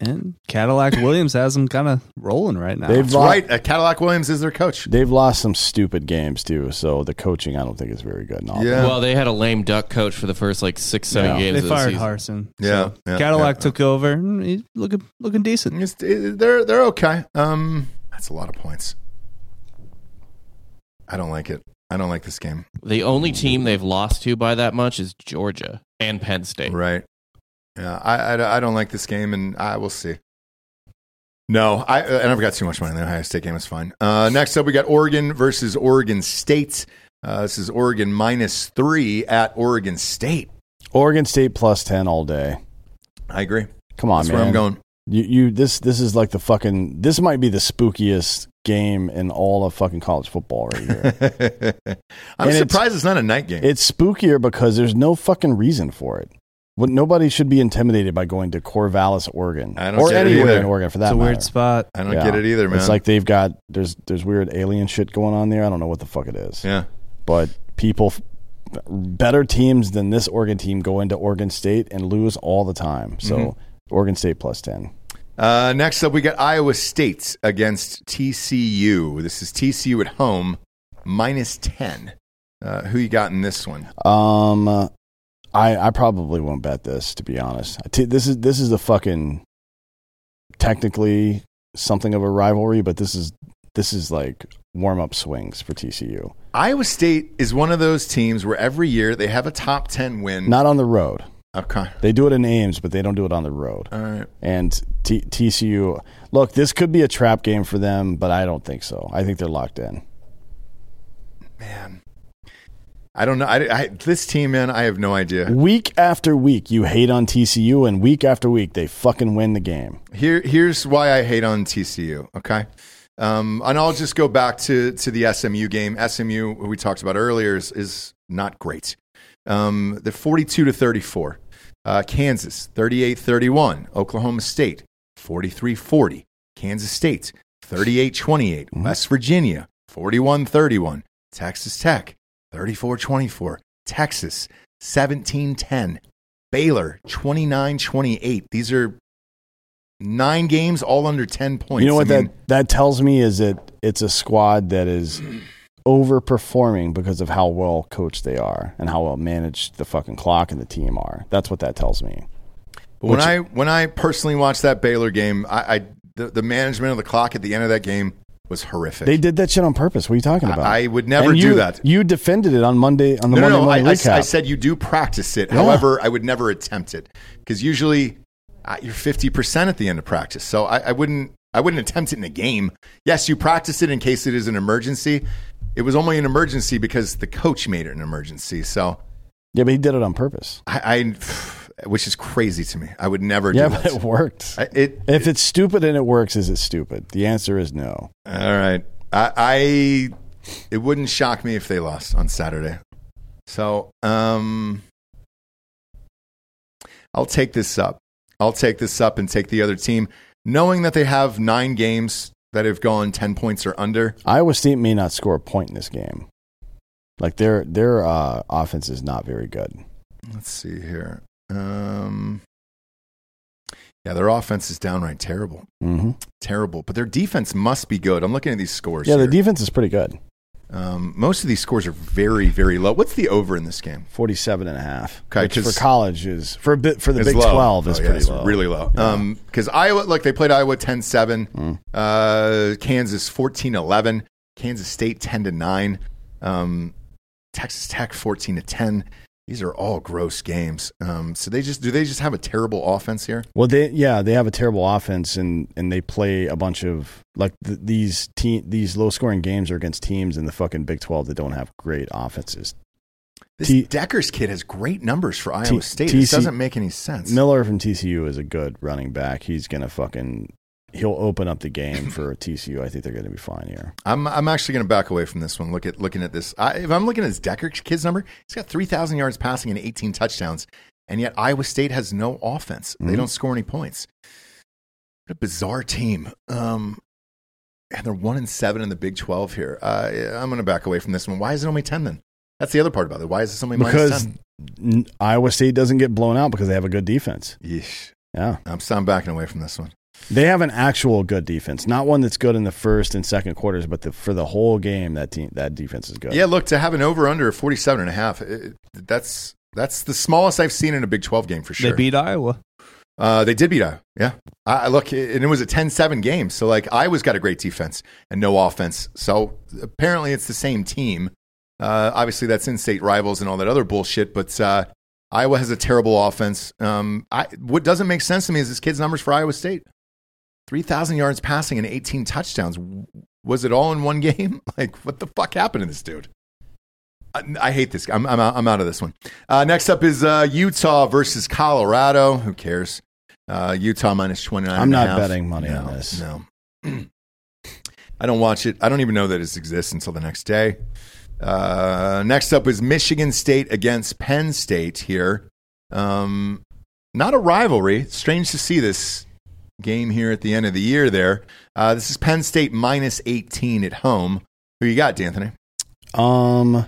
[SPEAKER 4] And Cadillac Williams has them kind of rolling right now.
[SPEAKER 3] They've
[SPEAKER 2] that's
[SPEAKER 3] lost,
[SPEAKER 2] right. Uh, Cadillac Williams is their coach.
[SPEAKER 3] They've lost some stupid games too. So the coaching, I don't think is very good. in Auburn.
[SPEAKER 2] Yeah.
[SPEAKER 5] Well, they had a lame duck coach for the first like six, seven
[SPEAKER 3] Yeah.
[SPEAKER 5] games.
[SPEAKER 4] they
[SPEAKER 5] of the
[SPEAKER 4] fired
[SPEAKER 5] season.
[SPEAKER 4] Harson.
[SPEAKER 2] Yeah,
[SPEAKER 4] So
[SPEAKER 2] yeah,
[SPEAKER 4] Cadillac
[SPEAKER 2] yeah.
[SPEAKER 4] took over. Mm, he's Looking looking decent.
[SPEAKER 2] It's- it- they're they're okay. Um, that's a lot of points. I don't like it. I don't like this game.
[SPEAKER 5] The only team they've lost to by that much is Georgia and Penn State.
[SPEAKER 2] Right. Yeah, I, I, I don't like this game, and I will see. No, I uh, and I've got too much money in the Ohio State game. is fine. Uh, next up, we got Oregon versus Oregon State. Uh, this is Oregon minus three at Oregon State.
[SPEAKER 3] Oregon State plus ten all day.
[SPEAKER 2] I agree.
[SPEAKER 3] Come on,
[SPEAKER 2] That's
[SPEAKER 3] man.
[SPEAKER 2] where I'm going. (laughs)
[SPEAKER 3] You, you, this, this is like the fucking. This might be the spookiest game in all of fucking college football right
[SPEAKER 2] (laughs)
[SPEAKER 3] here.
[SPEAKER 2] I'm
[SPEAKER 3] And it's-
[SPEAKER 2] surprised it's, not a night game.
[SPEAKER 3] it's spookier because there's no fucking reason for it. But nobody should be intimidated by going to Corvallis, Oregon,
[SPEAKER 2] I don't
[SPEAKER 3] or
[SPEAKER 2] get it
[SPEAKER 3] anywhere
[SPEAKER 2] either.
[SPEAKER 3] in Oregon for that
[SPEAKER 4] It's a
[SPEAKER 3] matter.
[SPEAKER 4] weird spot.
[SPEAKER 2] I don't
[SPEAKER 3] Yeah.
[SPEAKER 2] get it either, man.
[SPEAKER 3] It's like they've got there's there's weird alien shit going on there. I don't know what the fuck it is.
[SPEAKER 2] yeah.
[SPEAKER 3] But people, f- better teams than this Oregon team go into Oregon State and lose all the time. So
[SPEAKER 2] Mm-hmm.
[SPEAKER 3] Oregon State plus ten.
[SPEAKER 2] Uh, next up, we got Iowa State against TCU. This is TCU at home, minus 10. Uh, who you got in this one?
[SPEAKER 3] Um, I I probably won't bet this to be honest. I t- this is this is the fucking technically something of a rivalry, but this is this is like warm up swings for TCU.
[SPEAKER 2] Iowa State is one of those teams where every year they have a top 10 win.
[SPEAKER 3] Not on the road.
[SPEAKER 2] okay.
[SPEAKER 3] They do it in Ames, but they don't do it on the road.
[SPEAKER 2] All right.
[SPEAKER 3] And T- TCU, look, this could be a trap game for them, but I don't think so. I think they're locked in.
[SPEAKER 2] Man. I don't know. I, I, this team, man, I have no idea.
[SPEAKER 3] Week after week, you hate on TCU, and week after week, they fucking win the game.
[SPEAKER 2] Here, here's why I hate on TCU. Okay, um, and I'll just go back to to the SMU game. SMU, who we talked about earlier, is, is not great. Um, they're 42 to 34. Uh, Kansas 38 31. Oklahoma State 43 40. Kansas State 38 28.
[SPEAKER 3] Mm-hmm.
[SPEAKER 2] West Virginia 41 31. Texas Tech 34 24. Texas 17 10. Baylor 29 28. These are nine games all under 10 points.
[SPEAKER 3] You know what
[SPEAKER 2] I mean,
[SPEAKER 3] that that tells me is that it's a squad that is overperforming because of how well coached they are and how well managed the fucking clock and the team are. That's what that tells me.
[SPEAKER 2] when I when I personally watched that Baylor game, I, I the, the management of the clock at the end of that game was horrific.
[SPEAKER 3] They did that shit on purpose. What are you talking
[SPEAKER 2] I-
[SPEAKER 3] about?
[SPEAKER 2] I would never
[SPEAKER 3] And
[SPEAKER 2] do
[SPEAKER 3] you-
[SPEAKER 2] that.
[SPEAKER 3] You defended it on Monday on the
[SPEAKER 2] no,
[SPEAKER 3] Monday
[SPEAKER 2] no, no. I,
[SPEAKER 3] morning
[SPEAKER 2] I-
[SPEAKER 3] recap.
[SPEAKER 2] I said you do practice it.
[SPEAKER 3] Yeah.
[SPEAKER 2] However, I would never attempt it because usually uh, you're fifty percent at the end of practice. So I, I wouldn't. I wouldn't attempt it in a game. Yes, you practice it in case it is an emergency. It was only an emergency because the coach made it an emergency. So
[SPEAKER 3] yeah, but he did it on purpose.
[SPEAKER 2] I, I (sighs) which is crazy to me. I would never
[SPEAKER 3] Yeah, (laughs)
[SPEAKER 2] do
[SPEAKER 3] but it
[SPEAKER 2] that.
[SPEAKER 3] worked.
[SPEAKER 2] I, it
[SPEAKER 3] if it's stupid and it works, is it stupid? The answer is no.
[SPEAKER 2] All right. I, I it wouldn't shock me if they lost on Saturday. So um I'll take this up. I'll take this up and take the other team, knowing that they have nine games that have gone ten points or under.
[SPEAKER 3] Iowa State may not score a point in this game. Like their their uh, offense is not very good.
[SPEAKER 2] Let's see here. Um yeah, their offense is downright terrible.
[SPEAKER 3] hmm
[SPEAKER 2] Terrible. But their defense must be good. I'm looking at these scores.
[SPEAKER 3] Yeah, the
[SPEAKER 2] here.
[SPEAKER 3] defense is pretty good.
[SPEAKER 2] um, most of these scores are very, very low. What's the over in this game?
[SPEAKER 3] 47 and a half.
[SPEAKER 2] Okay,
[SPEAKER 3] which
[SPEAKER 2] 'cause-
[SPEAKER 3] for college is for a bit for the
[SPEAKER 2] It's
[SPEAKER 3] Big
[SPEAKER 2] low.
[SPEAKER 3] 12 is
[SPEAKER 2] Oh, yeah,
[SPEAKER 3] pretty
[SPEAKER 2] it's
[SPEAKER 3] low.
[SPEAKER 2] Really low. Because Iowa, look, they played Iowa 10 7,
[SPEAKER 3] Mm.
[SPEAKER 2] uh, Kansas 14 11, Kansas State 10 to 9, um, Texas Tech 14 to 10. These are all gross games. Um, so they just do they just have a terrible offense here?
[SPEAKER 3] Well, they yeah, they have a terrible offense and and they play a bunch of like th- these team these low scoring games are against teams in the fucking Big 12 that don't have great offenses.
[SPEAKER 2] This
[SPEAKER 3] T-
[SPEAKER 2] Deckers kid has great numbers for Iowa
[SPEAKER 3] T-
[SPEAKER 2] State. This
[SPEAKER 3] TC
[SPEAKER 2] doesn't make any sense.
[SPEAKER 3] Miller from TCU is a good running back. He's going to fucking he'll open up the
[SPEAKER 2] (laughs)
[SPEAKER 3] game for TCU. I think they're going to be fine here.
[SPEAKER 2] I'm I'm actually going to back away from this one. Look at looking at this. I, if I'm looking at his Decker kid's number, he's got 3,000 yards passing and 18 touchdowns, and yet Iowa State has no offense. They
[SPEAKER 3] Mhm.
[SPEAKER 2] don't score any points. What a bizarre team. Um, and they're one and seven in the Big 12 here. Uh, I'm going to back away from this one. Why is it only 10 then? That's the other part about it. Why is this only minus
[SPEAKER 3] Because
[SPEAKER 2] 10?
[SPEAKER 3] n- Iowa State doesn't get blown out because they have a good defense.
[SPEAKER 2] Yeesh.
[SPEAKER 3] Yeah.
[SPEAKER 2] I'm, I'm backing away from this one.
[SPEAKER 3] They have an actual good defense, not one that's good in the first and second quarters, but the, for the whole game, that team, that defense is good.
[SPEAKER 2] Yeah, look, to have an over under of 47 and a half, it- it- that's, that's the smallest I've seen in a Big 12 game for sure.
[SPEAKER 4] They beat Iowa.
[SPEAKER 2] Uh, they did beat Iowa. Yeah. I, I look, and it was a 10-7 game. So like Iowa's got a great defense and no offense. So apparently it's the same team. Uh, obviously that's in-state rivals and all that other bullshit. But uh, Iowa has a terrible offense. Um, I, what doesn't make sense to me is this kid's numbers for Iowa State: three thousand yards passing and eighteen touchdowns. Was it all in one game? (laughs) Like what the fuck happened to this dude? I, I hate this. guy. I'm, I'm, out- I'm out of this one. Uh, next up is uh, Utah versus Colorado. Who cares? Uh, Utah minus 29.
[SPEAKER 3] I'm not betting money
[SPEAKER 2] No, (clears throat)
[SPEAKER 3] on this.
[SPEAKER 2] No. I don't watch it. I don't even know that it exists until the next day. Uh, next up is Michigan State against Penn State here. Um, not a rivalry. It's strange to see this game here at the end of the year there. Uh, this is Penn State minus 18 at home. Who you got, D'Anthony?
[SPEAKER 3] Um,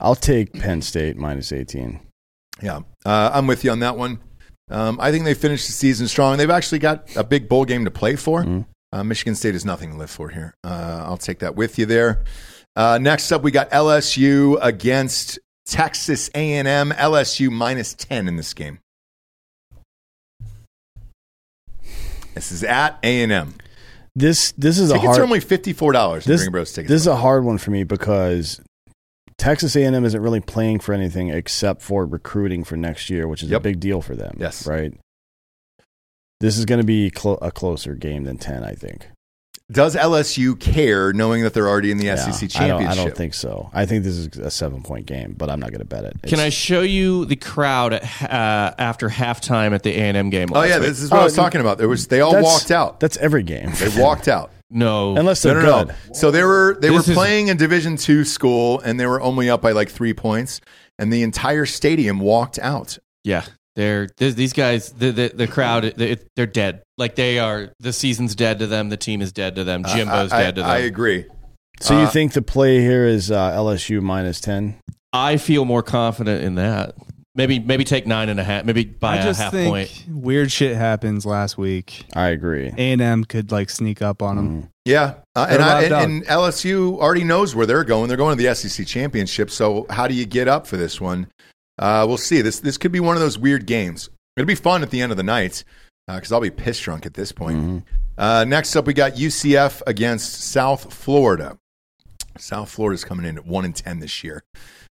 [SPEAKER 3] I'll take Penn State minus 18.
[SPEAKER 2] Yeah, uh, I'm with you on that one. Um, I think they finished the season strong. They've actually got a big bowl game to play for.
[SPEAKER 3] Mm-hmm.
[SPEAKER 2] Uh, Michigan State is nothing to live for here. Uh, I'll take that with you there. Uh, next up, we got LSU against Texas A&M. LSU minus ten in this game. This is at A&M.
[SPEAKER 3] This this is a
[SPEAKER 2] Tickets
[SPEAKER 3] hard
[SPEAKER 2] are only fifty-four dollars.
[SPEAKER 3] this,
[SPEAKER 2] Bring Bros tickets.
[SPEAKER 3] this is a hard one for me because Texas A&M isn't really playing for anything except for recruiting for next year, which is
[SPEAKER 2] Yep.
[SPEAKER 3] a big deal for them.
[SPEAKER 2] Yes.
[SPEAKER 3] right. This is going to be clo- a closer game than ten, I think.
[SPEAKER 2] Does LSU care knowing that they're already in the
[SPEAKER 3] Yeah,
[SPEAKER 2] SEC
[SPEAKER 3] I don't-
[SPEAKER 2] championship?
[SPEAKER 3] I don't, think so. I think this is a seven point game, but I'm not going to bet it.
[SPEAKER 5] Can I
[SPEAKER 3] It's-
[SPEAKER 5] show you the crowd at, uh, after halftime at the A and M game?
[SPEAKER 2] Oh
[SPEAKER 5] last
[SPEAKER 2] yeah,
[SPEAKER 5] week?
[SPEAKER 2] this is what I was talking about. There was they all
[SPEAKER 3] that's-
[SPEAKER 2] walked out.
[SPEAKER 3] That's every game.
[SPEAKER 2] They walked out.
[SPEAKER 3] (laughs)
[SPEAKER 5] no.
[SPEAKER 3] Unless
[SPEAKER 2] No,
[SPEAKER 3] they're
[SPEAKER 2] no, no.
[SPEAKER 3] good.
[SPEAKER 2] So they were they
[SPEAKER 5] This
[SPEAKER 2] were
[SPEAKER 5] is-
[SPEAKER 2] playing a Division two school, and they were only up by like three points, and the entire stadium walked out.
[SPEAKER 5] yeah, they're th- these guys. The the, the crowd, they- they're dead. Like they are. The season's dead to them. The team is dead to them. Jimbo's
[SPEAKER 2] I, I-
[SPEAKER 5] dead to them.
[SPEAKER 2] I agree.
[SPEAKER 3] So
[SPEAKER 2] Uh,
[SPEAKER 3] you think the play here is uh, LSU minus ten?
[SPEAKER 5] I feel more confident in that. Maybe maybe take nine and a half. Maybe by
[SPEAKER 4] I just
[SPEAKER 5] a half
[SPEAKER 4] think
[SPEAKER 5] point.
[SPEAKER 4] weird shit happens last week.
[SPEAKER 3] I agree.
[SPEAKER 4] A and M could like sneak up on them.
[SPEAKER 2] Yeah, uh,
[SPEAKER 4] They're
[SPEAKER 2] and, I,
[SPEAKER 4] locked
[SPEAKER 2] and,
[SPEAKER 4] out.
[SPEAKER 2] and LSU already knows where they're going. They're going to the SEC championship. So how do you get up for this one? Uh, we'll see. This this could be one of those weird games. It'll be fun at the end of the night because I'll be piss drunk at this point.
[SPEAKER 4] Mm-hmm.
[SPEAKER 2] Uh, next up, we got UCF against South Florida. South Florida's coming in at one and ten this year.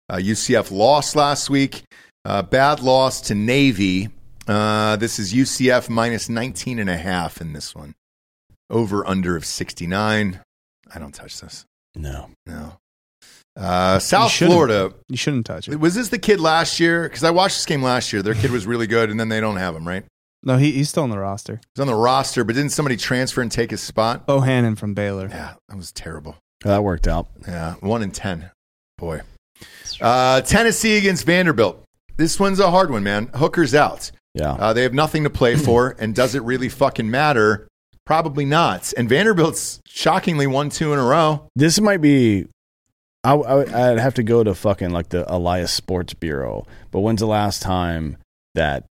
[SPEAKER 2] Uh, UCF lost last week. Uh, bad loss to Navy. Uh, this is UCF minus 19 and a half in this one. Over under of 69. I don't touch this.
[SPEAKER 3] No.
[SPEAKER 2] No. Uh, South
[SPEAKER 4] shouldn't.
[SPEAKER 2] Florida.
[SPEAKER 4] You shouldn't touch it.
[SPEAKER 2] Was this the kid last year? Because I watched this game last year. Their kid was really good, and then they don't have him, right?
[SPEAKER 4] No, he, he's still on the roster.
[SPEAKER 2] He's on the roster, but didn't somebody transfer and take his spot?
[SPEAKER 4] Bohannon from Baylor.
[SPEAKER 2] Yeah, that was terrible.
[SPEAKER 3] Well, that worked out.
[SPEAKER 2] Yeah, one in ten. Boy, uh, Tennessee against Vanderbilt. This one's a hard one, man. Hooker's out.
[SPEAKER 3] Yeah.
[SPEAKER 2] Uh, they have nothing to play for, and does it really fucking matter? Probably not. And Vanderbilt's shockingly won two in a row.
[SPEAKER 3] this might be. I, I, would have to go to fucking like the Elias Sports Bureau. But when's the last time that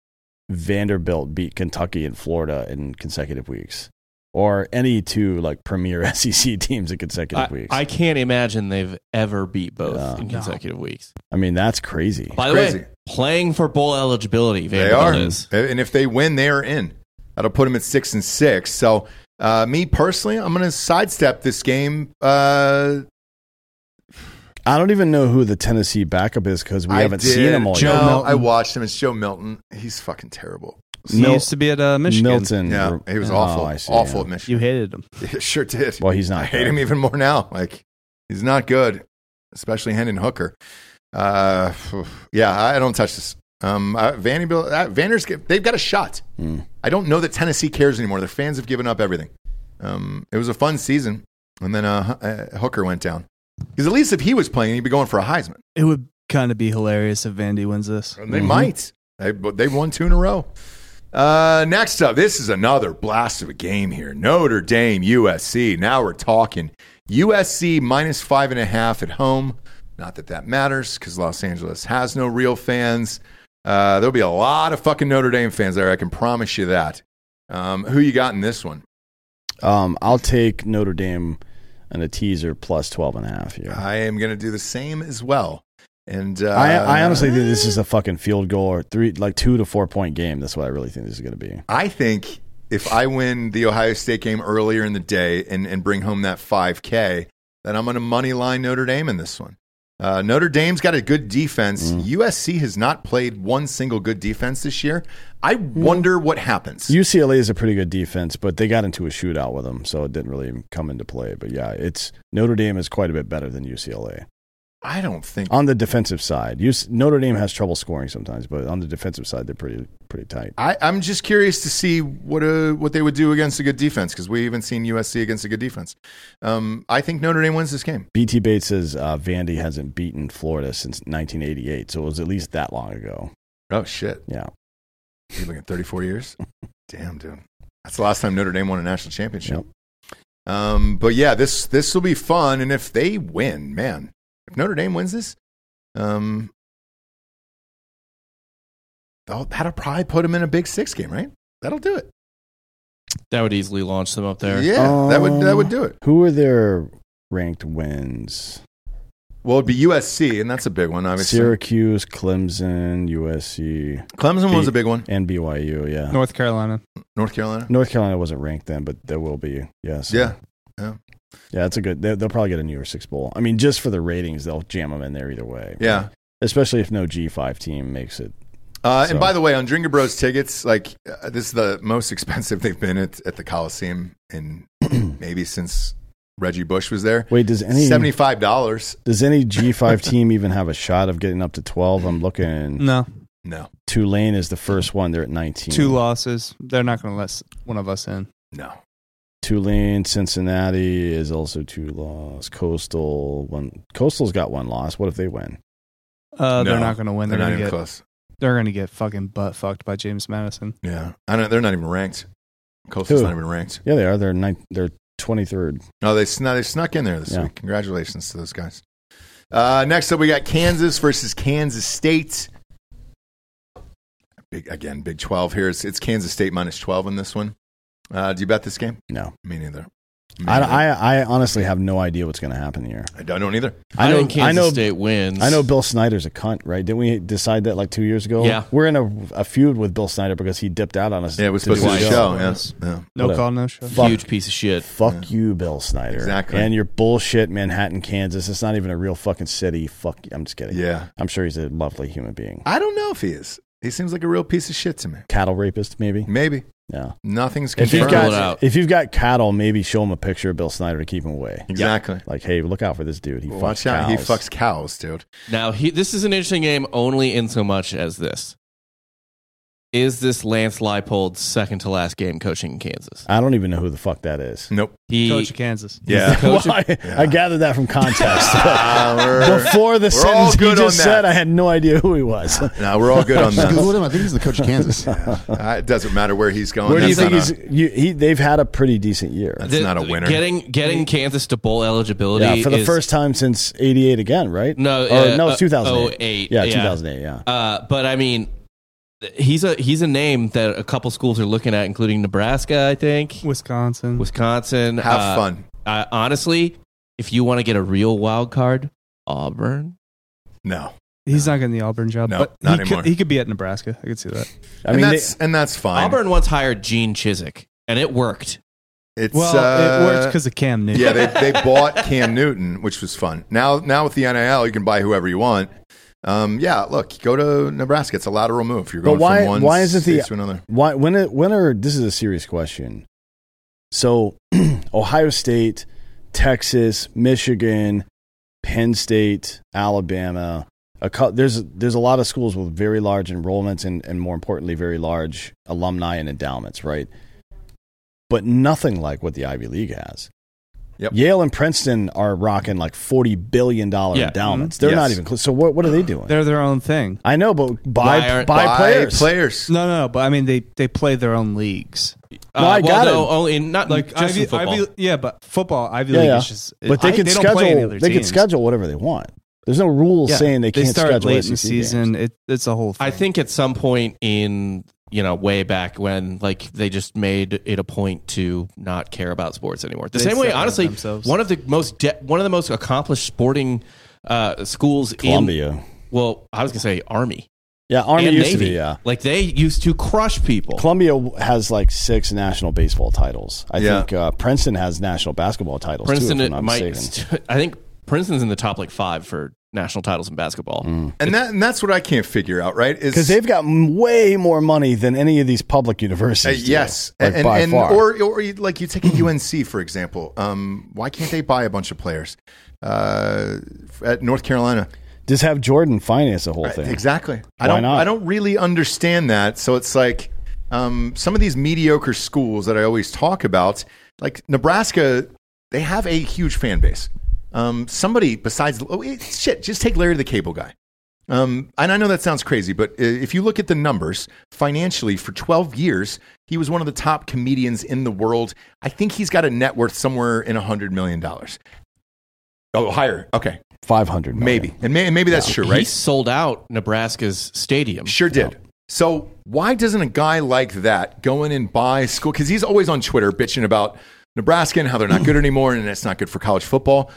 [SPEAKER 3] Vanderbilt beat Kentucky and Florida in consecutive weeks, or any two like premier (laughs) SEC teams in consecutive
[SPEAKER 5] I,
[SPEAKER 3] weeks?
[SPEAKER 5] I
[SPEAKER 3] I,
[SPEAKER 5] can't imagine they've ever beat both
[SPEAKER 3] Yeah.
[SPEAKER 5] in consecutive weeks.
[SPEAKER 3] mean, that's crazy.
[SPEAKER 5] By the
[SPEAKER 2] Crazy.
[SPEAKER 5] way, playing for bowl eligibility,
[SPEAKER 2] They
[SPEAKER 5] Vanderbilt
[SPEAKER 2] are,
[SPEAKER 5] is.
[SPEAKER 2] and if they win, they are in. That'll put them at six and six. So, uh, me personally, I'm going to sidestep this game. Uh,
[SPEAKER 3] I don't even know who the Tennessee backup is because we
[SPEAKER 2] I
[SPEAKER 3] haven't
[SPEAKER 2] did-
[SPEAKER 3] seen him all
[SPEAKER 2] Joe,
[SPEAKER 3] year.
[SPEAKER 4] Milton.
[SPEAKER 2] I watched him. It's Joe Milton. He's fucking terrible.
[SPEAKER 4] He
[SPEAKER 3] Mil-
[SPEAKER 4] used to be at uh, Michigan.
[SPEAKER 3] Milton,
[SPEAKER 2] Yeah, he was awful.
[SPEAKER 3] Oh, I see,
[SPEAKER 2] awful
[SPEAKER 3] yeah.
[SPEAKER 2] at (laughs) Michigan.
[SPEAKER 4] You hated him.
[SPEAKER 2] Yeah, sure did.
[SPEAKER 3] Well, he's
[SPEAKER 2] (laughs)
[SPEAKER 3] not
[SPEAKER 2] I hate
[SPEAKER 3] good.
[SPEAKER 2] him even more now. Like he's not good, especially Hendon Hooker. Uh, phew. yeah, I don't touch this. Um, uh, Vanderbilt, uh, Vanders, they've got a shot.
[SPEAKER 3] Hmm.
[SPEAKER 2] I don't know that Tennessee cares anymore. Their fans have given up everything. Um, it was a fun season, and then uh, Hu- uh, Hooker went down. Because at least if he was playing, he'd be going for a Heisman.
[SPEAKER 4] It would kind of be hilarious if Vandy wins this.
[SPEAKER 2] And they might. They, but they won two in a row. Uh, next up, this is another blast of a game here. Notre Dame, USC. Now we're talking. USC minus five and a half at home. Not that that matters because Los Angeles has no real fans. Uh, there'll be a lot of fucking Notre Dame fans there. I can promise you that. Um, who you got in this one?
[SPEAKER 3] Um, I'll take Notre Dame and a teaser plus 12 and a half. Yeah.
[SPEAKER 2] I am going to do the same as well. And uh,
[SPEAKER 3] I, I honestly think this is a fucking field goal or three, like two to four point game. That's what I really think this is going to be.
[SPEAKER 2] I think if I win the Ohio State game earlier in the day and, and bring home that 5K, then I'm going to money line Notre Dame in this one. Uh, Notre Dame's got a good defense. USC has not played one single good defense this year. I wonder what happens.
[SPEAKER 3] UCLA is a pretty good defense, but they got into a shootout with them, so it didn't really come into play. But yeah, it's Notre Dame is quite a bit better than UCLA.
[SPEAKER 2] I don't think.
[SPEAKER 3] on the defensive side. You, s- Notre Dame has trouble scoring sometimes, but on the defensive side, they're pretty pretty tight.
[SPEAKER 2] I, I'm just curious to see what uh what they would do against a good defense because we haven't seen USC against a good defense. Um, I think Notre Dame wins this game.
[SPEAKER 3] BT Bates says uh, Vandy hasn't beaten Florida since 1988, so it was at least that long ago.
[SPEAKER 2] Oh shit!
[SPEAKER 3] Yeah,
[SPEAKER 2] You're looking at 34 years. (laughs) Damn, dude. That's the last time Notre Dame won a national championship. Um, but yeah, this this will be fun. And if they win, man, if Notre Dame wins this, um, that'll, that'll probably put them in a Big Six game, right? That'll do it.
[SPEAKER 5] That would easily launch them up there.
[SPEAKER 2] Yeah, that would that would
[SPEAKER 3] Um,
[SPEAKER 2] do it.
[SPEAKER 3] Who are their ranked wins?
[SPEAKER 2] Well, it'd be USC, and that's a big one, obviously.
[SPEAKER 3] Syracuse, Clemson, USC,
[SPEAKER 2] Clemson was a big one.
[SPEAKER 3] and BYU. Yeah,
[SPEAKER 4] Mm-hmm. North Carolina.
[SPEAKER 2] North Carolina.
[SPEAKER 3] North Carolina wasn't ranked then, but there will be. Yes.
[SPEAKER 2] Yeah.
[SPEAKER 3] Yeah, that's a good. They, they'll probably get a New Year's Six bowl. I mean, just for the ratings, they'll jam them in there either way.
[SPEAKER 2] Yeah.
[SPEAKER 3] Especially if no G five team makes it.
[SPEAKER 2] Uh, And
[SPEAKER 3] So-
[SPEAKER 2] by the way, on Drinker Bros tickets, like uh, this is the most (laughs) expensive they've been at, at the Coliseum
[SPEAKER 3] (clears throat)
[SPEAKER 2] in maybe since Reggie Bush was there.
[SPEAKER 3] Wait, does any
[SPEAKER 2] Seventy five dollars?
[SPEAKER 3] does any G five (laughs) team even have a shot of getting up to twelve? I'm looking.
[SPEAKER 4] No,
[SPEAKER 2] No,
[SPEAKER 3] Tulane is the first one. They're at
[SPEAKER 2] Mm.
[SPEAKER 3] nineteen.
[SPEAKER 4] two losses. They're not going to let one of us in.
[SPEAKER 2] no.
[SPEAKER 3] Tulane, Cincinnati is also two loss. Coastal one. Coastal's got one loss. What if they win?
[SPEAKER 2] No.
[SPEAKER 4] Uh, They're not going to win.
[SPEAKER 2] They're
[SPEAKER 4] They're,
[SPEAKER 2] not even
[SPEAKER 4] going to get.
[SPEAKER 2] close.
[SPEAKER 4] They're going to get fucking butt fucked by James Madison.
[SPEAKER 2] Yeah, I don't. They're not even ranked. Coastal's
[SPEAKER 3] Who?
[SPEAKER 2] not even ranked.
[SPEAKER 3] Yeah, they are. They're ninth. They're twenty third.
[SPEAKER 2] No, they snuck, they snuck in there this
[SPEAKER 3] Yeah.
[SPEAKER 2] week. Congratulations to those guys. Uh, next up, we got Kansas versus Kansas State. Big again, Big Twelve here. It's, it's Kansas State minus twelve in this one. Uh, do you bet this game?
[SPEAKER 3] No,
[SPEAKER 2] Me neither. Me
[SPEAKER 3] I,
[SPEAKER 2] neither.
[SPEAKER 3] I, I honestly have no idea what's going to happen here.
[SPEAKER 2] I don't, I don't either.
[SPEAKER 5] I,
[SPEAKER 3] know.
[SPEAKER 5] think Kansas
[SPEAKER 3] I know.
[SPEAKER 5] State wins.
[SPEAKER 3] I know. Bill Snyder's a cunt, right? Didn't we decide that like two years ago?
[SPEAKER 5] Yeah.
[SPEAKER 3] we're in a, a feud with Bill Snyder because he dipped out on us.
[SPEAKER 2] Yeah, it was
[SPEAKER 3] to do
[SPEAKER 2] supposed to be a
[SPEAKER 5] Twice.
[SPEAKER 2] show.
[SPEAKER 3] his
[SPEAKER 2] Yeah.
[SPEAKER 4] Yes.
[SPEAKER 2] yeah.
[SPEAKER 4] No
[SPEAKER 3] What a-
[SPEAKER 4] call, no show.
[SPEAKER 3] Fuck.
[SPEAKER 5] Huge piece of shit.
[SPEAKER 3] Fuck you, Bill Snyder.
[SPEAKER 2] Exactly.
[SPEAKER 3] And your bullshit Manhattan, Kansas. It's not even a real fucking city. Fuck you. I'm just kidding.
[SPEAKER 2] Yeah.
[SPEAKER 3] I'm sure he's a lovely human being.
[SPEAKER 2] I don't know if he is. He seems like a real piece of shit to me.
[SPEAKER 3] Cattle rapist, maybe.
[SPEAKER 2] Maybe.
[SPEAKER 3] Yeah.
[SPEAKER 2] Nothing's
[SPEAKER 3] If
[SPEAKER 5] you
[SPEAKER 3] you've
[SPEAKER 2] confirmed.
[SPEAKER 5] Rule it
[SPEAKER 3] got
[SPEAKER 5] out.
[SPEAKER 3] if you've got cattle, maybe show him a picture of Bill Snyder to keep him away.
[SPEAKER 2] exactly.
[SPEAKER 3] Like, hey, look out for this dude. He
[SPEAKER 2] Watch
[SPEAKER 3] fucks
[SPEAKER 2] out. He
[SPEAKER 3] cows.
[SPEAKER 2] fucks cows, dude.
[SPEAKER 5] Now, he, this is an interesting game only in so much as this. Is this Lance Leipold's second to last game coaching in Kansas?
[SPEAKER 3] I don't even know who the fuck that is.
[SPEAKER 2] Nope.
[SPEAKER 5] He,
[SPEAKER 4] Coach of Kansas.
[SPEAKER 2] Mm, (laughs) Yeah.
[SPEAKER 3] Well, (laughs)
[SPEAKER 5] Coach-
[SPEAKER 3] I, I gathered that from context.
[SPEAKER 2] Ah, (laughs) we're,
[SPEAKER 3] Before the
[SPEAKER 2] We're all
[SPEAKER 3] sentence he
[SPEAKER 2] good
[SPEAKER 3] just
[SPEAKER 2] on that.
[SPEAKER 3] said, I had no idea who he was.
[SPEAKER 2] nah, we're all good (laughs) on
[SPEAKER 6] Just
[SPEAKER 2] that.
[SPEAKER 6] Googled him. I think he's the coach of Kansas.
[SPEAKER 2] Uh, it doesn't matter where he's going.
[SPEAKER 3] (laughs) Where do you
[SPEAKER 2] That's not
[SPEAKER 3] think
[SPEAKER 2] a-
[SPEAKER 3] he's? You, he, they've had a pretty decent year.
[SPEAKER 2] That's not a winner.
[SPEAKER 5] Getting getting Kansas to bowl eligibility
[SPEAKER 3] Yeah, for the
[SPEAKER 5] is-
[SPEAKER 3] first time since '88 again, right?
[SPEAKER 5] No,
[SPEAKER 3] or,
[SPEAKER 5] uh,
[SPEAKER 3] no,
[SPEAKER 5] uh,
[SPEAKER 3] it's 2008.
[SPEAKER 5] 08,
[SPEAKER 3] yeah,
[SPEAKER 5] yeah.
[SPEAKER 3] 2008. Yeah,
[SPEAKER 5] Uh, but I mean, he's a he's a name that a couple schools are looking at, including Nebraska, I think,
[SPEAKER 4] Wisconsin.
[SPEAKER 5] Wisconsin.
[SPEAKER 2] Have
[SPEAKER 5] Uh,
[SPEAKER 2] fun.
[SPEAKER 5] I, honestly, if you want to get a real wild card, Auburn.
[SPEAKER 2] No.
[SPEAKER 4] He's not getting the Auburn job.
[SPEAKER 2] No,
[SPEAKER 4] but
[SPEAKER 2] not
[SPEAKER 4] he
[SPEAKER 2] anymore.
[SPEAKER 4] Could, he could be at Nebraska. I could see that.
[SPEAKER 3] I
[SPEAKER 2] and
[SPEAKER 3] mean, they-
[SPEAKER 2] that's and that's fine.
[SPEAKER 5] Auburn once hired Gene Chiswick, and it worked.
[SPEAKER 2] It's
[SPEAKER 4] Well,
[SPEAKER 2] uh,
[SPEAKER 4] it works because of Cam Newton.
[SPEAKER 2] yeah, they,
[SPEAKER 3] (laughs)
[SPEAKER 2] they bought Cam Newton, which was fun. Now, now with the NIL, you can buy whoever you want. Um, yeah, look, go to Nebraska. It's a lateral move. You're
[SPEAKER 3] But
[SPEAKER 2] going
[SPEAKER 3] why-
[SPEAKER 2] from one
[SPEAKER 3] why is it the-
[SPEAKER 2] state to another.
[SPEAKER 3] why when it, when are this is a serious question. So, (clears throat) Ohio State, Texas, Michigan, Penn State, Alabama. A cou- there's there's a lot of schools with very large enrollments and and more importantly, very large alumni and endowments, right? But nothing like what the Ivy League has.
[SPEAKER 2] Yep.
[SPEAKER 3] Yale and Princeton are rocking like forty billion dollar
[SPEAKER 5] Yeah.
[SPEAKER 3] endowments. They're not
[SPEAKER 2] Yes.
[SPEAKER 3] even close. So what what are they doing?
[SPEAKER 4] (laughs) They're their own thing.
[SPEAKER 3] I know, but
[SPEAKER 5] Why
[SPEAKER 3] buy buy,
[SPEAKER 5] aren't-
[SPEAKER 2] Buy
[SPEAKER 3] players.
[SPEAKER 2] players.
[SPEAKER 4] No, no, no. But I mean, they, they play their own leagues.
[SPEAKER 3] No, I got
[SPEAKER 5] Uh, no,
[SPEAKER 3] it.
[SPEAKER 5] Only not
[SPEAKER 4] Like
[SPEAKER 5] like just in
[SPEAKER 4] Ivy,
[SPEAKER 5] football.
[SPEAKER 4] Ivy, yeah, but football Ivy
[SPEAKER 3] Yeah,
[SPEAKER 4] League
[SPEAKER 3] yeah.
[SPEAKER 4] is just.
[SPEAKER 3] but they
[SPEAKER 4] I-
[SPEAKER 3] can
[SPEAKER 4] don't play any
[SPEAKER 3] schedule.
[SPEAKER 4] other
[SPEAKER 3] They can
[SPEAKER 4] teams.
[SPEAKER 3] schedule whatever they want. There's no rules
[SPEAKER 4] Yeah.
[SPEAKER 3] saying they can't
[SPEAKER 4] they start
[SPEAKER 3] schedule
[SPEAKER 4] late
[SPEAKER 3] SEC
[SPEAKER 4] in the season.
[SPEAKER 3] Games.
[SPEAKER 4] It, it's a whole. Thing.
[SPEAKER 5] I think at some point in you know way back when like they just made it a point to not care about sports anymore. The
[SPEAKER 4] They
[SPEAKER 5] same way,
[SPEAKER 4] separated
[SPEAKER 5] honestly,
[SPEAKER 4] themselves.
[SPEAKER 5] one of the most de- one of the most accomplished sporting uh, schools in
[SPEAKER 3] Columbia.
[SPEAKER 5] well, I was gonna say Army.
[SPEAKER 3] Yeah, Army
[SPEAKER 5] and
[SPEAKER 3] used
[SPEAKER 5] Navy.
[SPEAKER 3] to be. Yeah,
[SPEAKER 5] Like they used to crush people.
[SPEAKER 3] Columbia has like six national baseball titles. I
[SPEAKER 2] Yeah.
[SPEAKER 3] think uh, Princeton has national basketball titles.
[SPEAKER 5] Princeton
[SPEAKER 3] too, if I'm
[SPEAKER 5] it
[SPEAKER 3] not
[SPEAKER 5] (laughs) might.
[SPEAKER 3] mistaken.
[SPEAKER 5] I think Princeton's in the top like five for national titles in basketball.
[SPEAKER 3] Mm.
[SPEAKER 2] And that and that's what I can't figure out, right? Is-
[SPEAKER 3] because they've got m- way more money than any of these public
[SPEAKER 2] Uh,
[SPEAKER 3] universities. do,
[SPEAKER 2] yes,
[SPEAKER 3] like
[SPEAKER 2] and,
[SPEAKER 3] by
[SPEAKER 2] and
[SPEAKER 3] far.
[SPEAKER 2] or or you- like you take a UNC for example. Um, why can't they buy a bunch of players uh, f- at North Carolina?
[SPEAKER 3] just have Jordan finance the whole thing.
[SPEAKER 2] Exactly. I
[SPEAKER 3] Why
[SPEAKER 2] don't.
[SPEAKER 3] not?
[SPEAKER 2] I don't really understand that. So it's like um, some of these mediocre schools that I always talk about, like Nebraska, they have a huge fan base. Um, somebody besides oh, it- shit, just take Larry the Cable Guy. Um, and I know that sounds crazy, but i- if you look at the numbers financially for 12 years, he was one of the top comedians in the world. I think he's got a net worth somewhere in $100 million. Oh, higher. Okay.
[SPEAKER 3] Five hundred
[SPEAKER 2] Maybe. And, may, and maybe that's true, right?
[SPEAKER 5] He sold out Nebraska's stadium.
[SPEAKER 2] Sure did. So why doesn't a guy like that go in and buy school? Because he's always on Twitter bitching about Nebraska and how they're not good anymore and it's not good for college football.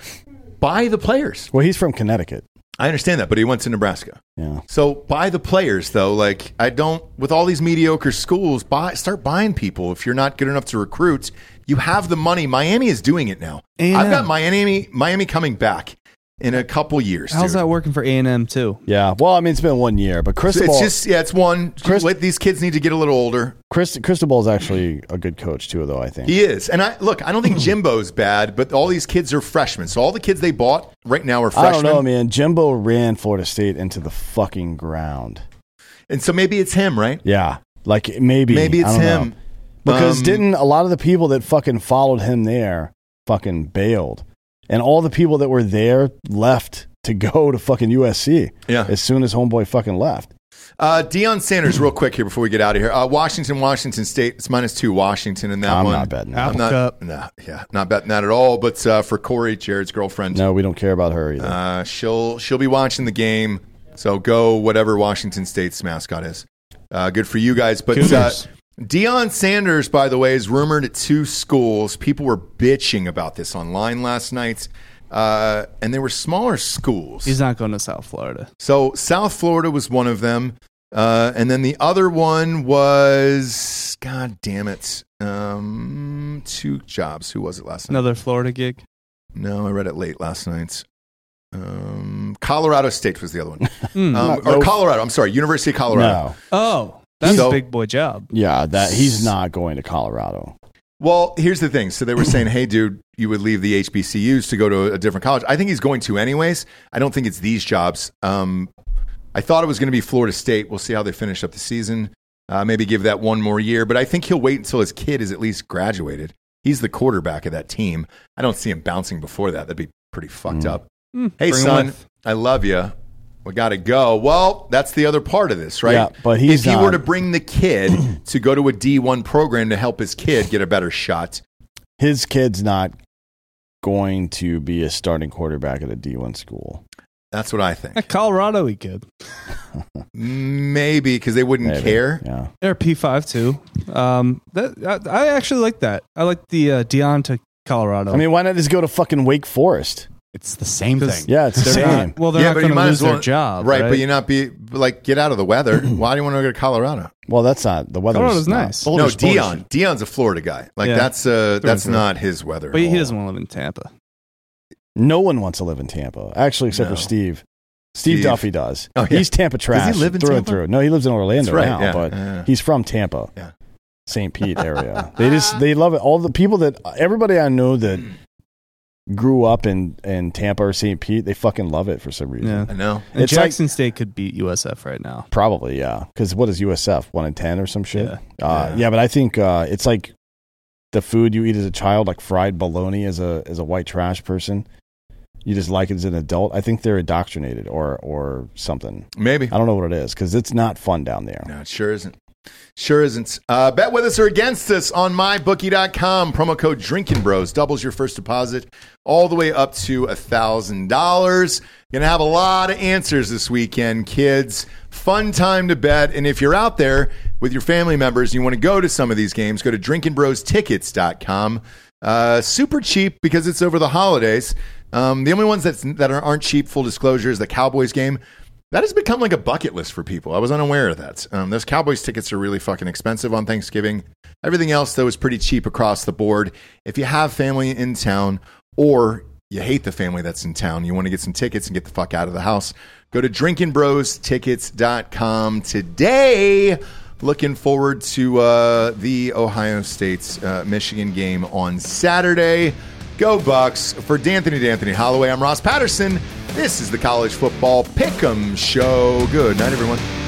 [SPEAKER 2] Buy the players.
[SPEAKER 3] Well, he's from Connecticut.
[SPEAKER 2] I understand that, but he went to Nebraska.
[SPEAKER 3] Yeah.
[SPEAKER 2] So buy the players though. Like I don't with all these mediocre schools, buy start buying people if you're not good enough to recruit. You have the money. Miami is doing it now.
[SPEAKER 4] A&M.
[SPEAKER 2] I've got Miami Miami coming back in a couple years.
[SPEAKER 4] How's
[SPEAKER 2] dude.
[SPEAKER 4] that working for A and M too?
[SPEAKER 3] Yeah. Well, I mean, it's been one year, but
[SPEAKER 2] It's,
[SPEAKER 3] Cristobal,
[SPEAKER 2] it's just yeah, it's one.
[SPEAKER 3] Chris-
[SPEAKER 2] Let these kids need to get a little older.
[SPEAKER 3] Chris, Cristobal is actually a good coach too, though. I think.
[SPEAKER 2] He is. And I look, I don't
[SPEAKER 3] Hmm.
[SPEAKER 2] think Jimbo's bad, but all these kids are freshmen. So all the kids they bought right now are
[SPEAKER 3] I
[SPEAKER 2] freshmen.
[SPEAKER 3] don't know, man. Jimbo ran Florida State into the fucking ground.
[SPEAKER 2] And so maybe it's him, right?
[SPEAKER 3] Yeah. Like maybe.
[SPEAKER 2] Maybe
[SPEAKER 3] I
[SPEAKER 2] it's
[SPEAKER 3] don't know.
[SPEAKER 2] him.
[SPEAKER 3] Because
[SPEAKER 2] Um,
[SPEAKER 3] didn't a lot of the people that fucking followed him there fucking bailed? And all the people that were there left to (laughs) go to fucking USC
[SPEAKER 2] Yeah.
[SPEAKER 3] as soon as homeboy fucking left.
[SPEAKER 2] Uh, Deion Sanders,
[SPEAKER 3] (clears throat)
[SPEAKER 2] real quick here before we get out of here. Uh, Washington, Washington State. It's minus two Washington in that
[SPEAKER 3] I'm
[SPEAKER 2] one.
[SPEAKER 3] not betting that.
[SPEAKER 2] I'm
[SPEAKER 4] Apple
[SPEAKER 2] not,
[SPEAKER 4] Cup.
[SPEAKER 2] Nah, yeah, not betting that at all. But uh, for Corey, Jared's girlfriend,
[SPEAKER 3] No, we don't care about her either.
[SPEAKER 2] uh, she'll she'll be watching the game. So go whatever Washington State's mascot is. Uh, good for you guys. But uh,
[SPEAKER 4] Cougars.
[SPEAKER 2] Deion Sanders, by the way, is rumored at two schools. People were bitching about this online last night, uh, and they were smaller schools.
[SPEAKER 4] He's not going to South Florida.
[SPEAKER 2] so South Florida was one of them, uh, and then the other one was God damn it, um, two jobs. Who was it last night?
[SPEAKER 4] Another Florida gig.
[SPEAKER 2] No, I read it late last night. Um, Colorado State was the other one,
[SPEAKER 4] Hmm.
[SPEAKER 2] um, or Colorado. I'm sorry, University of Colorado.
[SPEAKER 3] no.
[SPEAKER 4] oh, that's
[SPEAKER 2] So-
[SPEAKER 4] a big boy job.
[SPEAKER 3] Yeah, that he's not going to Colorado.
[SPEAKER 2] Well, here's the thing. So they were saying, "Hey, dude, you would leave the HBCUs to go to a different college." I think he's going to anyways. I don't think it's these jobs. Um, I thought it was going to be Florida State. We'll see how they finish up the season. Uh, maybe give that one more year, but I think he'll wait until his kid is at least graduated. He's the quarterback of that team. I don't see him bouncing before that. That'd be pretty fucked up. Hey,
[SPEAKER 4] Mm. Bring him
[SPEAKER 2] son,
[SPEAKER 4] with.
[SPEAKER 2] I love you. We got to go. Well, that's the other part of this, right?
[SPEAKER 3] Yeah, but he's uh,
[SPEAKER 2] if he
[SPEAKER 3] not-
[SPEAKER 2] were to bring the kid
[SPEAKER 3] (clears throat)
[SPEAKER 2] to go to a D1 program to help his kid get a better shot,
[SPEAKER 3] His kid's not going to be a starting quarterback at a D1 school.
[SPEAKER 2] that's what I think.
[SPEAKER 4] At Colorado, he could.
[SPEAKER 2] Maybe because they wouldn't
[SPEAKER 3] Maybe.
[SPEAKER 2] care.
[SPEAKER 3] Yeah.
[SPEAKER 4] They're P five too. Um, that I, I actually like that. I like the uh, Dion to
[SPEAKER 2] Oh.
[SPEAKER 4] Colorado.
[SPEAKER 3] I mean, why not just go to fucking Wake Forest?
[SPEAKER 6] It's the same
[SPEAKER 4] Because-
[SPEAKER 6] thing.
[SPEAKER 3] Yeah, it's the
[SPEAKER 2] (laughs)
[SPEAKER 4] they're
[SPEAKER 3] same.
[SPEAKER 4] not, well, they're not going to lose their job,
[SPEAKER 2] right? But you not be like get out of the
[SPEAKER 3] (clears throat)
[SPEAKER 2] weather. Why do you want to go to Colorado?
[SPEAKER 3] Well, that's not the weather.
[SPEAKER 4] Colorado's nice,
[SPEAKER 6] Boulder,
[SPEAKER 2] no,
[SPEAKER 6] Boulder.
[SPEAKER 2] Dion. Dion's a Florida guy. Like
[SPEAKER 4] Yeah.
[SPEAKER 2] that's uh, that's
[SPEAKER 4] true.
[SPEAKER 2] not his weather.
[SPEAKER 4] but
[SPEAKER 2] at
[SPEAKER 4] he
[SPEAKER 2] all.
[SPEAKER 4] doesn't want to live in Tampa.
[SPEAKER 3] No one wants to live in Tampa, actually, except
[SPEAKER 2] No.
[SPEAKER 3] for Steve. Steve,
[SPEAKER 2] Steve.
[SPEAKER 3] Duffy does.
[SPEAKER 2] Oh, yeah.
[SPEAKER 3] He's Tampa trash.
[SPEAKER 2] live in
[SPEAKER 3] through
[SPEAKER 2] Tampa?
[SPEAKER 3] and through. No, he lives in Orlando
[SPEAKER 2] That's right,
[SPEAKER 3] now,
[SPEAKER 2] yeah.
[SPEAKER 3] but
[SPEAKER 2] Yeah.
[SPEAKER 3] he's from Tampa,
[SPEAKER 2] Yeah.
[SPEAKER 3] St.
[SPEAKER 2] (laughs)
[SPEAKER 3] Pete area. they just they love it. All the people that everybody I know that grew up in in Tampa or St. Pete, they fucking love it for some reason.
[SPEAKER 4] Yeah,
[SPEAKER 2] I know.
[SPEAKER 4] and
[SPEAKER 3] It's
[SPEAKER 4] Jackson State could beat USF right now.
[SPEAKER 3] Probably, yeah. Because what is USF one in ten or some shit?
[SPEAKER 4] Yeah.
[SPEAKER 3] Uh,
[SPEAKER 2] Yeah.
[SPEAKER 3] yeah. but I think uh, it's like the food you eat as a child, like fried bologna as a as a white trash person. You just like it as an adult. I think they're indoctrinated or or something.
[SPEAKER 2] Maybe.
[SPEAKER 3] I don't know what it is because it's not fun down there.
[SPEAKER 2] No, it sure isn't. Sure isn't. Uh, bet with us or against us on mybookie.com. Promo code Drinking Bros doubles your first deposit all the way up to $1,000. Going to have a lot of answers this weekend, kids. Fun time to bet. And if you're out there with your family members and you want to go to some of these games, go to drinkingbrostickets.com. Uh, super cheap because it's over the holidays. Um, the only ones that's, that are- aren't cheap, full disclosure, is the Cowboys game. That has become like a bucket list for people. I was unaware of that. Um, those Cowboys tickets are really fucking expensive on Thanksgiving. Everything else, though, is pretty cheap across the board. If you have family in town or you You hate the family that's in town. You want to get some tickets and get the fuck out of the house. Go to drinkingbrostickets.com today. Looking forward to uh, the Ohio State's uh, Michigan game on Saturday. Go Bucks. For D'Anthony D'Anthony Holloway, I'm Ross Patterson. This is the College Football Pick'em Show. Good night, everyone.